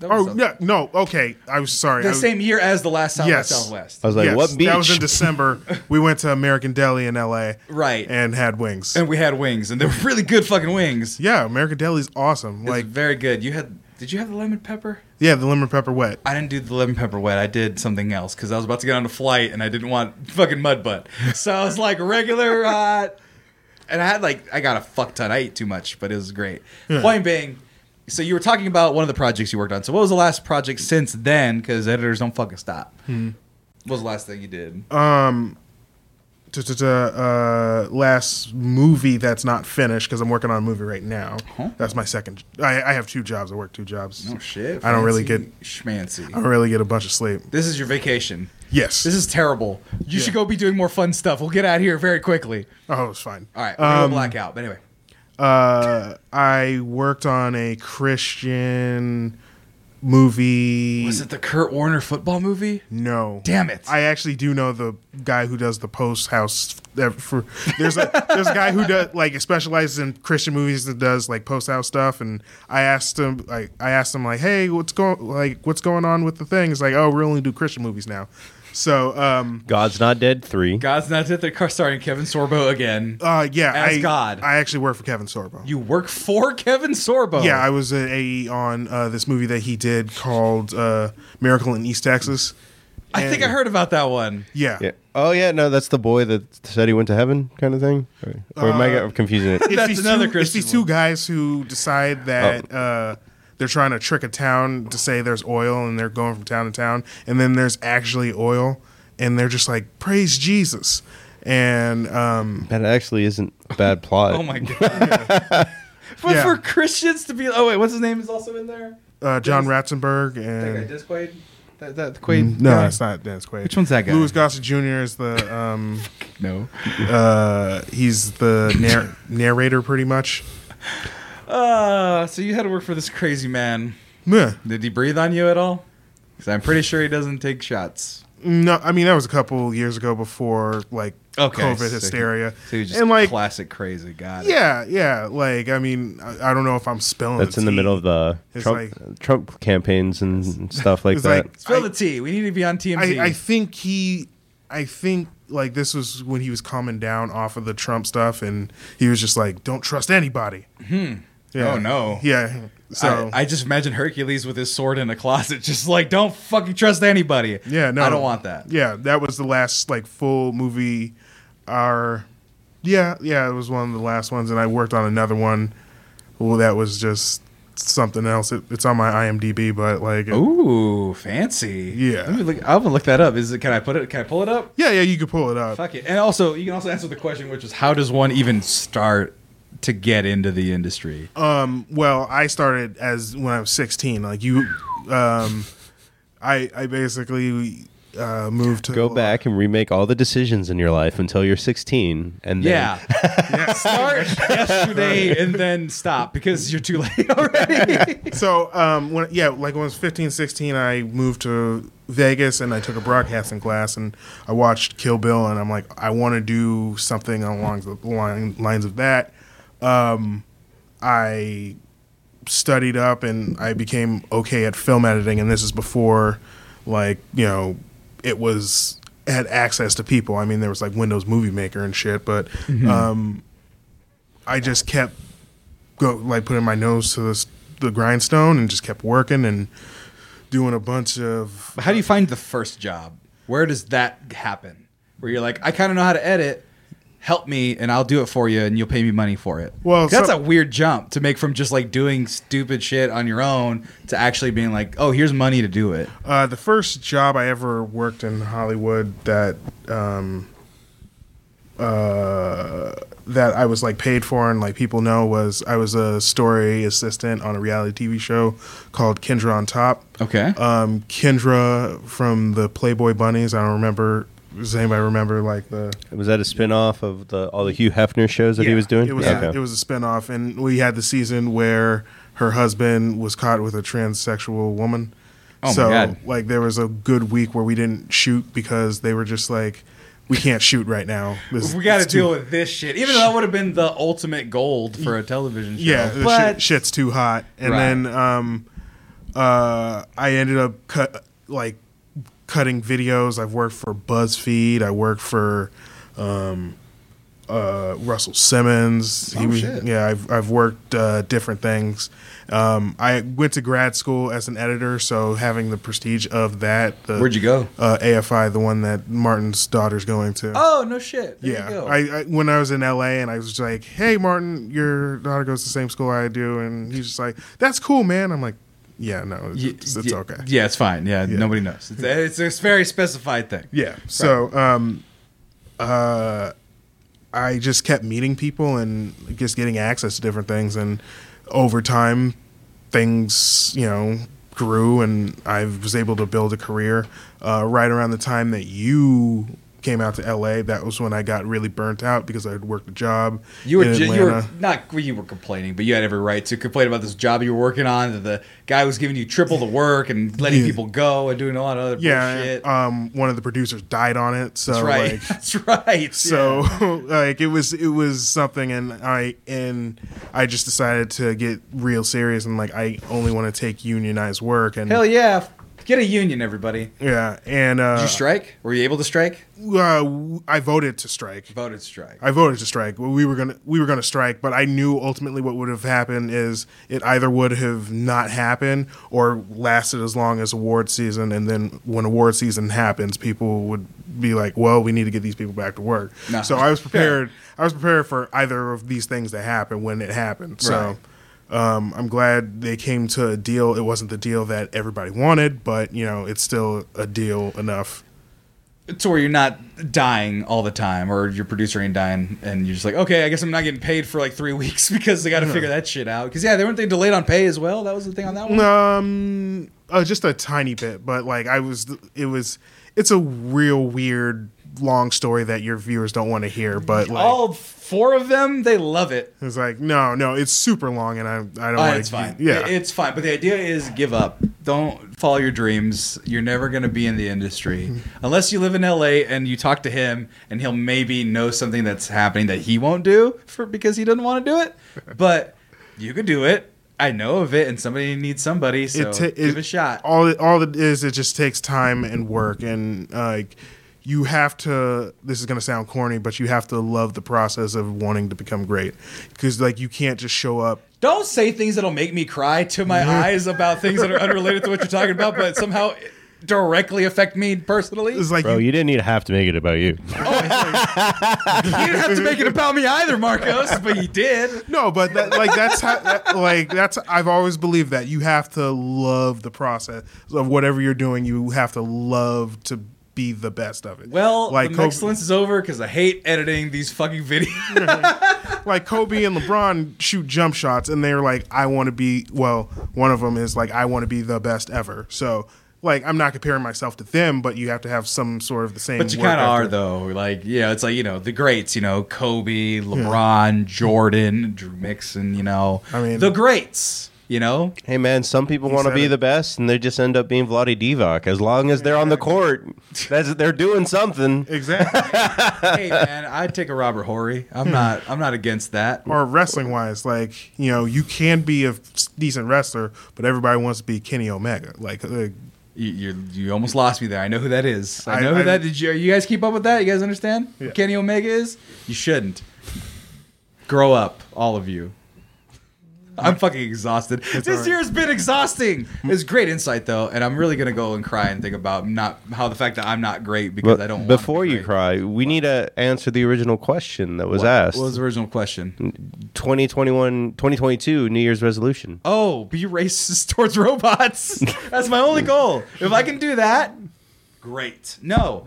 [SPEAKER 1] That was
[SPEAKER 8] Oh
[SPEAKER 1] the,
[SPEAKER 8] yeah, no, okay. I was sorry.
[SPEAKER 1] the
[SPEAKER 8] I was,
[SPEAKER 1] same year as the last South by
[SPEAKER 8] Yes.
[SPEAKER 1] Southwest.
[SPEAKER 2] I was like,
[SPEAKER 8] yes,
[SPEAKER 2] what beach?
[SPEAKER 8] That was in December. we went to American Deli in L.A.
[SPEAKER 1] Right.
[SPEAKER 8] and had wings.
[SPEAKER 1] And we had wings, and they were really good fucking wings.
[SPEAKER 8] yeah, American Deli's awesome.
[SPEAKER 1] Like
[SPEAKER 8] Like,
[SPEAKER 1] very good. You had? Did you have the lemon pepper?
[SPEAKER 8] yeah, the lemon pepper wet.
[SPEAKER 1] I didn't do the lemon pepper wet. I did something else because I was about to get on a flight and I didn't want fucking mud butt. So I was like regular hot. And I had like I got a fuck ton. I ate too much, but it was great. Point being, so you were talking about one of the projects you worked on. So what was the last project since then? Because editors don't fucking stop.
[SPEAKER 8] Hmm.
[SPEAKER 1] What was the last thing you did?
[SPEAKER 8] Uh, Um, duh, duh, duh, uh, last movie that's not finished because I'm working on a movie right now. That's my second. I, I have two jobs. I work two jobs.
[SPEAKER 1] oh shit!
[SPEAKER 8] I don't really get.
[SPEAKER 1] fancy schmancy.
[SPEAKER 8] I don't really get a bunch of sleep.
[SPEAKER 1] This is your vacation.
[SPEAKER 8] Yes.
[SPEAKER 1] This is terrible. You should go be doing more fun stuff. We'll get out of here very quickly.
[SPEAKER 8] oh, it's fine.
[SPEAKER 1] All right, we're gonna go blackout. But anyway,
[SPEAKER 8] Uh, I worked on a Christian movie.
[SPEAKER 1] was it the Kurt Warner football movie?
[SPEAKER 8] No.
[SPEAKER 1] Damn it.
[SPEAKER 8] I actually do know the guy who does the post house uh, for there's a there's a guy who does like specializes in Christian movies that does like post house stuff and I asked him like I asked him like hey what's going like what's going on with the thing it's like oh we only do Christian movies now so um
[SPEAKER 2] God's Not Dead 3.
[SPEAKER 1] God's not dead. They're car starring Kevin Sorbo again.
[SPEAKER 8] uh yeah
[SPEAKER 1] As
[SPEAKER 8] I
[SPEAKER 1] God.
[SPEAKER 8] I actually work for Kevin Sorbo
[SPEAKER 1] You work for Kevin Sorbo.
[SPEAKER 8] yeah I was an AE on uh, this movie that he did called uh, Miracle in East Texas
[SPEAKER 1] I think I heard about that one.
[SPEAKER 8] yeah,
[SPEAKER 2] Yeah. Oh, yeah, no, that's the boy that said he went to heaven kind of thing? Or, or am
[SPEAKER 1] Uh,
[SPEAKER 2] I get- I'm confusing it?
[SPEAKER 8] It's
[SPEAKER 1] That's
[SPEAKER 8] these
[SPEAKER 1] another
[SPEAKER 8] two,
[SPEAKER 1] Christian
[SPEAKER 8] It's these two guys who
[SPEAKER 1] Oh.
[SPEAKER 8] decide that uh, they're trying to trick a town to say there's oil, and they're going from town to town, and then there's actually oil, and they're just like praise Jesus, and um,
[SPEAKER 2] That actually isn't a bad plot.
[SPEAKER 1] Oh my god. but
[SPEAKER 8] Yeah.
[SPEAKER 1] for Christians to be oh wait, what's his name is also in there?
[SPEAKER 8] uh, John Ratzenberg
[SPEAKER 1] That guy
[SPEAKER 8] and.
[SPEAKER 1] Disquaid? That that Quaid?
[SPEAKER 8] Uh, No,
[SPEAKER 1] guy?
[SPEAKER 8] it's not Dennis Quaid.
[SPEAKER 1] Which one's that guy?
[SPEAKER 8] Louis Gossett Jr. is the um,
[SPEAKER 1] no.
[SPEAKER 8] uh, he's the narr- narrator pretty much.
[SPEAKER 1] Uh so you had to work for this crazy man.
[SPEAKER 8] Yeah.
[SPEAKER 1] Did he breathe on you at all? Because I'm pretty sure he doesn't take shots.
[SPEAKER 8] No, I mean that was a couple years ago before like
[SPEAKER 1] Okay, so
[SPEAKER 8] COVID
[SPEAKER 1] he-
[SPEAKER 8] hysteria.
[SPEAKER 1] So he was just
[SPEAKER 8] and like
[SPEAKER 1] classic crazy guy.
[SPEAKER 8] Yeah, yeah. Like, I mean, I, I don't know if I'm spelling.
[SPEAKER 2] That's in the
[SPEAKER 8] tea.
[SPEAKER 2] middle of the
[SPEAKER 8] It's
[SPEAKER 2] Trump, Trump campaigns and stuff like
[SPEAKER 8] It's
[SPEAKER 2] that.
[SPEAKER 8] like
[SPEAKER 1] Spill
[SPEAKER 8] I-
[SPEAKER 1] the tea. We need to be on TMZ.
[SPEAKER 8] I, I think he, I think like this was when he was calming down off of the Trump stuff, and he was just like, "Don't trust anybody." Hmm. Yeah.
[SPEAKER 1] Oh, no.
[SPEAKER 8] Yeah. So
[SPEAKER 1] I, I just imagine Hercules with his sword in a closet, just like don't fucking trust anybody.
[SPEAKER 8] yeah, no,
[SPEAKER 1] I don't want that.
[SPEAKER 8] Yeah, that was the last like full movie. Our, yeah, yeah, it was one of the last ones, and I worked on another one. Well, that was just something else. It, it's on my IMDb, but like, it-
[SPEAKER 1] Ooh, fancy.
[SPEAKER 8] Yeah.
[SPEAKER 1] Let me look, I'm gonna look that up. Is it? Can I put it? Can I pull it up?
[SPEAKER 8] yeah, yeah, you could pull it up.
[SPEAKER 1] Fuck it. And also, you can also answer the question, which is how does one even start to get into the industry?
[SPEAKER 8] Oh. Um, Well, I started as when I was 16. Like you, um, I I basically uh, move to
[SPEAKER 2] Go back and remake all the decisions in your life until you're 16, and then
[SPEAKER 1] Yeah. Start yesterday and then stop because you're too late already.
[SPEAKER 8] So um, when yeah, like when I was 15, 16, I moved to Vegas and I took a broadcasting class and I watched Kill Bill and I'm like, I want to do something along the line, lines of that. Um, I studied up and I became okay at film editing and this is before like, you know, it was had access to people. I mean, there was like Windows Movie Maker and shit, but um, I just kept go like putting my nose to this, the grindstone and just kept working and doing a bunch of
[SPEAKER 1] How do you find the first job? Where does that happen? Where you're like, I kind of know how to edit. Help me, and I'll do it for you, and you'll pay me money for it.
[SPEAKER 8] Well,
[SPEAKER 1] that's
[SPEAKER 8] so-
[SPEAKER 1] a weird jump to make from just like doing stupid shit on your own to actually being like, oh, here's money to do it.
[SPEAKER 8] uh, the first job I ever worked in Hollywood that um, uh, that I was like paid for and like people know was I was a story assistant on a reality TV show called Kendra on Top.
[SPEAKER 1] Okay.
[SPEAKER 8] Um, Kendra from the Playboy Bunnies. I don't remember. Does anybody remember like the
[SPEAKER 2] was that a spin off of the all the Hugh Hefner shows that he
[SPEAKER 8] Yeah,
[SPEAKER 2] was doing?
[SPEAKER 8] It was,
[SPEAKER 2] Yeah,
[SPEAKER 8] a,
[SPEAKER 2] okay.
[SPEAKER 8] it was a spinoff, and we had the season where her husband was caught with a transsexual woman.
[SPEAKER 1] Oh my
[SPEAKER 8] so,
[SPEAKER 1] God.
[SPEAKER 8] like, there was a good week where we didn't shoot because they were just like, we can't shoot right now. This-
[SPEAKER 1] we got to
[SPEAKER 8] it's too-
[SPEAKER 1] deal with this shit, even though that would have been the ultimate gold for a television show.
[SPEAKER 8] Yeah, the
[SPEAKER 1] but
[SPEAKER 8] shit, shit's too hot. And
[SPEAKER 1] Right.
[SPEAKER 8] then um, uh, I ended up cut like cutting videos. I've worked for BuzzFeed. I worked for um, uh, Russell Simmons.
[SPEAKER 1] Oh,
[SPEAKER 8] was-
[SPEAKER 1] shit.
[SPEAKER 8] Yeah, I've I've worked uh, different things. Um, I went to grad school as an editor, so having the prestige of that. The,
[SPEAKER 1] Where'd you go?
[SPEAKER 8] Uh, AFI, the one that Martin's daughter's going to
[SPEAKER 1] oh no shit. There you
[SPEAKER 8] yeah,
[SPEAKER 1] go.
[SPEAKER 8] I, I when I was in LA and I was just like, "Hey, Martin, your daughter goes to the same school I do," and he's just like, "That's cool, man." I'm like, "Yeah, no, it's,
[SPEAKER 1] Y-
[SPEAKER 8] it's, it's
[SPEAKER 1] y-
[SPEAKER 8] okay."
[SPEAKER 1] Yeah, it's fine. Yeah, nobody knows. It's, it's a very specified thing.
[SPEAKER 8] Yeah. So, um, uh, I just kept meeting people and just getting access to different things, and over time, things you know grew, and I was able to build a career. Uh, right around the time that you came out to LA, that was when I got really burnt out because I had worked a job.
[SPEAKER 1] You were
[SPEAKER 8] in
[SPEAKER 1] ju- you were
[SPEAKER 8] Atlanta.
[SPEAKER 1] not well, you were complaining, but you had every right to complain about this job you were working on. That the guy was giving you triple the work and letting
[SPEAKER 8] Yeah.
[SPEAKER 1] people go and doing a lot of other
[SPEAKER 8] yeah,
[SPEAKER 1] bullshit.
[SPEAKER 8] um, one of the producers died on it, so
[SPEAKER 1] That's right.
[SPEAKER 8] like,
[SPEAKER 1] That's right.
[SPEAKER 8] so like it was it was something, and I and I just decided to get real serious and like I only want to take unionized work and
[SPEAKER 1] yeah. hell yeah, get a union, everybody.
[SPEAKER 8] yeah, and uh,
[SPEAKER 1] Did you strike? Were you able to strike?
[SPEAKER 8] uh, w- I voted to strike.
[SPEAKER 1] Voted strike.
[SPEAKER 8] I voted to strike. We were gonna we were gonna strike, but I knew ultimately what would have happened is it either would have not happened or lasted as long as award season, and then when award season happens, people would be like, "Well, we need to get these people back to work."
[SPEAKER 1] No.
[SPEAKER 8] So I was prepared. I was prepared for either of these things to happen when it happened. So. Um, I'm glad they came to a deal. It wasn't the deal that everybody wanted, but you know, it's still a deal enough.
[SPEAKER 1] to where you're not dying all the time, or your producer ain't dying, and you're just like, okay, I guess I'm not getting paid for like three weeks because they got to figure that shit out. Because yeah, they weren't they delayed on pay as well. That was the thing on that one.
[SPEAKER 8] Um, uh, just a tiny bit, but like I was, it was, it's a real weird long story that your viewers don't want to hear. But like,
[SPEAKER 1] All four of them, they love it.
[SPEAKER 8] it's like no, no, it's super long, and I, I don't.
[SPEAKER 1] Oh,
[SPEAKER 8] wanna
[SPEAKER 1] it's fine.
[SPEAKER 8] Yeah,
[SPEAKER 1] It- it's fine. But the idea is give up. Don't follow your dreams. You're never going to be in the industry unless you live in LA and you talk to him, and he'll maybe know something that's happening that he won't do for because he doesn't want to do it. But you could do it. I know of it, and somebody needs somebody, so
[SPEAKER 8] ta-
[SPEAKER 1] give it a shot.
[SPEAKER 8] All it, all it is, it just takes time and work, and like you have to. This is gonna sound corny, but you have to love the process of wanting to become great, because like you can't just show up.
[SPEAKER 1] Don't say things that'll make me cry to my eyes about things that are unrelated to what you're talking about, but somehow directly affect me personally.
[SPEAKER 8] It's like
[SPEAKER 2] Bro, you didn't need to have to make it about you.
[SPEAKER 1] You didn't have to make it about me either, Marcos, but you did.
[SPEAKER 8] No, but that, like that's how, that, like that's I've always believed that you have to love the process of whatever you're doing. You have to love to be the best of it.
[SPEAKER 1] Well,
[SPEAKER 8] like
[SPEAKER 1] the
[SPEAKER 8] Kobe,
[SPEAKER 1] excellence is over because I hate editing these fucking videos.
[SPEAKER 8] like Kobe and LeBron shoot jump shots, and they're like, I want to be. Well, one of them is like, I want to be the best ever. So like I'm not comparing myself to them, but you have to have some sort of the same.
[SPEAKER 1] But you
[SPEAKER 8] work
[SPEAKER 1] kind of are
[SPEAKER 8] ethic.
[SPEAKER 1] though. Like yeah, it's like you know the greats. You know Kobe, LeBron, Jordan, Drew Mixon. You know
[SPEAKER 8] I mean-
[SPEAKER 1] the greats. You know
[SPEAKER 2] Hey man, some people want to
[SPEAKER 8] said
[SPEAKER 2] be
[SPEAKER 8] it.
[SPEAKER 2] the best, and they just end up being Vladi Divac. As long as they're on the court, that's, they're doing something.
[SPEAKER 8] Exactly.
[SPEAKER 1] hey man, I'd take a Robert Horry.
[SPEAKER 8] Hmm.
[SPEAKER 1] I'm not. I'm not against that.
[SPEAKER 8] or wrestling wise, like you know, you can be a decent wrestler, but everybody wants to be Kenny Omega. Like, uh,
[SPEAKER 1] You you, you almost lost me there. I know who that is. I
[SPEAKER 8] I-
[SPEAKER 1] know who
[SPEAKER 8] I-
[SPEAKER 1] that. Did you you guys keep up with that? You guys understand?
[SPEAKER 8] Yeah.
[SPEAKER 1] Kenny Omega is. You shouldn't. Grow up, all of you. I'm fucking exhausted. this
[SPEAKER 8] alright.
[SPEAKER 1] year has been exhausting. It's great insight though, and I'm really gonna go and cry and think about not how the fact that I'm not great because
[SPEAKER 2] But
[SPEAKER 1] I don't. wanna
[SPEAKER 2] before
[SPEAKER 1] be
[SPEAKER 2] you
[SPEAKER 1] great.
[SPEAKER 2] cry, we need to answer the original question that was asked. Mm.
[SPEAKER 1] What was the original question?
[SPEAKER 2] 2021, 2022 New Year's resolution.
[SPEAKER 1] Oh, be racist towards robots. That's my only goal. If I can do that, great. No,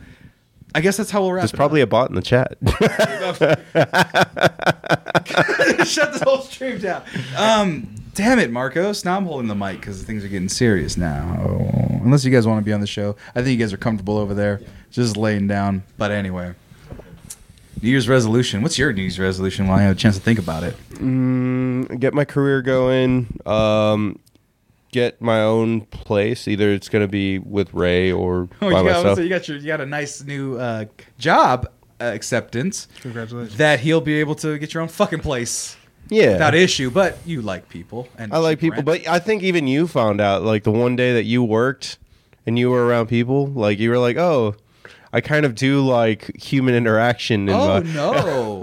[SPEAKER 1] I guess that's how we'll wrap.
[SPEAKER 2] There's
[SPEAKER 1] it
[SPEAKER 2] probably a bot in the chat.
[SPEAKER 1] shut this whole stream down. Um, damn it, Marcos. Now I'm holding the mic because things are getting serious now. Oh, Unless you guys want to be on the show, I think you guys are comfortable over there, just laying down. But anyway, New Year's resolution. What's your New Year's resolution? While I have a chance to think about it,
[SPEAKER 2] Mm, get my career going. Um, get my own place. Either it's going to be with Ray or
[SPEAKER 1] oh,
[SPEAKER 2] by
[SPEAKER 1] you got,
[SPEAKER 2] myself.
[SPEAKER 1] so you got your you got a nice new uh, job uh, acceptance.
[SPEAKER 8] Congratulations.
[SPEAKER 1] That he'll be able to get your own fucking place.
[SPEAKER 2] yeah,
[SPEAKER 1] Without issue, but you like people, and
[SPEAKER 2] I like
[SPEAKER 1] cheap
[SPEAKER 2] people,
[SPEAKER 1] rent.
[SPEAKER 2] but I think even you found out like the one day that you worked and you were around people, like you were like, oh, I kind of do like human interaction. In
[SPEAKER 1] oh
[SPEAKER 2] my-
[SPEAKER 1] no,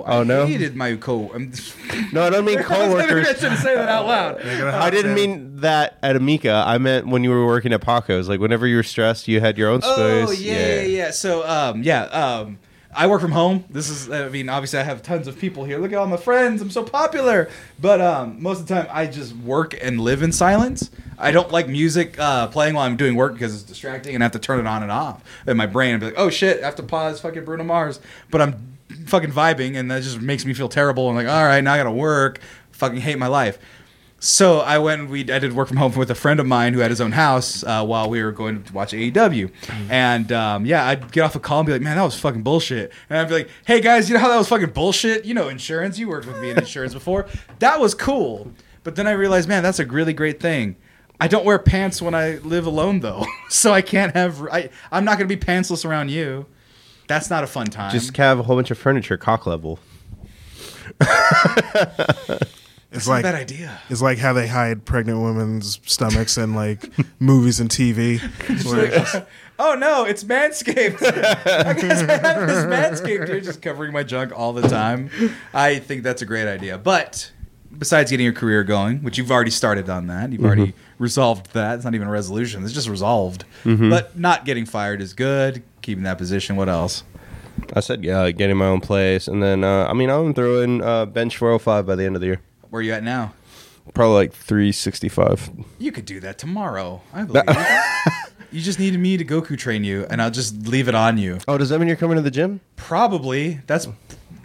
[SPEAKER 2] Oh,
[SPEAKER 1] I
[SPEAKER 2] no?
[SPEAKER 1] hated my co. I'm,
[SPEAKER 2] no, I don't mean
[SPEAKER 1] I
[SPEAKER 2] coworkers.
[SPEAKER 1] shouldn't say that out loud.
[SPEAKER 2] I didn't mean that at Amica. I meant when you were working at Paco's. Like whenever you were stressed, you had your own space.
[SPEAKER 1] Oh yeah, yeah, yeah. So um, yeah, um, I work from home. This is, I mean, obviously I have tons of people here. Look at all my friends. I'm so popular. But um, most of the time I just work and live in silence. I don't like music uh, playing while I'm doing work because it's distracting and I have to turn it on and off. And my brain will be like, oh shit, I have to pause fucking Bruno Mars. But I'm fucking vibing and that just makes me feel terrible. I'm like, all right, now I gotta work. Fucking hate my life. So I went. and We I did work from home with a friend of mine who had his own house uh, while we were going to watch AEW, and um, yeah, I'd get off a call and be like, "Man, that was fucking bullshit," and I'd be like, "Hey guys, you know how that was fucking bullshit? You know insurance. You worked with me in insurance before. That was cool." But then I realized, man, that's a really great thing. I don't wear pants when I live alone though, so I can't have. I I'm not gonna be pantsless around you. That's not a fun time.
[SPEAKER 2] Just have a whole bunch of furniture, cock level.
[SPEAKER 8] it's
[SPEAKER 1] a
[SPEAKER 8] like
[SPEAKER 1] bad idea.
[SPEAKER 8] It's like how they hide pregnant women's stomachs in like movies and TV. Where it's just-
[SPEAKER 1] Oh no, it's Manscaped. I guess I have this Manscaped here just covering my junk all the time. I think that's a great idea. But besides getting your career going, which you've already started on that, you've already resolved that. It's not even a resolution, it's just resolved. But not getting fired is good. Keeping that position. What else?
[SPEAKER 2] I said, yeah, getting my own place, and then uh, I mean, I'm throwing uh, bench 405 by the end of the year,
[SPEAKER 1] Where you at now?
[SPEAKER 2] probably like 365.
[SPEAKER 1] You could do that tomorrow. I believe. you. you just need me to Goku train you, and I'll just leave it on you.
[SPEAKER 2] Oh, does that mean you're coming to the gym?
[SPEAKER 1] Probably. That's.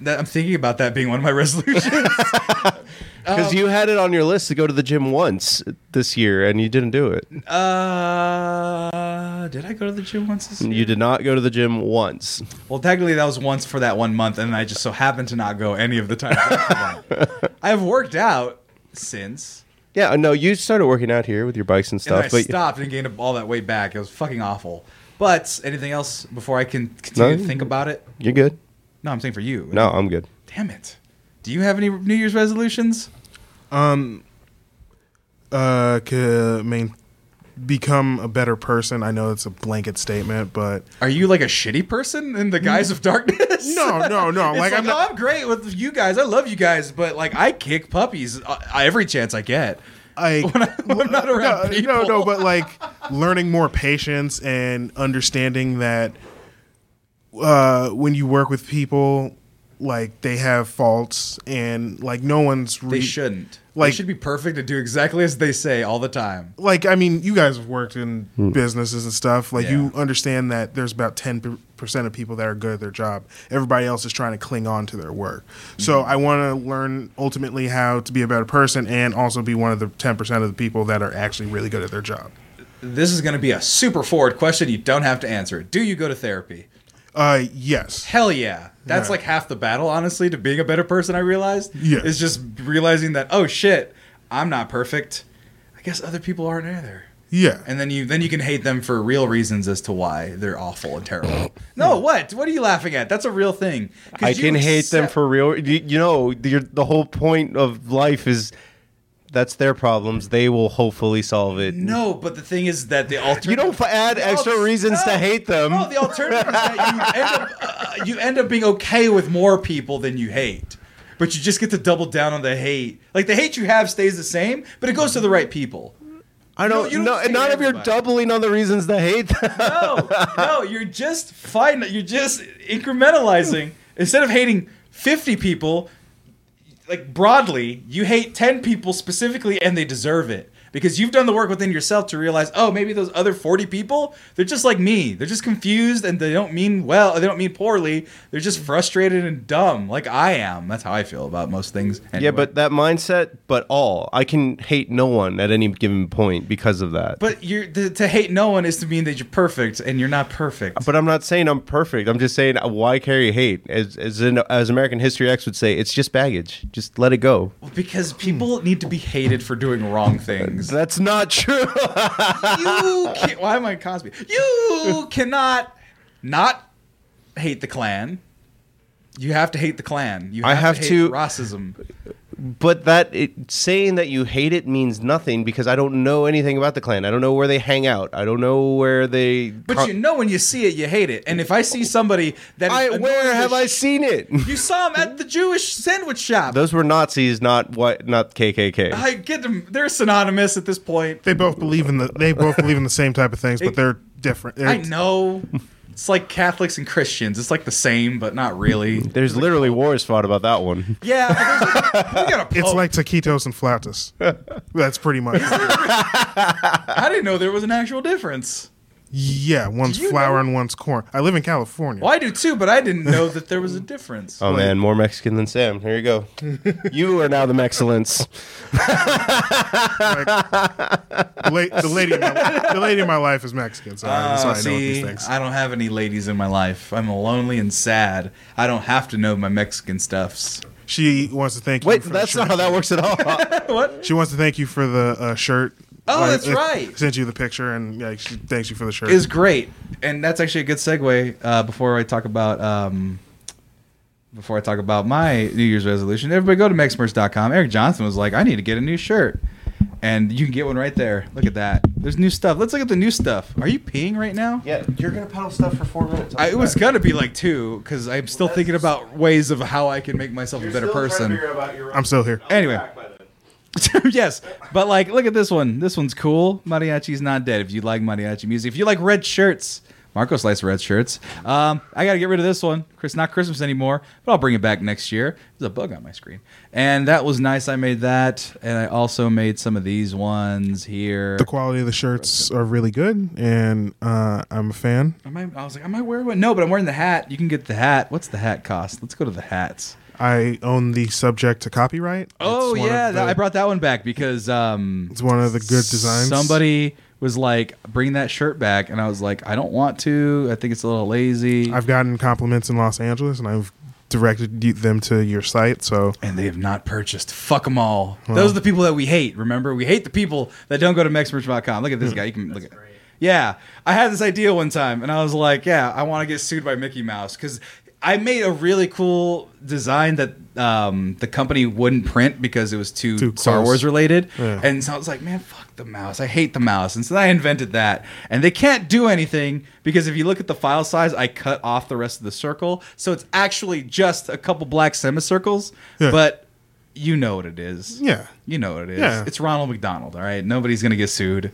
[SPEAKER 1] That, I'm thinking about that being one of my resolutions. Uh,
[SPEAKER 2] Because you had it on your list to go to the gym once this year, and you didn't do it.
[SPEAKER 1] Uh, did I go to the gym once this year?
[SPEAKER 2] You did not go to the gym once.
[SPEAKER 1] Well, technically, that was once for that one month, and I just so happened to not go any of the times. I've worked out since,
[SPEAKER 2] Yeah, uh, no, you started working out here with your bikes and
[SPEAKER 1] and
[SPEAKER 2] stuff.
[SPEAKER 1] then I
[SPEAKER 2] but
[SPEAKER 1] stopped and gained all that weight back. It was fucking awful. But anything else before I can continue to
[SPEAKER 2] No.
[SPEAKER 1] think about it?
[SPEAKER 2] you're good.
[SPEAKER 1] No, I'm saying for you.
[SPEAKER 2] No, I'm good.
[SPEAKER 1] Damn it. Do you have any New Year's resolutions?
[SPEAKER 8] um, uh, could main become a better person. I know it's a blanket statement, but
[SPEAKER 1] Are you like a shitty person in the guise of darkness?
[SPEAKER 8] no, no, no.
[SPEAKER 1] It's
[SPEAKER 8] like, I'm
[SPEAKER 1] "Oh,
[SPEAKER 8] not.
[SPEAKER 1] I'm great with you guys. I love you guys, but like I kick puppies uh, every chance I get.
[SPEAKER 8] I,
[SPEAKER 1] when, I, when I'm not around
[SPEAKER 8] no,
[SPEAKER 1] people.
[SPEAKER 8] no, no, but like learning more patience and understanding that uh, when you work with people, like they have faults and like no one's
[SPEAKER 1] they
[SPEAKER 8] re-
[SPEAKER 1] shouldn't. Like,
[SPEAKER 8] like-
[SPEAKER 1] they should be perfect and do exactly as they say all the time.
[SPEAKER 8] like I mean, you guys have worked in businesses and stuff. Like you
[SPEAKER 1] Yeah.
[SPEAKER 8] understand that there's about ten percent of people that are good at their job. Everybody else is trying to cling on to their work. So
[SPEAKER 1] Hmm.
[SPEAKER 8] I want to learn ultimately how to be a better person and also be one of the ten percent of the people that are actually really good at their job.
[SPEAKER 1] This is going to be a super forward question. You don't have to answer it. Do you go to therapy?
[SPEAKER 8] Uh, yes.
[SPEAKER 1] Hell yeah. That's like half the battle, honestly, to being a better person, I realized.
[SPEAKER 8] Yeah.
[SPEAKER 1] Is just realizing that, oh shit, I'm not perfect. I guess other people aren't either.
[SPEAKER 8] Yeah.
[SPEAKER 1] And then you then you can hate them for real reasons as to why they're awful and terrible. no, what? What are you laughing at? That's a real thing. 'Cause
[SPEAKER 2] I
[SPEAKER 1] you
[SPEAKER 2] can hate them
[SPEAKER 1] accept-
[SPEAKER 2] for real. You, you know, you're, the whole point of life is that's their problems. They will hopefully solve it.
[SPEAKER 1] No, but the thing is that the alternative.
[SPEAKER 2] You don't f- add
[SPEAKER 1] The
[SPEAKER 2] extra
[SPEAKER 1] al-
[SPEAKER 2] reasons to hate them.
[SPEAKER 1] No, the alternative is that you end up uh, you end up being okay with more people than you hate, but you just get to double down on the hate. Like the hate you have stays the same, but it goes to the right people.
[SPEAKER 2] I don't.
[SPEAKER 1] you don't
[SPEAKER 2] know.
[SPEAKER 1] hate
[SPEAKER 2] not if you're
[SPEAKER 1] everybody.
[SPEAKER 2] doubling on the reasons to hate them.
[SPEAKER 1] No, no, you're just fine. You're just incrementalizing instead of hating fifty people. Like broadly, you hate ten people specifically, and they deserve it because you've done the work within yourself to realize, oh, maybe those other forty people, they're just like me. They're just confused, and they don't mean well. They don't mean poorly. They're just frustrated and dumb, like I am. That's how I feel about most things.
[SPEAKER 2] Yeah,
[SPEAKER 1] anyway.
[SPEAKER 2] but that mindset, but all. I can hate no one at any given point because of that.
[SPEAKER 1] but you're to, to hate no one is to mean that you're perfect, and you're not perfect.
[SPEAKER 2] But I'm not saying I'm perfect. I'm just saying uh, why carry hate? As as, in, as American History X would say, it's just baggage. Just let it go.
[SPEAKER 1] because people need to be hated for doing wrong things.
[SPEAKER 2] That's not true.
[SPEAKER 1] you can why am I Cosby? You cannot not hate the Klan. You have to hate the Klan. You have
[SPEAKER 2] I
[SPEAKER 1] to
[SPEAKER 2] have
[SPEAKER 1] hate
[SPEAKER 2] to-
[SPEAKER 1] racism.
[SPEAKER 2] but that it, saying that you hate it means nothing because I don't know anything about the clan. I don't know where they hang out. I don't know where they.
[SPEAKER 1] But you know when you see it, you hate it. And if I see somebody that
[SPEAKER 2] I,
[SPEAKER 1] is
[SPEAKER 2] where
[SPEAKER 1] annoying
[SPEAKER 2] have
[SPEAKER 1] the
[SPEAKER 2] I
[SPEAKER 1] sh-
[SPEAKER 2] seen it?
[SPEAKER 1] You saw him at the Jewish sandwich shop.
[SPEAKER 2] Those were Nazis, not what, not KKK.
[SPEAKER 1] I get them. They're synonymous at this point.
[SPEAKER 8] They both believe in the they both believe in the same type of things, but they're different. They're-
[SPEAKER 1] I know. It's like Catholics and Christians. It's like the same, but not really.
[SPEAKER 2] There's literally wars fought about that one.
[SPEAKER 1] Yeah, but there's like- we got a
[SPEAKER 8] It's
[SPEAKER 1] pope.
[SPEAKER 8] like taquitos and flautas. That's pretty much. it.
[SPEAKER 1] I didn't know there was an actual difference.
[SPEAKER 8] yeah, one's
[SPEAKER 1] Do you
[SPEAKER 8] flour
[SPEAKER 1] know-
[SPEAKER 8] and one's corn. I live in California.
[SPEAKER 1] Well, I do too, but I didn't know that there was a difference.
[SPEAKER 2] Oh man, more Mexican than Sam. Here you go. you are now the Mexcellence.
[SPEAKER 8] The, la- the lady, in my, the lady in my life is Mexican, so
[SPEAKER 2] Uh,
[SPEAKER 8] I, so
[SPEAKER 1] Oh,
[SPEAKER 8] I know
[SPEAKER 1] see,
[SPEAKER 8] these things.
[SPEAKER 1] I don't have any ladies in my life. I'm lonely and sad. I don't have to know my Mexican stuffs.
[SPEAKER 8] she wants to thank. you
[SPEAKER 2] Wait,
[SPEAKER 8] for the
[SPEAKER 2] that's
[SPEAKER 8] shirt.
[SPEAKER 2] not how that works at all.
[SPEAKER 1] what?
[SPEAKER 8] She wants to thank you for the uh, shirt.
[SPEAKER 1] Oh, that's
[SPEAKER 8] uh,
[SPEAKER 1] right.
[SPEAKER 8] Sent you the picture, and like, she thanks you for the shirt.
[SPEAKER 1] Is great, and that's actually a good segue uh, before I talk about um, before I talk about my New Year's resolution. Everybody go to mexmerch.com. Eric Johnson was like, I need to get a new shirt. And you can get one right there. Look at that. There's new stuff. Let's look at the new stuff. Are you peeing right now?
[SPEAKER 2] yeah, you're gonna pedal stuff for four minutes.
[SPEAKER 1] I, it was gonna be like two because I'm still thinking about ways of how I can make myself a better person.
[SPEAKER 8] I'm still here.
[SPEAKER 1] Anyway, yes, but like, look at this one. This one's cool. Mariachi's not dead. If you like mariachi music, if you like red shirts, Marcos likes red shirts. Um, I gotta get rid of this one. Chris, not Christmas anymore, but I'll bring it back next year. There's a bug on my screen, and that was nice. I made that, and I also made some of these ones here.
[SPEAKER 8] The quality of the shirts are really good, and uh, I'm a fan.
[SPEAKER 1] Am I, I was like, am I wearing one? No, but I'm wearing the hat. You can get the hat. What's the hat cost? Let's go to the hats.
[SPEAKER 8] I own the subject to copyright.
[SPEAKER 1] Oh
[SPEAKER 8] It's one of
[SPEAKER 1] yeah, that,
[SPEAKER 8] the-
[SPEAKER 1] I brought that one back because um,
[SPEAKER 8] It's one of the good designs.
[SPEAKER 1] somebody was like, "Bring that shirt back," and I was like, "I don't want to. I think it's a little lazy."
[SPEAKER 8] I've gotten compliments in Los Angeles, and I've directed you- them to your site. So
[SPEAKER 1] and they have not purchased. Fuck them all. Those are the people that we hate. Remember, we hate the people that don't go to mexmerch.com. Look at
[SPEAKER 8] Hmm.
[SPEAKER 1] this guy. You can look at. Yeah, I had this idea one time, and I was like, "Yeah, I want to get sued by Mickey Mouse because." I made a really cool design that um, the company wouldn't print because it was too,
[SPEAKER 8] Too
[SPEAKER 1] Star
[SPEAKER 8] close.
[SPEAKER 1] Wars related.
[SPEAKER 8] Yeah.
[SPEAKER 1] And so I was like, man, fuck the mouse. I hate the mouse. And so I invented that. And they can't do anything because if you look at the file size, I cut off the rest of the circle. So it's actually just a couple black semicircles.
[SPEAKER 8] Yeah.
[SPEAKER 1] But you know what it is.
[SPEAKER 8] yeah,
[SPEAKER 1] You know what it is.
[SPEAKER 8] Yeah.
[SPEAKER 1] It's Ronald McDonald, all right? Nobody's going to get sued.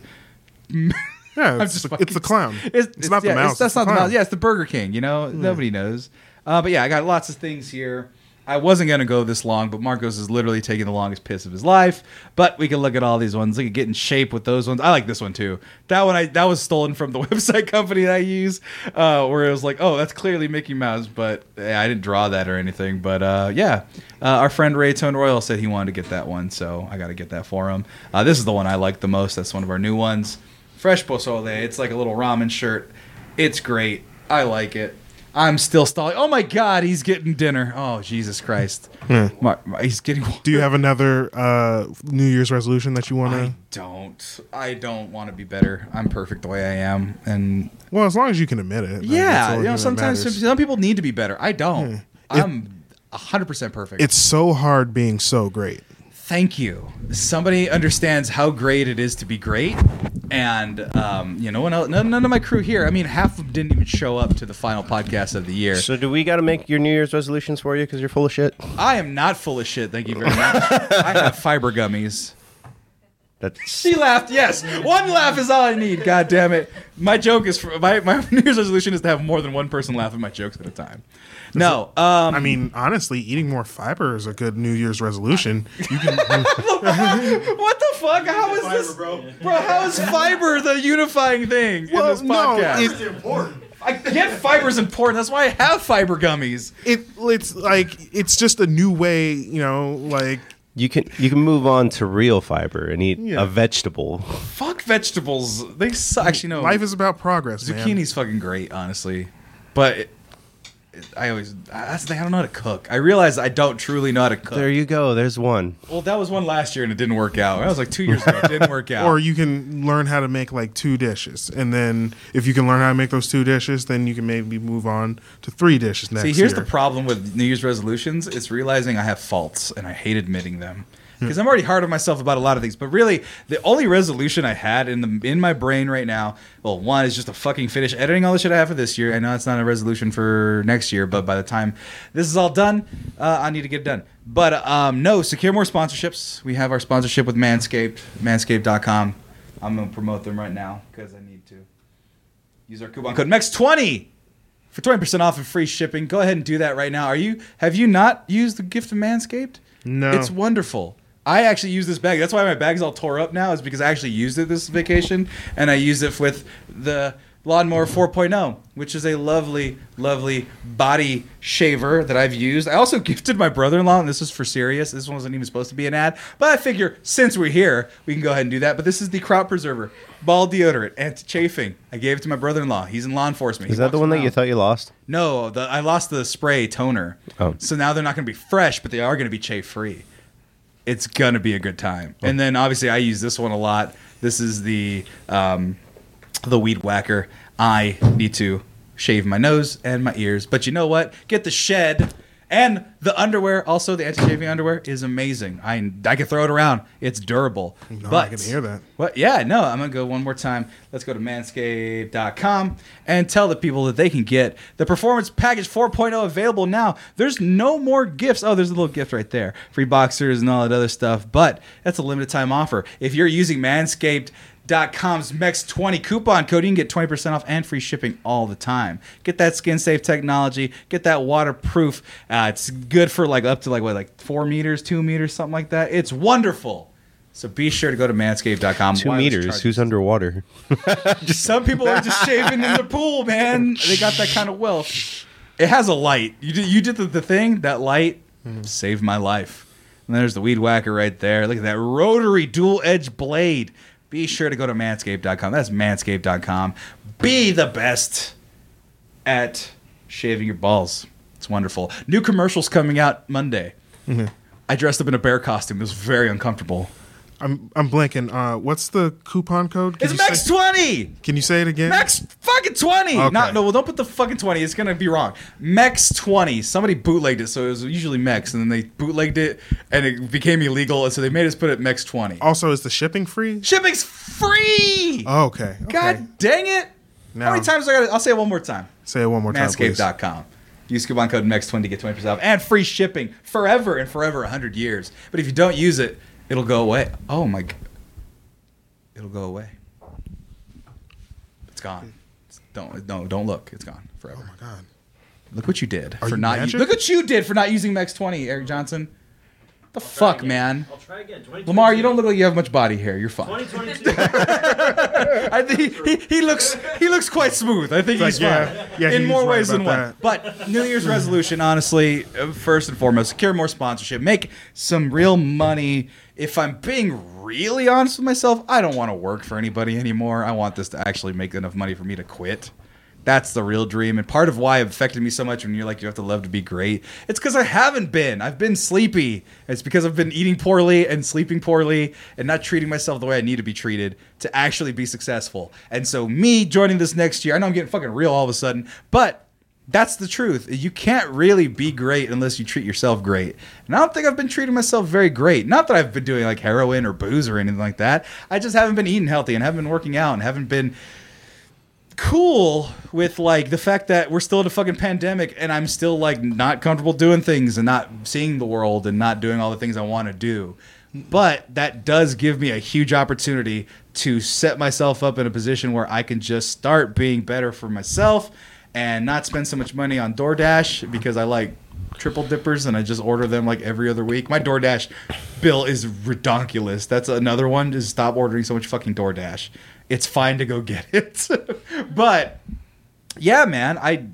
[SPEAKER 8] yeah, it's,
[SPEAKER 1] just
[SPEAKER 8] the,
[SPEAKER 1] fucking-
[SPEAKER 8] it's the clown.
[SPEAKER 1] It's,
[SPEAKER 8] It's, not
[SPEAKER 1] yeah,
[SPEAKER 8] the
[SPEAKER 1] it's-
[SPEAKER 8] mouse.
[SPEAKER 1] that's
[SPEAKER 8] it's
[SPEAKER 1] not the
[SPEAKER 8] clown.
[SPEAKER 1] mouse. Yeah, it's the Burger King. You know, nobody knows. Uh, but yeah, I got lots of things here. I wasn't gonna go this long, but Marcos is literally taking the longest piss of his life. But we can look at all these ones. Look at get in shape with those ones. I like this one too. That one I that was stolen from the website company that I use, uh, where it was like, oh, that's clearly Mickey Mouse, but eh, I didn't draw that or anything. But uh, yeah, uh, our friend Ray Tone Royal said he wanted to get that one, so I got to get that for him. Uh, this is the one I like the most. That's one of our new ones. fresh pozole. It's like a little ramen shirt. It's great. I like it. I'm still stalling. Oh my god, he's getting dinner. Oh Jesus Christ. My- my- he's getting.
[SPEAKER 8] Do you have another uh, New Year's resolution that you want
[SPEAKER 1] I
[SPEAKER 8] to?
[SPEAKER 1] don't. I don't want to be better. I'm perfect the way I am. And
[SPEAKER 8] Well, as long as you can admit it. like, that's
[SPEAKER 1] yeah, you
[SPEAKER 8] the only thing
[SPEAKER 1] know,
[SPEAKER 8] that
[SPEAKER 1] sometimes some,
[SPEAKER 8] matters.
[SPEAKER 1] some people need to be better. I don't. Hmm. I'm 100% perfect.
[SPEAKER 8] it's so hard being so great.
[SPEAKER 1] Thank you. Somebody understands how great it is to be great. And, um, you know, when I, none, none of my crew here, I mean, half of them didn't even show up to the final podcast of the year.
[SPEAKER 2] So do we got to make your New Year's resolutions for you because you're full of shit?
[SPEAKER 1] I am not full of shit. Thank you very much. I have fiber gummies.
[SPEAKER 2] That's
[SPEAKER 1] She laughed. Yes, one laugh is all I need. God damn it! My joke is for, my my New Year's resolution is to have more than one person laugh at my jokes at a time. No, um,
[SPEAKER 8] I mean, honestly, eating more fiber is a good New Year's resolution. You can
[SPEAKER 1] what the fuck? How is this, bro? How is fiber the unifying thing in this podcast?
[SPEAKER 8] it-
[SPEAKER 1] I get fiber's important. That's why I have fiber gummies.
[SPEAKER 8] it it's like it's just a new way, you know, like
[SPEAKER 2] you can you can move on to real fiber and eat
[SPEAKER 8] Yeah.
[SPEAKER 2] a vegetable.
[SPEAKER 1] Fuck vegetables. They suck. Actually, no.
[SPEAKER 8] life is about progress, man.
[SPEAKER 1] zucchini's fucking great, honestly. But it, it- I always that's the thing. I don't know how to cook. I realize I don't truly know how to cook.
[SPEAKER 2] There you go. There's one.
[SPEAKER 1] Well, that was one last year and it didn't work out. That was like two years ago. It didn't work out.
[SPEAKER 8] Or you can learn how to make like two dishes, and then if you can learn how to make those two dishes, then you can maybe move on to three dishes next
[SPEAKER 1] See, here's
[SPEAKER 8] year.
[SPEAKER 1] the problem with New Year's resolutions it's realizing I have faults and I hate admitting them. Because I'm already hard on myself about a lot of things, but really, the only resolution I had in the in my brain right now, well, one is just to fucking finish editing all the shit I have for this year. I know it's not a resolution for next year, but by the time this is all done, uh, I need to get it done. But um, no, secure more sponsorships. We have our sponsorship with Manscaped, Manscaped.com. I'm gonna promote them right now because I need to. Use our coupon code MEX20 for 20% off and free shipping. Go ahead and do that right now. Are you have you not used the gift of Manscaped?
[SPEAKER 8] No.
[SPEAKER 1] It's wonderful. I actually use this bag. That's why my bag's all tore up now is because I actually used it this vacation and I used it with the Lawnmower 4.0, which is a lovely, lovely body shaver that I've used. I also gifted my brother-in-law, and this is for serious. This one wasn't even supposed to be an ad, but I figure since we're here, we can go ahead and do that. But this is the Crop Preserver Ball Deodorant Anti-Chafing. I gave it to my brother-in-law. He's in law enforcement.
[SPEAKER 2] Is
[SPEAKER 1] He
[SPEAKER 2] that the
[SPEAKER 1] walks
[SPEAKER 2] one that
[SPEAKER 1] around.
[SPEAKER 2] you thought you lost?
[SPEAKER 1] No, the, I lost the spray toner.
[SPEAKER 2] Oh.
[SPEAKER 1] So now they're not going to be fresh, but they are going to be chafe free. It's going to be a good time.
[SPEAKER 8] Oh.
[SPEAKER 1] And then obviously I use this one a lot. This is the um, the weed whacker. I need to shave my nose and my ears. But you know what? Get the shed and the underwear. Also, the anti-shaving underwear is amazing. I I can throw it around. It's durable.
[SPEAKER 8] I
[SPEAKER 1] but
[SPEAKER 8] can hear that.
[SPEAKER 1] what? Yeah, no, I'm going to go one more time. Let's go to manscaped.com and tell the people that they can get the Performance Package 4.0 available now. There's no more gifts. Oh, there's a little gift right there. Free boxers and all that other stuff, but that's a limited time offer. If you're using manscaped.com's MEX20 coupon code, you can get 20% off and free shipping all the time. Get that skin safe technology, get that waterproof. Uh, it's good for like up to like what, like four meters, two meters, something like that. It's wonderful. So be sure to go to manscaped.com.
[SPEAKER 2] Two
[SPEAKER 1] Why was
[SPEAKER 2] meters.
[SPEAKER 1] charged-
[SPEAKER 2] Who's underwater?
[SPEAKER 1] Some people are just shaving in the pool, man. They got that kind of wealth. It has a light. You did, you did the, the thing. That light
[SPEAKER 2] Mm-hmm.
[SPEAKER 1] saved my life. And there's the weed whacker right there. Look at that rotary dual edge blade. Be sure to go to manscaped.com. That's manscaped.com. Be the best at shaving your balls. It's wonderful. New commercials coming out Monday.
[SPEAKER 2] Mm-hmm.
[SPEAKER 1] I dressed up in a bear costume. It was very uncomfortable.
[SPEAKER 8] I'm I'm blanking. Uh, what's the coupon code? Can
[SPEAKER 1] It's
[SPEAKER 8] you
[SPEAKER 1] max
[SPEAKER 8] say,
[SPEAKER 1] twenty.
[SPEAKER 8] Can you say it again?
[SPEAKER 1] Max fucking twenty.
[SPEAKER 8] Okay.
[SPEAKER 1] No, no, well, don't put the fucking twenty. It's gonna be wrong. Max twenty. Somebody bootlegged it, so it was usually Mex, and then they bootlegged it, and it became illegal, and so they made us put it Mex twenty.
[SPEAKER 8] Also, is the shipping free?
[SPEAKER 1] Shipping's free.
[SPEAKER 8] Oh, okay. okay.
[SPEAKER 1] God dang it! How
[SPEAKER 8] Now-
[SPEAKER 1] many times do I got? to I'll say it one more time.
[SPEAKER 8] Say it one more time, please.
[SPEAKER 1] Manscaped.com. Use coupon code MEX20 to get 20% off and free shipping forever and forever 100 years. But if you don't use it, it'll go away. Oh my God. It'll go away. It's gone. It's- Don't no, don't look. It's gone forever.
[SPEAKER 8] Oh my God.
[SPEAKER 1] Look what you did for
[SPEAKER 8] Are you
[SPEAKER 1] not
[SPEAKER 8] magic?
[SPEAKER 1] u- Look what you did for not using MEX20, Eric Johnson. The fuck, man.
[SPEAKER 6] I'll try again.
[SPEAKER 1] Lamar, you don't look like you have much body hair. You're fine.
[SPEAKER 6] 2022.
[SPEAKER 1] I think he, he, he looks he looks quite smooth. I think he's
[SPEAKER 8] Like, yeah,
[SPEAKER 1] fine
[SPEAKER 8] yeah,
[SPEAKER 1] in
[SPEAKER 8] he's
[SPEAKER 1] more
[SPEAKER 8] right
[SPEAKER 1] ways than
[SPEAKER 8] about
[SPEAKER 1] one. But New Year's resolution, honestly, uh, first and foremost, secure more sponsorship, make some real money. If I'm being really honest with myself, I don't want to work for anybody anymore. I want this to actually make enough money for me to quit. That's the real dream. And part of why it affected me so much when you're like, you have to love to be great, it's because I haven't been. I've been sleepy. It's because I've been eating poorly and sleeping poorly and not treating myself the way I need to be treated to actually be successful. And so, me joining this next year, I know I'm getting fucking real all of a sudden, but that's the truth. You can't really be great unless you treat yourself great. And I don't think I've been treating myself very great. Not that I've been doing like heroin or booze or anything like that. I just haven't been eating healthy and haven't been working out and haven't been cool with like the fact that we're still in a fucking pandemic and I'm still like not comfortable doing things and not seeing the world and not doing all the things I want to do. But that does give me a huge opportunity to set myself up in a position where I can just start being better for myself and not spend so much money on DoorDash because I like triple dippers and I just order them like every other week. My DoorDash bill is redonkulous. That's another one is stop ordering so much fucking DoorDash. It's fine to go get it. but yeah, man, I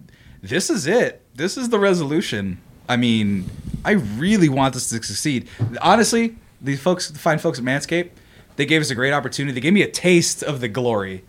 [SPEAKER 1] this is it. This is the resolution. I mean, I really want this to succeed. Honestly, the folks, the fine folks at Manscaped, they gave us a great opportunity. They gave me a taste of the glory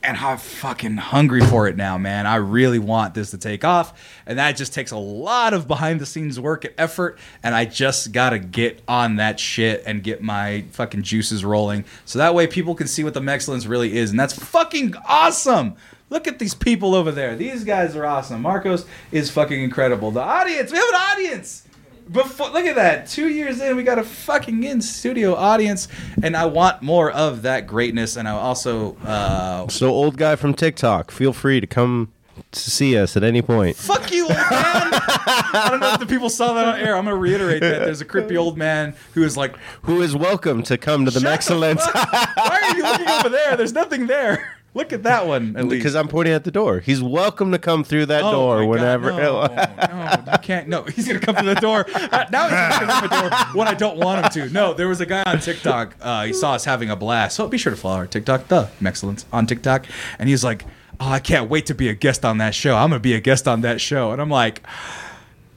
[SPEAKER 1] and I'm fucking hungry for it now, man. I really want this to take off, and that just takes a lot of behind the scenes work and effort. And I just gotta get on that shit and get my fucking juices rolling, so that way people can see what the excellence really is, and that's fucking awesome. Look at these people over there. These guys are awesome. Marcos is fucking incredible. The audience, we have an audience. Before, look at that. Two years in, we got a fucking in studio audience, and I want more of that greatness. And I also uh,
[SPEAKER 2] So, old guy from TikTok, feel free to come to see us at any point.
[SPEAKER 1] Fuck you, old man! I don't know if the people saw that on air. I'm gonna reiterate that there's a creepy old man who is like,
[SPEAKER 2] Who is welcome to come to the
[SPEAKER 1] "Shut the
[SPEAKER 2] Excellence?
[SPEAKER 1] fuck- Why are you looking over there? There's nothing there. Look at that one at least.
[SPEAKER 2] Because I'm pointing at the door. He's welcome to come through that door
[SPEAKER 1] Oh my God,
[SPEAKER 2] whenever. Oh,
[SPEAKER 1] no, no, you can't. No, he's gonna come to the door. Uh, now he's gonna come to the door when I don't want him to. No, there was a guy on TikTok. Uh, he saw us having a blast. So be sure to follow our TikTok, the Excellence on TikTok, and he's like, "Oh, I can't wait to be a guest on that show. I'm gonna be a guest on that show." And I'm like.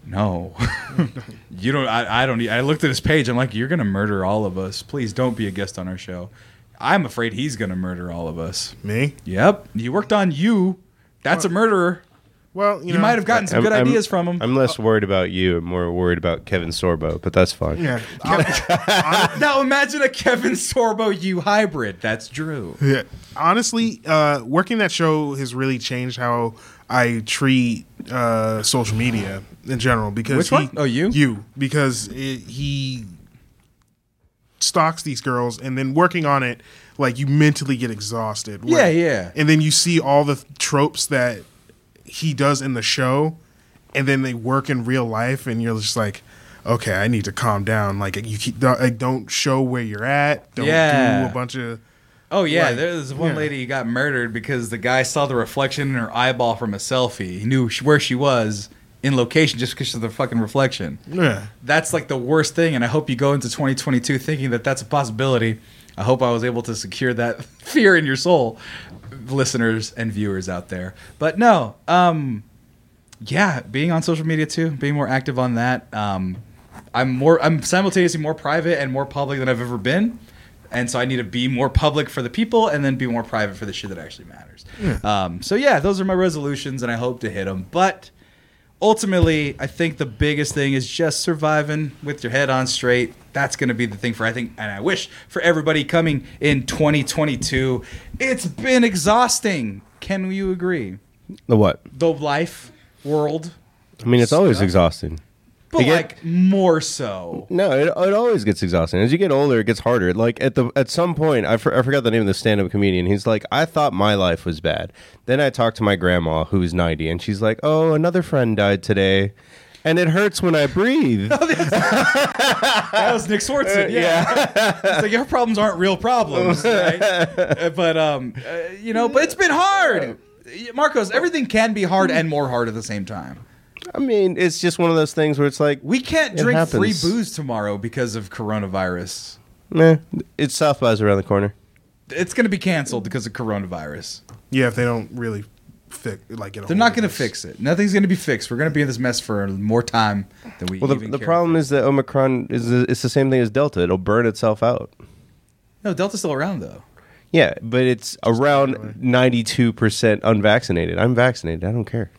[SPEAKER 1] No, you don't. I, I don't. e, I looked at his page. I'm like, you're gonna murder all of us. Please don't be a guest on our show. I'm afraid he's gonna murder all of us.
[SPEAKER 8] Me?
[SPEAKER 1] Yep, you worked on you. That's a murderer.
[SPEAKER 8] Well, you,
[SPEAKER 1] You
[SPEAKER 8] know,
[SPEAKER 1] might have gotten some good
[SPEAKER 2] I'm-
[SPEAKER 1] ideas from him.
[SPEAKER 2] I'm less worried about you and more worried about Kevin Sorbo, but that's fine.
[SPEAKER 8] Yeah, Kev-
[SPEAKER 1] now imagine a Kevin Sorbo you hybrid. That's Drew.
[SPEAKER 8] yeah. Honestly, uh, working that show has really changed how I treat uh, social media in general. Because
[SPEAKER 1] Which
[SPEAKER 8] he-
[SPEAKER 1] one? Oh, you?
[SPEAKER 8] you because it, he stalks these girls, and then working on it, like you mentally get exhausted.
[SPEAKER 1] Yeah, yeah.
[SPEAKER 8] And then you see all the tropes that he does in the show, and then they work in real life, and you're just like, okay, I need to calm down. Like you keep, don't- like, don't show where you're at. Don't
[SPEAKER 1] Yeah.
[SPEAKER 8] do a bunch of.
[SPEAKER 1] Oh yeah,
[SPEAKER 8] Right.
[SPEAKER 1] there's one
[SPEAKER 8] Yeah.
[SPEAKER 1] lady who got murdered because the guy saw the reflection in her eyeball from a selfie. He knew sh- where she was in location just because of the fucking reflection.
[SPEAKER 8] Yeah.
[SPEAKER 1] That's like the worst thing, and I hope you go into 2022 thinking that that's a possibility. I hope I was able to secure that fear in your soul, listeners and viewers out there. But no, um, yeah, being on social media too, being more active on that. Um, I'm more, I'm simultaneously more private and more public than I've ever been, and so I need to be more public for the people and then be more private for the shit that actually matters. Um, so yeah, those are my resolutions, and I hope to hit them. But ultimately, I think the biggest thing is just surviving with your head on straight. That's going to be the thing for I think, and I wish for everybody coming in 2022. It's been exhausting. Can you agree?
[SPEAKER 2] The what?
[SPEAKER 1] The life world,
[SPEAKER 2] I mean, it's always exhausting.
[SPEAKER 1] but
[SPEAKER 2] Again-
[SPEAKER 1] like more so.
[SPEAKER 2] No, it, it always gets exhausting. As you get older, it gets harder. Like at the at some point, I, for, I forgot the name of the stand up comedian. He's like, I thought my life was bad. Then I talked to my grandma who's ninety, and she's like, Oh, another friend died today, and it hurts when I breathe.
[SPEAKER 1] That was Nick Swartzen. Yeah. it's like your problems aren't real problems, right? Uh, but um, uh, you know, but it's been hard. Marcos, everything can be hard and more hard at the same time.
[SPEAKER 2] I mean, it's just one of those things where it's like,
[SPEAKER 1] We can't drink
[SPEAKER 2] happens.
[SPEAKER 1] free booze tomorrow because of coronavirus.
[SPEAKER 2] meh, it's South by's around the corner.
[SPEAKER 1] It's going to be canceled because of coronavirus.
[SPEAKER 8] Yeah, if they don't really fix, like, get a
[SPEAKER 1] They're
[SPEAKER 8] hold
[SPEAKER 1] not
[SPEAKER 8] of
[SPEAKER 1] going to
[SPEAKER 8] this.
[SPEAKER 1] fix it. Nothing's going to be fixed. We're going to be in this mess for more time than we.
[SPEAKER 2] Well, the,
[SPEAKER 1] even
[SPEAKER 2] the
[SPEAKER 1] care.
[SPEAKER 2] problem is that Omicron is the, it's the same thing as Delta. It'll burn itself out.
[SPEAKER 1] No, Delta's still around though.
[SPEAKER 2] Yeah, but it's around ninety two percent unvaccinated. I'm vaccinated. I don't care.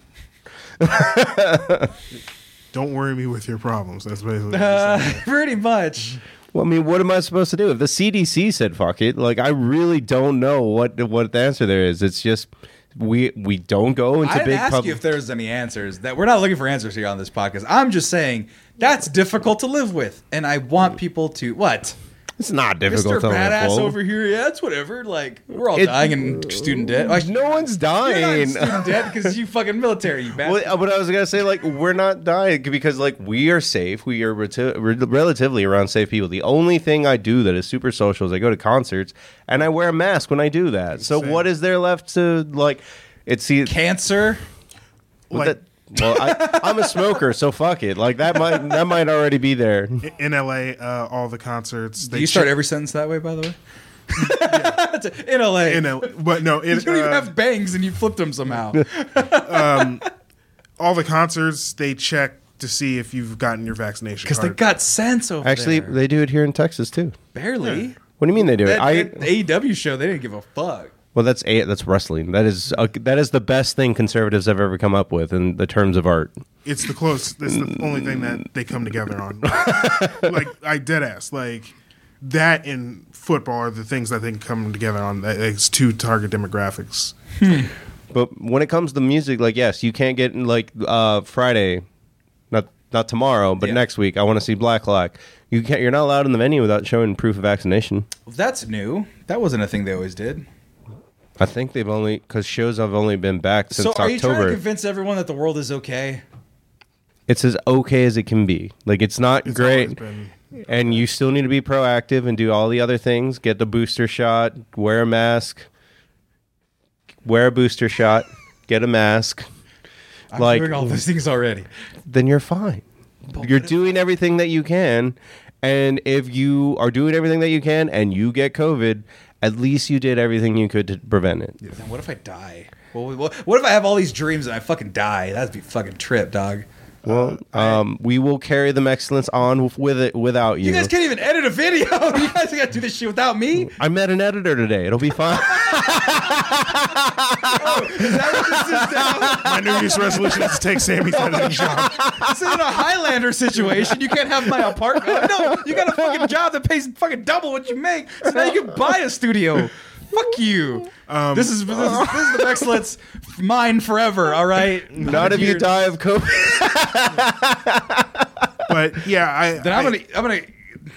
[SPEAKER 8] Don't worry me with your problems. That's basically what you're
[SPEAKER 2] Uh,
[SPEAKER 8] saying.
[SPEAKER 1] Pretty much.
[SPEAKER 2] Well, I mean, what am I supposed to do if the CDC said fuck it? Like, I really don't know what what the answer there is. It's just we we don't go into
[SPEAKER 1] I didn't
[SPEAKER 2] big
[SPEAKER 1] ask
[SPEAKER 2] public.
[SPEAKER 1] you if there's any answers. That we're not looking for answers here on this podcast. I'm just saying that's difficult to live with, and I want people to what.
[SPEAKER 2] it's not
[SPEAKER 1] Mr.
[SPEAKER 2] difficult. to
[SPEAKER 1] Badass
[SPEAKER 2] unfold.
[SPEAKER 1] over here, yeah, it's whatever. Like we're all
[SPEAKER 2] It-
[SPEAKER 1] dying in student debt. Like,
[SPEAKER 2] No one's
[SPEAKER 1] you're not in
[SPEAKER 2] dying.
[SPEAKER 1] student debt because you fucking military, you bastard.
[SPEAKER 2] Well, uh, but I was gonna say like we're not dying because like we are safe. We are reti- re- relatively around safe people. The only thing I do that is super social is I go to concerts and I wear a mask when I do that. So
[SPEAKER 8] Same.
[SPEAKER 2] what is there left to like? It's see,
[SPEAKER 1] Cancer.
[SPEAKER 2] what
[SPEAKER 8] like-
[SPEAKER 2] that- well, I, I'm a smoker, so fuck it. Like that might that might already be there.
[SPEAKER 8] in LA, uh, all the concerts. They
[SPEAKER 1] Do you start
[SPEAKER 8] check-
[SPEAKER 1] every sentence that way, by the way? in LA.
[SPEAKER 8] in LA, but no, in,
[SPEAKER 1] you don't even
[SPEAKER 8] uh,
[SPEAKER 1] have bangs and you flipped them somehow.
[SPEAKER 8] all the concerts they check to see if you've gotten your vaccination.
[SPEAKER 1] Because they
[SPEAKER 8] card.
[SPEAKER 1] got sense over
[SPEAKER 2] Actually,
[SPEAKER 1] there.
[SPEAKER 2] they do it here in Texas too.
[SPEAKER 1] barely.
[SPEAKER 2] What do you mean they do it?
[SPEAKER 1] That,
[SPEAKER 2] I
[SPEAKER 1] that AEW show, they didn't give a fuck.
[SPEAKER 2] well, that's a that's wrestling. That is uh that is the best thing conservatives have ever come up with in the terms of art.
[SPEAKER 8] it's the close. That's the only thing that they come together on. like I dead ass like that and football are the things I think come together on. That- It's two target demographics.
[SPEAKER 2] But when it comes to music, like yes, you can't get like uh, Friday, not not tomorrow, but
[SPEAKER 1] Yeah.
[SPEAKER 2] next week. I want to see Black Lock. You can't. You're not allowed in the venue without showing proof of vaccination.
[SPEAKER 1] That's new. That wasn't a thing they always did.
[SPEAKER 2] I think they've only because shows have only been back since
[SPEAKER 1] so are you trying to
[SPEAKER 2] October.
[SPEAKER 1] convince everyone that the world is okay?
[SPEAKER 2] it's as okay as it can be. Like it's not
[SPEAKER 8] It's always
[SPEAKER 2] great.
[SPEAKER 8] been-
[SPEAKER 2] And you still need to be proactive and do all the other things. Get the booster shot. Wear a mask. Wear a booster shot. Get a mask.
[SPEAKER 1] I'm doing all those things already.
[SPEAKER 2] then you're fine. You're doing everything that you can. And if you are doing everything that you can and you get COVID, at least you did everything you could to prevent it.
[SPEAKER 1] Then what if I die? Well, what, what if I have all these dreams and I fucking die? That'd be fucking trip, dog.
[SPEAKER 2] Well, um, we will carry them excellence on with it without you.
[SPEAKER 1] You guys can't even edit a video. You guys got to do this shit without me.
[SPEAKER 2] I met an editor today. It'll be fine.
[SPEAKER 1] Is that what this is now?
[SPEAKER 8] My New Year's resolution is to take Sammy's editing job.
[SPEAKER 1] This isn't a Highlander situation. You can't have my apartment. No, you got a fucking job that pays fucking double what you make. So now you can buy a studio. Fuck you. this is this is, this is the excellence mine forever. All right.
[SPEAKER 2] Not if you die of COVID.
[SPEAKER 8] But yeah, I
[SPEAKER 1] Then I'm
[SPEAKER 8] I-
[SPEAKER 1] gonna I'm gonna.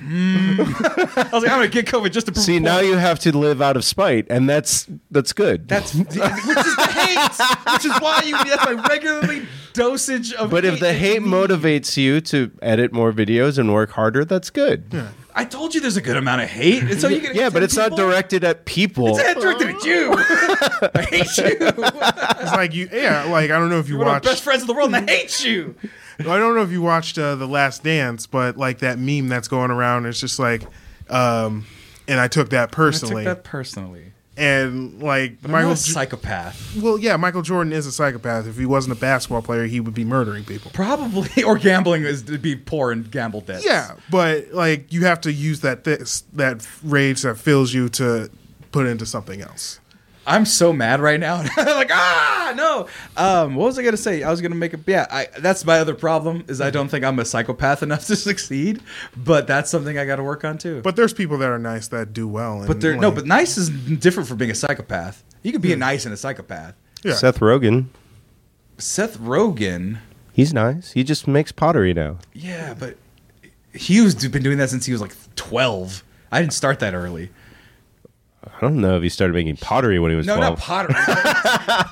[SPEAKER 1] Mm. I was like, I'm gonna get COVID just to prove
[SPEAKER 2] See,
[SPEAKER 1] a
[SPEAKER 2] now
[SPEAKER 1] point.
[SPEAKER 2] you have to live out of spite, and that's that's good.
[SPEAKER 1] That's which is the hate, which is why you. That's my regularly dosage of.
[SPEAKER 2] but if the hate motivates you to edit more videos and work harder, that's good. Yeah,
[SPEAKER 1] I told you there's a good amount of hate, and so you can.
[SPEAKER 2] but it's not directed at people.
[SPEAKER 1] It's not directed at you. I hate you.
[SPEAKER 8] it's like you. Yeah, like I don't know if you
[SPEAKER 1] One of my
[SPEAKER 8] watched.
[SPEAKER 1] best friends in the world, and I hate you.
[SPEAKER 8] I don't know if you watched uh, The Last Dance, but like that meme that's going around, it's just like, um, and I took that personally.
[SPEAKER 1] personally.
[SPEAKER 8] and like
[SPEAKER 1] I'm
[SPEAKER 8] Michael,
[SPEAKER 1] a
[SPEAKER 8] J-
[SPEAKER 1] psychopath,
[SPEAKER 8] well, yeah, Michael Jordan is a psychopath. If he wasn't a basketball player, he would be murdering people.
[SPEAKER 1] probably, or gambling is to be poor and gamble debts.
[SPEAKER 8] Yeah, but like you have to use that this that rage that fills you to put into something else.
[SPEAKER 1] I'm so mad right now. like ah no. Um, what was I gonna say? I was gonna make a yeah. I, that's my other problem is I don't think I'm a psychopath enough to succeed. But that's something I got to work on too.
[SPEAKER 8] But there's people that are nice that do well. And,
[SPEAKER 1] but there no.
[SPEAKER 8] like,
[SPEAKER 1] But nice is different from being a psychopath. You could be
[SPEAKER 8] Hmm.
[SPEAKER 1] a nice and a psychopath.
[SPEAKER 8] yeah.
[SPEAKER 2] Seth Rogen.
[SPEAKER 1] Seth Rogen.
[SPEAKER 2] He's nice. He just makes pottery now.
[SPEAKER 1] Yeah, but Hughes been doing that since he was like 12. I didn't start that early.
[SPEAKER 2] I don't know if he started making pottery when he was
[SPEAKER 1] No,
[SPEAKER 2] 12.
[SPEAKER 1] not pottery.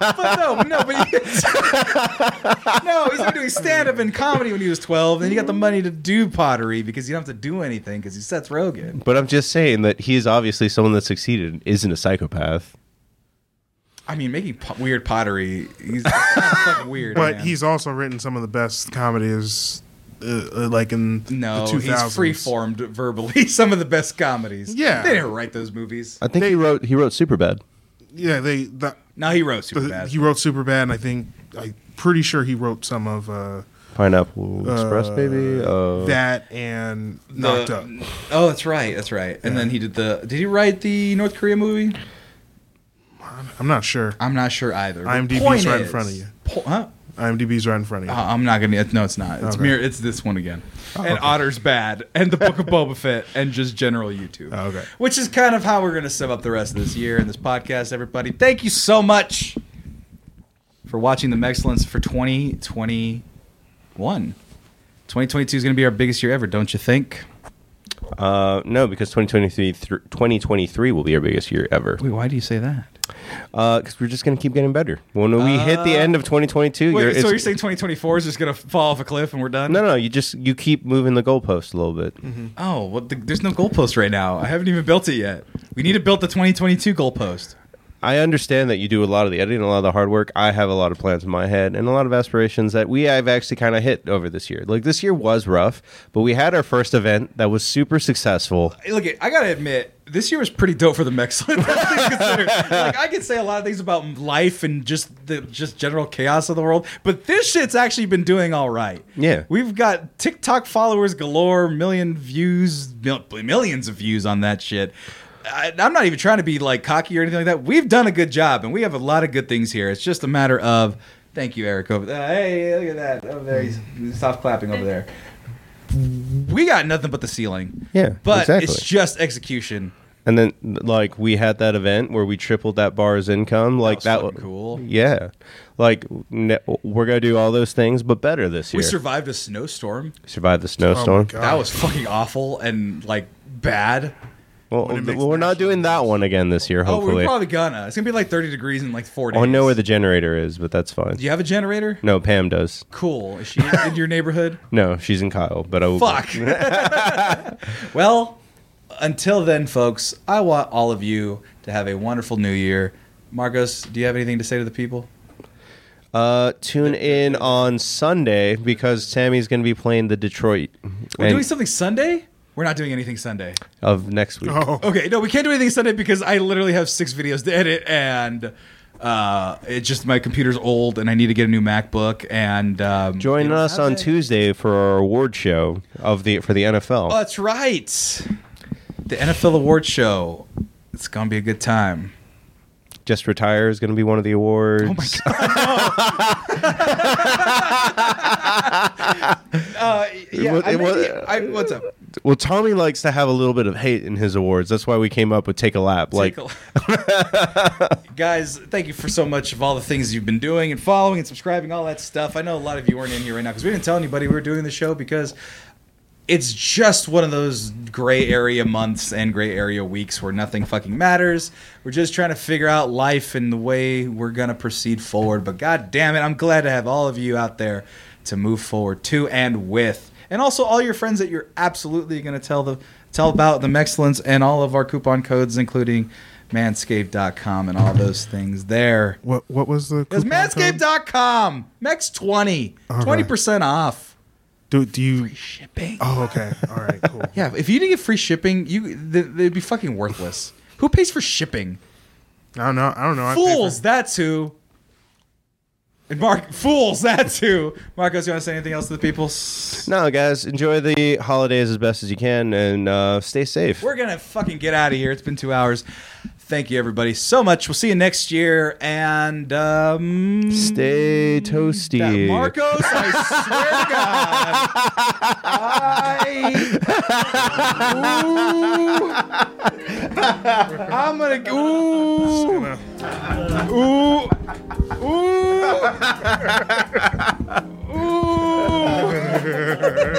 [SPEAKER 1] but no, but no, but he, no, he's been doing stand up and comedy when he was 12. Then he got the money to do pottery because you don't have to do anything because he's Seth Rogen.
[SPEAKER 2] but I'm just saying that he is obviously someone that succeeded and isn't a psychopath.
[SPEAKER 1] I mean, making po- weird pottery, he's fucking weird.
[SPEAKER 8] But
[SPEAKER 1] man.
[SPEAKER 8] he's also written some of the best comedies, uh, uh, like in
[SPEAKER 1] no,
[SPEAKER 8] the
[SPEAKER 1] he's
[SPEAKER 8] 2000s.
[SPEAKER 1] free formed verbally. Some of the best comedies.
[SPEAKER 8] Yeah.
[SPEAKER 1] They didn't write those movies.
[SPEAKER 2] I think he wrote he wrote Superbad.
[SPEAKER 8] Yeah, they uh, the,
[SPEAKER 1] No, he wrote Superbad.
[SPEAKER 8] he wrote Superbad, and I think I'm pretty sure he wrote some of uh,
[SPEAKER 2] Pineapple Express,
[SPEAKER 8] Uh,
[SPEAKER 2] maybe. Uh,
[SPEAKER 8] that and knocked
[SPEAKER 1] The-
[SPEAKER 8] up.
[SPEAKER 1] Oh, that's right. That's right. And then he did the. Did he write the North Korea movie?
[SPEAKER 8] I'm not sure.
[SPEAKER 1] I'm not sure either. but
[SPEAKER 8] IMDb's
[SPEAKER 1] point
[SPEAKER 8] right in front of you.
[SPEAKER 1] Po- huh?
[SPEAKER 8] IMDb's right in front of you.
[SPEAKER 1] Uh, I'm not gonna. No, it's not. It's
[SPEAKER 8] Okay.
[SPEAKER 1] mere. It's this one again. and Otter's bad, and the Book of Boba Fett, and just general YouTube.
[SPEAKER 8] Oh, okay.
[SPEAKER 1] Which is kind of how we're gonna sum up the rest of this year and this podcast. Everybody, thank you so much for watching the Excellence for 2021. 2022 is gonna be our biggest year ever, don't you think?
[SPEAKER 2] uh, no, because 2023, thr 2023 will be our biggest year ever.
[SPEAKER 1] Wait, why do you say that?
[SPEAKER 2] Because we're just going to keep getting better. When we hit the end of 2022,
[SPEAKER 1] Uh, Wait, so
[SPEAKER 2] it's-
[SPEAKER 1] you're saying 2024 is just gonna fall off a cliff and we're done?
[SPEAKER 2] No, no, you just you keep moving the goalpost a little bit.
[SPEAKER 1] Oh, well, th- there's no goalpost right now. I haven't even built it yet. We need to build the 2022 goalpost.
[SPEAKER 2] I understand that you do a lot of the editing, a lot of the hard work. I have a lot of plans in my head and a lot of aspirations that we have actually kind of hit over this year. Like this year was rough, but we had our first event that was super successful.
[SPEAKER 1] Hey, Look, I gotta admit, this year was pretty dope for the Mexicans. all things considered. like, I could say a lot of things about life and just the just general chaos of the world, but this shit's actually been doing all right.
[SPEAKER 2] Yeah.
[SPEAKER 1] we've got TikTok followers galore, million views, mil- millions of views on that shit. I, I'm not even trying to be like cocky or anything like that. We've done a good job, and we have a lot of good things here. It's just a matter of thank you, Eric. Over uh, hey, look at that over there. He's, he's soft clapping over there. We got nothing but the ceiling.
[SPEAKER 2] Yeah,
[SPEAKER 1] but
[SPEAKER 2] exactly.
[SPEAKER 1] it's just execution.
[SPEAKER 2] And then like we had that event where we tripled that bar's income. Like
[SPEAKER 1] was
[SPEAKER 2] that,
[SPEAKER 1] fucking
[SPEAKER 2] w-
[SPEAKER 1] cool.
[SPEAKER 2] Yeah, like ne- we're gonna do all those things, but better this year.
[SPEAKER 1] We survived a snowstorm.
[SPEAKER 2] Survived the
[SPEAKER 8] Oh my
[SPEAKER 2] snowstorm.
[SPEAKER 8] God.
[SPEAKER 1] That was fucking awful and like bad.
[SPEAKER 2] well,
[SPEAKER 8] When it makes
[SPEAKER 2] well, we're not
[SPEAKER 8] national
[SPEAKER 2] doing that one again this year.
[SPEAKER 1] Oh,
[SPEAKER 2] Hopefully,
[SPEAKER 1] we're probably gonna. It's gonna be like 30 degrees in like four days.
[SPEAKER 2] I know where the generator is, but that's fine.
[SPEAKER 1] Do you have a generator?
[SPEAKER 2] No, Pam does.
[SPEAKER 1] Cool. Is she in your neighborhood?
[SPEAKER 2] No, she's in Kyle, but I will.
[SPEAKER 1] Fuck. well, until then, folks, I want all of you to have a wonderful new year. Marcos, do you have anything to say to the people?
[SPEAKER 2] Uh, tune in on Sunday because Sammy's going to be playing the Detroit
[SPEAKER 1] We're
[SPEAKER 2] and-
[SPEAKER 1] doing something Sunday? We're not doing anything Sunday.
[SPEAKER 2] of next week.
[SPEAKER 8] Oh,
[SPEAKER 1] Okay, no, we can't do anything Sunday because I literally have six videos to edit, and uh, it just my computer's old, and I need to get a new MacBook. And um,
[SPEAKER 2] Join us on Tuesday for our award show of the for the NFL.
[SPEAKER 1] oh, that's right, the NFL Awards Show. It's gonna be a good time.
[SPEAKER 2] Just retire is going to be one of the awards. Oh my god!
[SPEAKER 1] Uh, yeah,
[SPEAKER 2] What-
[SPEAKER 1] I
[SPEAKER 2] what-
[SPEAKER 1] maybe- I, what's up?
[SPEAKER 2] Well, Tommy likes to have a little bit of hate in his awards. That's why we came up with take a lap. like
[SPEAKER 1] Take a- guys, thank you for so much of all the things you've been doing and following and subscribing, all that stuff. I know a lot of you weren't in here right now because we didn't tell anybody we were doing the show because it's just one of those gray area months and gray area weeks where nothing fucking matters. We're just trying to figure out life and the way we're gonna proceed forward. But god damn it, I'm glad to have all of you out there to move forward to and with. And also all your friends that you're absolutely gonna tell the tell about the Mexcellence and all of our coupon codes, including manscaped.com and all those things there.
[SPEAKER 8] what what was the?
[SPEAKER 1] It's
[SPEAKER 8] coupon code?
[SPEAKER 1] manscaped.com. Mex 20. 20% off.
[SPEAKER 8] Do, do you?
[SPEAKER 1] Shipping.
[SPEAKER 8] Oh, okay. All right. Cool.
[SPEAKER 1] Yeah, if you didn't get free shipping, you th- they'd be fucking worthless. Who pays for shipping?
[SPEAKER 8] I don't know. I don't know. I pay for-
[SPEAKER 1] Fools, that's who. And Mark, fools, that's who. Marcos, you want to say anything else to the people?
[SPEAKER 2] no, guys, enjoy the holidays as best as you can and uh, stay safe.
[SPEAKER 1] We're gonna fucking get out of here. It's been two hours. Thank you, everybody, so much. We'll see you next year. And um,
[SPEAKER 2] stay toasty.
[SPEAKER 1] that Marcos, I swear to God, I, ooh, I'm gonna, ooh.
[SPEAKER 8] No.
[SPEAKER 1] Ooh. Ooh. Ooh.